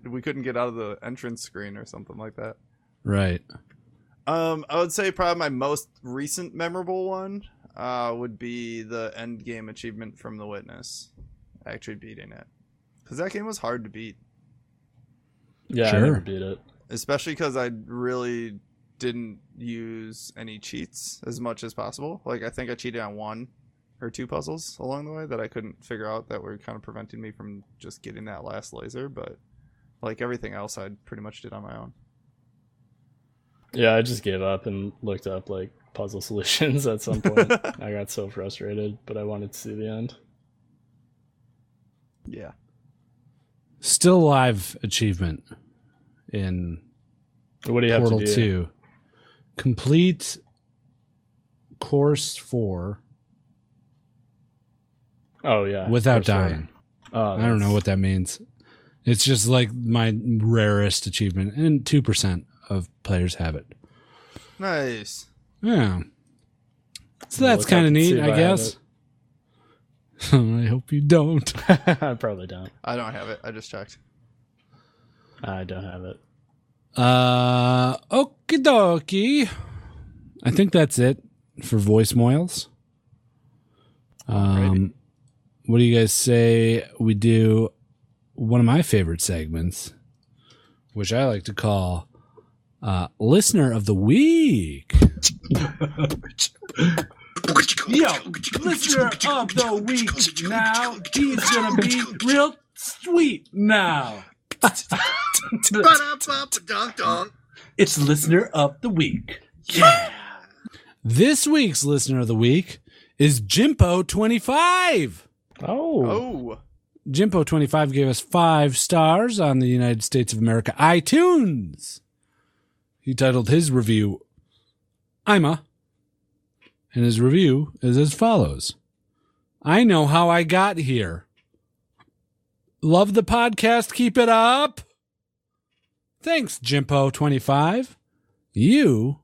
Speaker 2: we couldn't get out of the entrance screen or something like that.
Speaker 1: right?
Speaker 2: Um, I would say probably my most recent memorable one uh, would be the end game achievement from The Witness, actually beating it, because that game was hard to beat,
Speaker 3: Yeah, I
Speaker 2: Sure.
Speaker 3: never beat it.
Speaker 2: especially because I really didn't use any cheats as much as possible. Like I think I cheated on one or two puzzles along the way that I couldn't figure out that were kind of preventing me from just getting that last laser, but like everything else, I pretty much did on my own.
Speaker 3: Yeah, I just gave up and looked up like puzzle solutions at some point. I got so frustrated, but I wanted to see the end.
Speaker 2: Yeah.
Speaker 1: Still live achievement in
Speaker 3: What do you have to
Speaker 1: Portal
Speaker 3: do?
Speaker 1: Two. Complete course four
Speaker 3: Oh yeah.
Speaker 1: without
Speaker 3: for sure.
Speaker 1: dying.
Speaker 3: Oh,
Speaker 1: I don't know
Speaker 3: that's-
Speaker 1: what that means. It's just like my rarest achievement, and two percent of players have it.
Speaker 2: Nice.
Speaker 1: Yeah. So
Speaker 3: I'll
Speaker 1: that's
Speaker 3: look up
Speaker 1: kind of
Speaker 3: and see
Speaker 1: neat,
Speaker 3: if
Speaker 1: I
Speaker 3: have
Speaker 1: guess.
Speaker 3: it.
Speaker 1: I hope you don't.
Speaker 3: I probably don't.
Speaker 2: I don't have it. I just checked.
Speaker 3: I don't have it.
Speaker 1: Uh, okie dokie. I think that's it for voicemails. Um, what do you guys say we do? One of my favorite segments, which I like to call uh, "Listener of the Week."
Speaker 4: Yo, listener of the week now. He's gonna be real sweet now.
Speaker 1: It's listener of the week. Yeah. This week's listener of the week is Jimpo twenty five.
Speaker 3: Oh.
Speaker 2: Oh.
Speaker 1: Jimpo twenty five gave us five stars on the United States of America iTunes. He titled his review "I'm a," and his review is as follows: "I know how I got here. Love the podcast. Keep it up. Thanks, Jimpo twenty five. You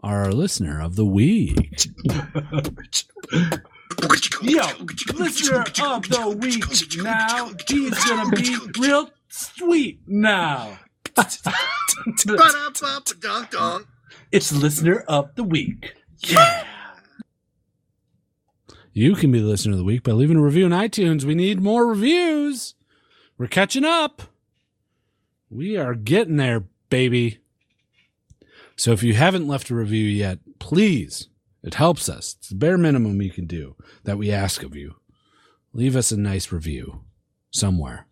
Speaker 1: are our listener of the week."
Speaker 4: Yo, listener of the week now. He's gonna be real sweet now.
Speaker 1: It's listener of the week. You can be listener of the week by leaving a review on iTunes. We need more reviews. We're catching up. We are getting there, baby. So if you haven't left a review yet, please, it helps us. It's the bare minimum you can do that we ask of you. Leave us a nice review somewhere.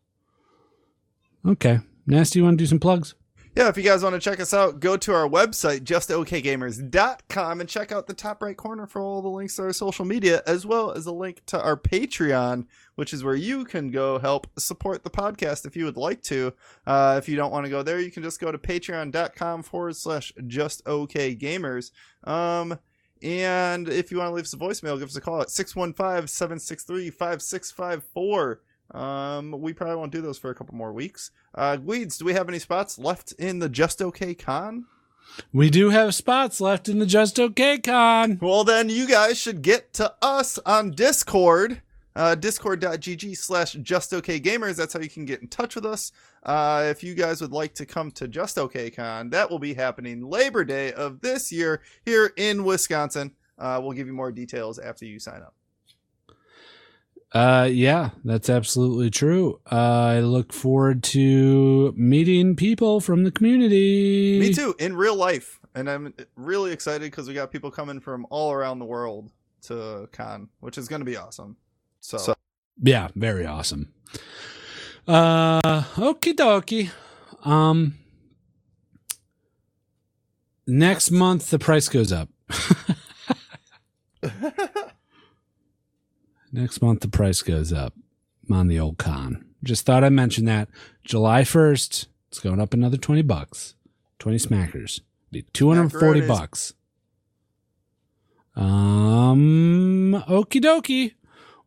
Speaker 1: Okay. Nasty, you want to do some plugs?
Speaker 2: Yeah, if you guys want to check us out, go to our website, justokgamers.com, and check out the top right corner for all the links to our social media, as well as a link to our Patreon, which is where you can go help support the podcast if you would like to. Uh, if you don't want to go there, you can just go to patreon.com forward slash justokgamers. Um, and if you want to leave us a voicemail, give us a call at 615 763 5654. Um, we probably won't do those for a couple more weeks. Uh, Weeds, do we have any spots left in the Just Okay Con?
Speaker 1: We do have spots left in the Just Okay Con.
Speaker 2: Well, then you guys should get to us on Discord. Uh, discord.gg slash justokgamers. That's how you can get in touch with us. Uh, if you guys would like to come to Just Okay Con, that will be happening Labor Day of this year here in Wisconsin. Uh, we'll give you more details after you sign up.
Speaker 1: Uh, yeah, that's absolutely true. Uh, I look forward to meeting people from the community.
Speaker 2: Me too, in real life. And I'm really excited because we got people coming from all around the world to Con, which is going to be awesome. so
Speaker 1: Yeah, very awesome. Uh, okie dokie. Um, next month the price goes up. next month the price goes up on the old con. Just thought I'd mention that. July first, it's going up another twenty bucks. Twenty smackers, be two hundred forty
Speaker 2: Macaronis.
Speaker 1: bucks. Um, okie dokie.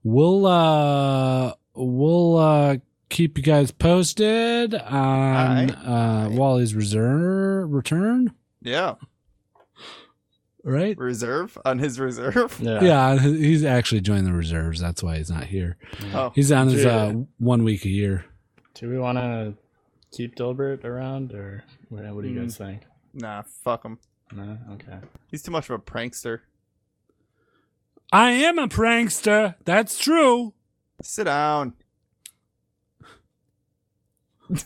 Speaker 1: We'll uh, we'll uh, keep you guys posted on uh, Wally's reserve return.
Speaker 2: Yeah.
Speaker 1: Right.
Speaker 2: Reserve on his reserve.
Speaker 1: Yeah. he's actually joined the reserves. That's why he's not here.
Speaker 2: Oh.
Speaker 1: he's on his
Speaker 3: Yeah.
Speaker 1: uh, one week a year.
Speaker 3: Do we want to keep Dilbert around, or what, what do you guys
Speaker 2: Mm.
Speaker 3: think?
Speaker 2: Nah, fuck him.
Speaker 3: No, okay.
Speaker 2: He's too much of a prankster.
Speaker 1: I am a prankster. That's true.
Speaker 2: Sit down.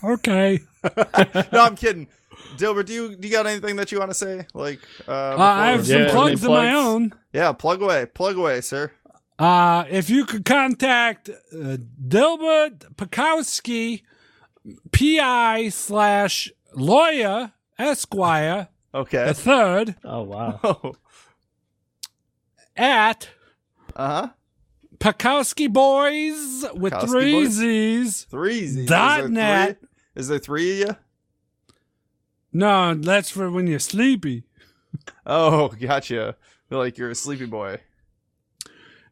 Speaker 1: Okay.
Speaker 2: no, I'm kidding. Dilbert, do you do you got anything that you want to say? Like, uh,
Speaker 1: I have
Speaker 2: before-
Speaker 1: some Yeah, plugs any of my plugs? own.
Speaker 2: Yeah, plug away, plug away, sir.
Speaker 1: Uh, if you could contact uh, Dilbert Pakowski, PI slash lawyer Esquire.
Speaker 2: Okay.
Speaker 1: The third.
Speaker 3: Oh, wow.
Speaker 1: At.
Speaker 2: Uh huh.
Speaker 1: Pakowski Boys with
Speaker 2: Kowski
Speaker 1: three
Speaker 2: boys.
Speaker 1: Z's.
Speaker 2: Three Z's.
Speaker 1: Dot
Speaker 2: Is there
Speaker 1: net.
Speaker 2: three- Is there three of you?
Speaker 1: No, that's for when you're sleepy.
Speaker 2: Oh, gotcha. Feel like you're a sleepy boy.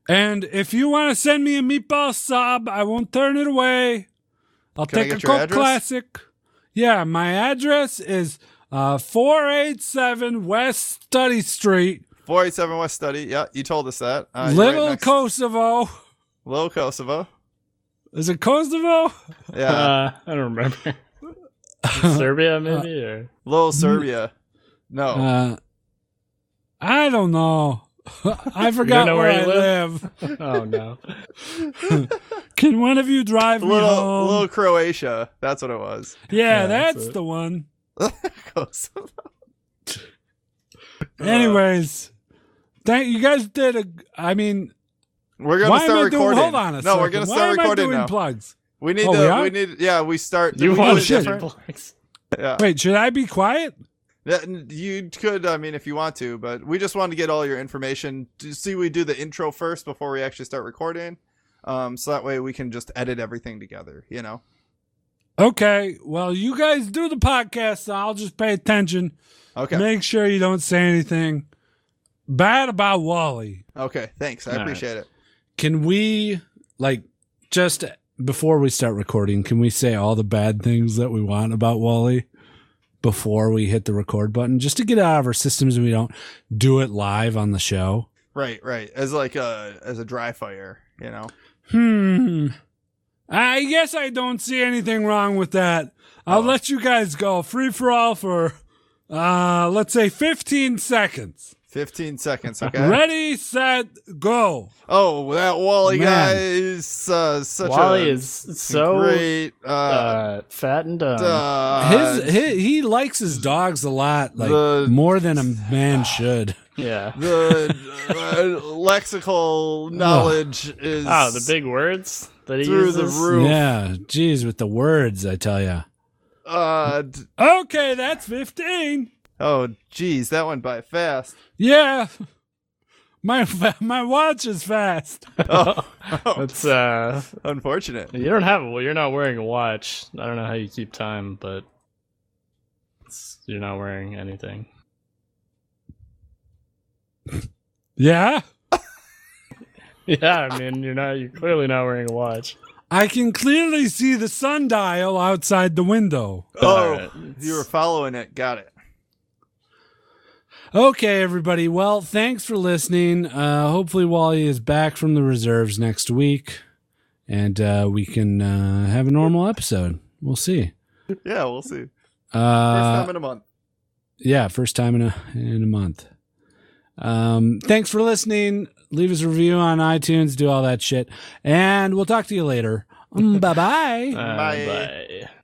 Speaker 1: And if you want to send me a meatball sub, I won't turn it away. I'll
Speaker 2: Can I
Speaker 1: take a
Speaker 2: get your
Speaker 1: Coke
Speaker 2: address?
Speaker 1: Classic. Yeah, my address is uh, 487 West Study Street,
Speaker 2: 487 West Study. Yeah, you told us that. Uh, you're right
Speaker 1: Little
Speaker 2: next-
Speaker 1: Kosovo.
Speaker 2: Little Kosovo.
Speaker 1: Is it Kosovo?
Speaker 2: Yeah.
Speaker 3: Uh, I don't remember. Serbia, maybe? or?
Speaker 2: Little Serbia. No.
Speaker 1: Uh, I don't know. I forgot
Speaker 3: know
Speaker 1: where,
Speaker 3: where you
Speaker 1: I live.
Speaker 3: Oh, no.
Speaker 1: Can one of you drive me
Speaker 2: little
Speaker 1: home?
Speaker 2: little Croatia. That's what it was.
Speaker 1: yeah, that's, the one.
Speaker 2: Kosovo. Uh,
Speaker 1: Anyways, thank you guys did a. I mean,
Speaker 2: We're gonna
Speaker 1: why am
Speaker 2: start
Speaker 1: I
Speaker 2: recording.
Speaker 1: Doing, hold on a
Speaker 2: no,
Speaker 1: second.
Speaker 2: we're gonna
Speaker 1: Why
Speaker 2: start
Speaker 1: am I
Speaker 2: recording
Speaker 1: doing
Speaker 2: now.
Speaker 1: Plugs.
Speaker 2: We need
Speaker 1: Oh,
Speaker 2: to.
Speaker 1: we are?
Speaker 2: We, need. Yeah, we start.
Speaker 1: You
Speaker 2: we
Speaker 1: want
Speaker 2: do it
Speaker 1: to do
Speaker 2: different? Yeah.
Speaker 1: Wait, should I be quiet?
Speaker 2: That- You could, I mean, if you want to, but we just wanted to get all your information. To see, we do the intro first before we actually start recording, um, so that way we can just edit everything together. You know.
Speaker 1: Okay. Well, you guys do the podcast. So I'll just pay attention.
Speaker 2: Okay.
Speaker 1: Make sure you don't say anything bad about Wally.
Speaker 2: Okay. Thanks. I
Speaker 1: All right.
Speaker 2: appreciate it.
Speaker 1: Can we like just before we start recording? Can we say all the bad things that we want about Wally before we hit the record button, just to get it out of our systems and we don't do it live on the show?
Speaker 2: Right. Right. As like a as a dry fire. You know.
Speaker 1: Hmm. I guess I don't see anything wrong with that.
Speaker 2: Oh.
Speaker 1: I'll let you guys go free for all for, uh, let's say 15 seconds.
Speaker 2: Fifteen seconds. Okay.
Speaker 1: Ready, set, go.
Speaker 2: Oh, that Wally
Speaker 1: Man.
Speaker 2: guy is uh, such
Speaker 3: Wally
Speaker 2: a
Speaker 3: is so
Speaker 2: great. Uh,
Speaker 3: fat and dumb.
Speaker 2: uh,
Speaker 1: his, he he likes his dogs a lot, like
Speaker 2: The- Ah,
Speaker 1: more than a man should.
Speaker 3: Yeah.
Speaker 2: the uh, lexical knowledge is
Speaker 3: Oh, the big words that he
Speaker 2: Through the
Speaker 3: uses.
Speaker 2: roof.
Speaker 1: Yeah, geez, with the words, I tell ya.
Speaker 2: Uh, d-
Speaker 1: Okay, that's 15.
Speaker 2: oh, geez, that went by fast.
Speaker 1: Yeah, my my watch is fast.
Speaker 2: Oh,
Speaker 3: That's uh,
Speaker 2: unfortunate.
Speaker 3: You don't have well, you're not wearing a watch. I don't know how you keep time, but it's, you're not wearing anything.
Speaker 1: Yeah,
Speaker 3: Yeah, I mean, you're not. You're clearly not wearing a watch.
Speaker 1: I can clearly see the sundial outside the window.
Speaker 2: Oh, you were following it. Got it.
Speaker 1: Okay, everybody. Well, thanks for listening. Uh, hopefully, Wally is back from the reserves next week, and uh, we can uh, have a normal episode. We'll see.
Speaker 2: Yeah, we'll see. First
Speaker 1: Uh,
Speaker 2: time in a month.
Speaker 1: yeah, first time in a in a month. Um, thanks for listening. Leave us a review on Mm, iTunes. Do all that shit, and we'll talk to you later. bye bye.
Speaker 3: Uh, bye.